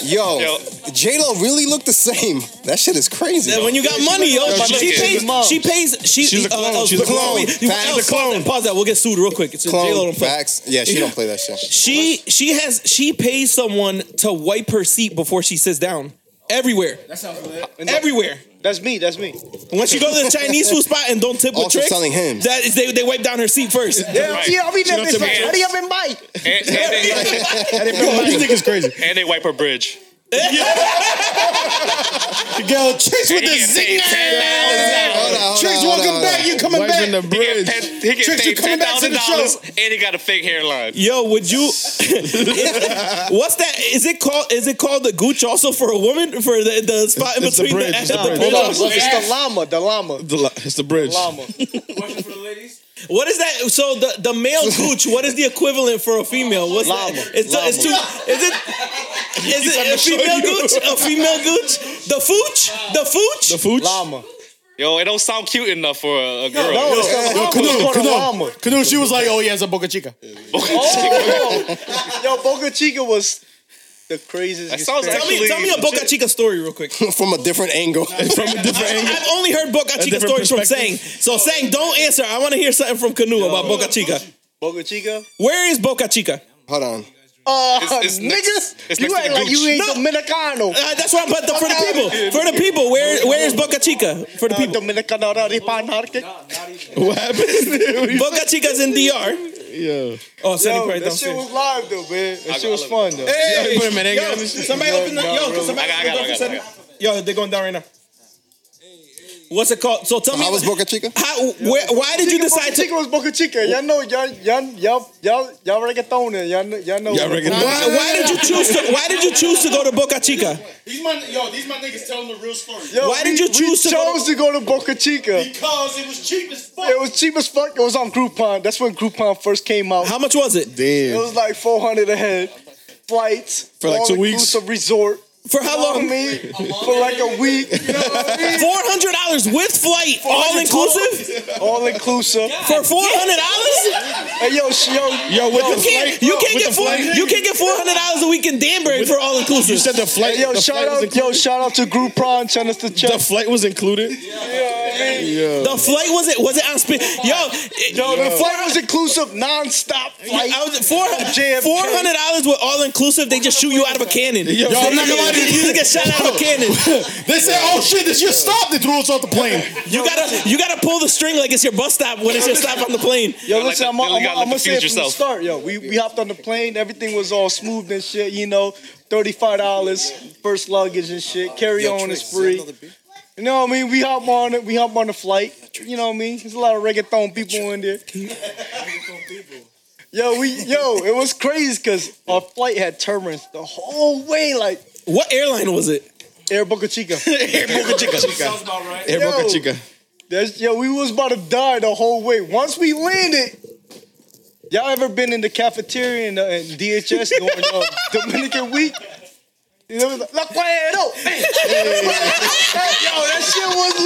yo,
Yo.
J Lo really looked the same. That shit is crazy.
Then when you got money, yo,
she
she
is.
pays. She pays. She,
She's a
uh,
clone,
uh,
she's a
before
clone.
we-
Facts.
you- Else,
She's a
Pause that, pause that. We'll get sued real quick. It's a J-Lo
Clone
don't play.
facts. Yeah, she don't play that shit.
She she has she pays someone to wipe her seat before she sits down. Everywhere, everywhere.
That's me. That's me.
When she goes to the Chinese food spot and don't tip with
Also
tricks,
selling hymns.
that is they they wipe down her seat first.
Yeah, see, I'll be there.
She don't take
Hurry up and bite.
and, and, they,
You think it's crazy?
and they wipe her bridge.
Yo, chicks with
And
the
he get
zing.
paid $10,000.
Hold on, hold
Tricks, welcome back. You coming back?
He get, paid- he get
Tricks, you
paid ten
coming back to
thousand
the show?
dollars, and he got a fake hairline.
Yo, would you? what's that? Is it called? Is it called the gooch also for a woman for the, the spot in
It's- it's the
between
bridge,
the,
it's the
the
bridge.
pillows?
Hold on,
It's the llama. The llama.
The li- it's the bridge.
Llama.
What is that? So the, the male gooch. What is the equivalent for a female? What's that? It's, the- it's two. Is it? Is it a female gooch? A female gooch? The fooch? The fooch? The
fooch?
Llama.
Yo, it don't sound cute enough for a, a girl.
No, it's not
Yo,
llama. It's called a llama. Canoe, she was like, oh, yeah, it's a Boca Chica.
Oh.
Yo, Boca Chica was the craziest.
That sounds
Tell me,
actually
tell me a Boca Chica story real quick.
from a different angle.
from a different
angle. I've only heard Boca
A
Chica
different
stories from Sang.
perspective.
So Sang, don't answer. I want to hear something from Canoe about Boca Chica.
Boca Chica?
Where is Boca Chica?
Hold on.
Oh,
It's- it's next-
nigga,
it's
you
next to
act
the
like you
Gucci.
ain't
No.
Dominicano.
Uh, that's what I'm. But the, for the people, for the people, where where is Boca Chica? For the people,
Dominicano de Panarque.
What happened?
Boca Chica's in DR.
Yeah.
Oh, Sunny
Yo,
Pride
that
downstairs.
shit was live though, man. That
I-
shit was
I
fun though.
Hey, yo, somebody
No,
open the
no,
yo,
really.
somebody open the door for Sunny. Yo, they're going down right now. What's it called? So tell me, how was
Boca Chica?
How, where, why did you
Chica,
decide
Boca
to?
Chica was Boca Chica. Y'all know, y'all, y'all, y'all, y'all, y'all reggaeton and y'all, kn- y'all know.
Y'all
Why, why did you choose to? Why did you choose to go to Boca Chica?
These my yo, these my niggas telling the real story.
Yo,
Why
we-
did you choose
we
to go
chose to go to Boca Chica?
Because it was cheap as fuck.
It was cheap as fuck. It was on Groupon. That's when Groupon first came out.
How much was it?
It
Damn.
was like four hundred a head. Flights
For like two weeks?
all-inclusive resort.
For how
You know what I
long?
mean? For like a week. You know what I mean?
Four hundred dollars with flight, all inclusive,
All inclusive.
for four hundred dollars.
Hey yo, sh- yo,
Yo, with
yo,
You
the
can't,
flight,
you
bro,
can't
with
get
the
four.
flight.
You can't get four hundred dollars a week in Danbury for all inclusive.
You said the flight.
Yo,
the
shout
flight was
out, yo,
included?
shout out to Groupon, send us the check.
The flight was included. Yeah.
The flight was it? Was it on spin? Yo, it-
Yo, the flight was inclusive, non-stop flight.
I was four
JFK.
four hundred dollars with all inclusive. They just shoot you out of a cannon. Yo,
I'm not gonna lie to you.
You just get shot out of a cannon.
They said, "Oh shit, this just stopped." They threw us off the plane.
You gotta you gotta pull the string like it's your bus stop when it's your stop on the plane.
Yo,
Yo,
listen,
like,
I'm,
you
I'm,
gotta
I'm,
let
gonna
the
say it
future
from the
self.
start. Yo, we, we hopped on the plane. Everything was all smooth and shit. You know, thirty five dollars first luggage and shit. Carry on is free. You know what I mean? We hop on it. We hop on the flight. You know what I mean? There's a lot of reggaeton people in there. Yo, we yo, it was crazy because our flight had turbulence the whole way, like
What airline was it?
Air Boca Chica.
Sounds about right.
Air
Yo.
Boca Chica.
That's yo, we was about to die the whole way. Once we landed, y'all ever been in the cafeteria in, uh, in DHS during uh, Dominican week? You know, it was like, La Cuero! Hey, hey, yo, that shit was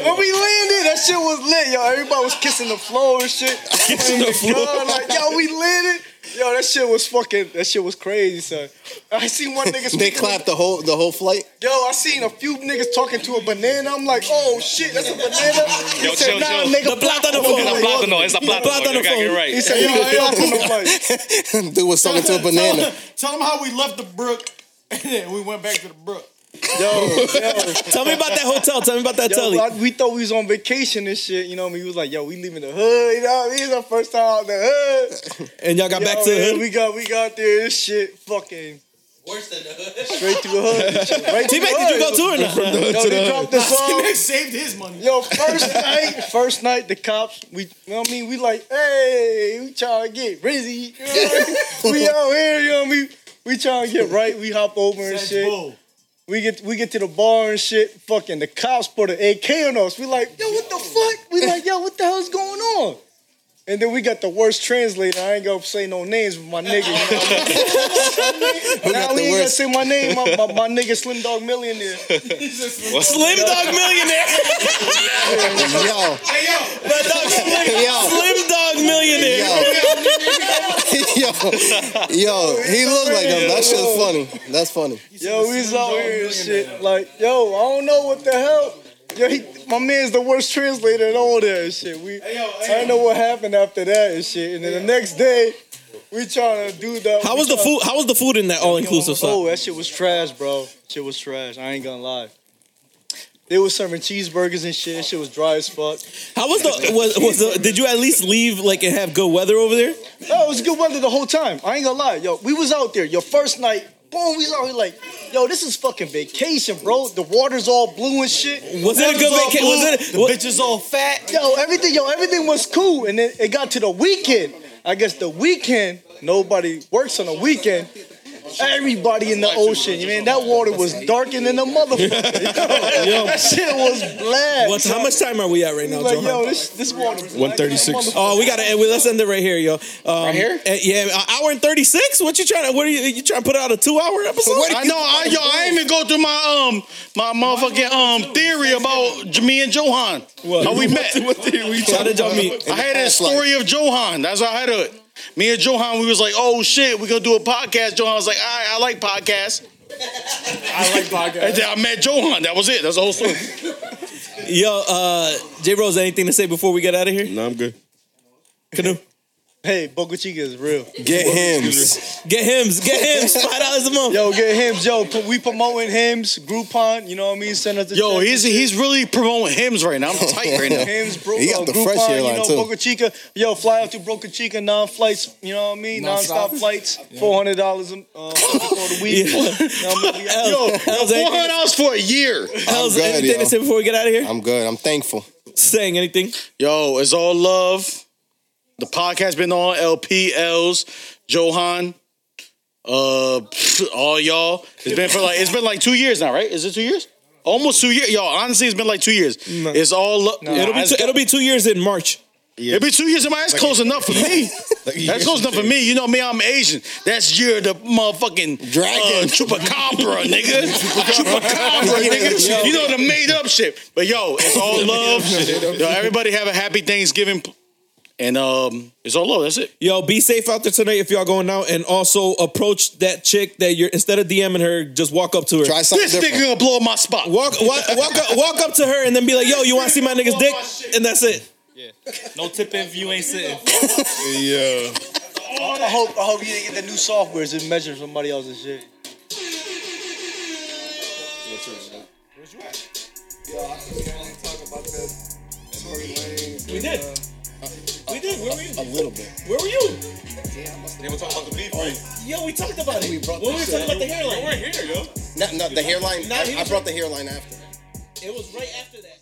lit. When we landed, that shit was lit. Yo, everybody was kissing the floor and shit. Kissing
the floor.
like, yo, we landed. Yo, that shit was fucking. That shit was crazy, son. I seen one nigga.
They
speaking-
clapped the whole the whole flight.
Yo, I seen a few niggas talking to a banana. I'm like, oh shit, that's a banana. He
Yo,
said,
chill,
nah,
chill.
nigga,
The plata on the
It's a
phone.
plátano. It's a plátano.
plátano
You gotta get
phone.
it right.
He said, nigga, block on the flight.
Dude was talking to a banana.
Tell them how we left the brook and then we went back to the brook.
Tell me about that hotel. Tell me about that
Yo,
telly.
I- we thought we was on vacation and shit. You know what I mean? He was like, yo, we leaving the hood. You know what I mean? It's our first time out in the hood.
And y'all got
Yo,
back to
man,
the hood.
We got, we got there. This shit fucking. Worse than the hood. Straight through the hood. and shit. Right through
T-Mac,
the
did you
hood.
go to or not?
Yo, they dropped us off.
They saved his money.
Yo, first night, first night, the cops, we, you know what I mean? We like, hey, we trying to get busy. You know what I mean? we out here, you know what I mean? We trying to get right. We hop over and
That's
shit.
bull.
We get we get to the bar and shit. Fucking the cops put an AK on us. We like, yo, what the fuck? We like, yo, what the hell's going on? And then we got the worst translator. I ain't gonna say no names, but my nigga. You
got the
know? now we ain't gonna
worst?
say my name. My, my, my nigga Slim Dog Millionaire.
Slim Dog Millionaire.
Yo,
Hey yo,
That dog Slim-
yo,
Slim Dog Millionaire.
yo, yo. He looked like him. That shit's funny. That's funny.
Yo, we was out here and shit. Like, yo, I don't know what the hell. Yo, he, my man's the worst translator and all that and shit. We,
yo,
I don't know what happened after that and shit. And then the next day, we trying to do that.
How was the food? How was the food in that all inclusive
Oh,
stuff?
that shit was trash, bro. Shit was trash. I ain't gonna lie. They was serving cheeseburgers and shit. That shit was dry as fuck.
How was the was, was the, did you at least leave like and have good weather over there?
No, it was good weather the whole time. I ain't gonna lie. Yo, we was out there. Your first night, boom, we out here like, yo, this is fucking vacation, bro. The water's all blue and shit.
Was it a
Everything's
good
all
vaca-
blue.
was it- The what- bitch
is all fat. Yo, everything, yo, everything was cool. And then it got to the weekend. I guess the weekend, nobody works on the weekend. Everybody in the ocean, you mean that water was darker than a motherfucker. Yo, that shit was black.
What, how much time are we at right now,
Like,
Johan?
yo, this this water. was
One thirty six.
Oh, we gotta. eh, we- Let's end it right here, yo. Um, right
here?
yeah, an hour and thirty six. What you trying to? What are you? You trying to put out a two hour episode?
I know, I, yo, I ain't even go through my um my motherfucking um theory about J- me and Johan. How we met.
How did y'all meet?
I had a story of Johan. That's how I had it. Me and Johan, we was like, oh shit, we gonna do a podcast. Johan was like, all right, I like podcasts.
I like podcast.
And then I met Johan. That was it. That's the whole story.
Yo, uh, J Rose, anything to say before we get out of here?
No, I'm good.
Canoe.
Hey, Boca Chica is real.
Get him.
Get hims. Get hims. Five dollars a month.
Yo, get hymns. Yo, p- we promoting hymns, Groupon. You know what I mean? Send us the
Yo,
check.
he's he's really promoting hymns right now. I'm tight right now.
Hymns, bro,
He got
uh,
the
Groupon,
fresh hairline,
you know,
too.
Boca Chica. Yo, fly out to Boca Chica, non flights, you know what I mean? Non
Non-stop.
stop flights, $400 a uh, for the week.
Yeah.
You know what I mean? We got-
Yo, Hells,
Four hundred
anything,
dollars for a year.
Hells,
good,
anything
yo.
to say before we get out of here?
I'm good. I'm thankful.
Saying anything?
Yo, it's all love. The podcast been on LPLs, Johan, uh, pff, all y'all. It's been for like it's been like two years now, right? Is it two years? Almost two years, y'all. Honestly, it's been like two years. It's all love.
It'll be two, it'll be two years in March.
It'll be two years in my ass close enough for me. That's close enough for me. You know me, I'm Asian. That's year the motherfucking
Dragon.
uh, chupacabra, nigga. chupacabra, nigga. You know the made up shit. But yo, it's all love. yo, everybody have a happy Thanksgiving, and um, it's all love. That's it.
Yo, be safe out there tonight if y'all going out, and also approach that chick that you're instead of DMing her, just walk up to her.
Try something
This nigga
different.
gonna blow up my spot.
Walk, walk, walk, up, walk up to her and then be like, "Yo, you want to see my nigga's dick?" And that's it.
No tipping if you ain't sitting.
Yeah.
I hope I hope you didn't get the new software it measures somebody else's shit.
We did. We did. Where were you?
Uh, A little bit.
Where were you?
They were talking about the beef.
Yo, we talked about it.
We brought
when we were
this
talking
shit
about the hairline,
Right here, yo.
Not, not the hairline.
Nah, he
I, I
was-
brought the hairline after.
it was right after that.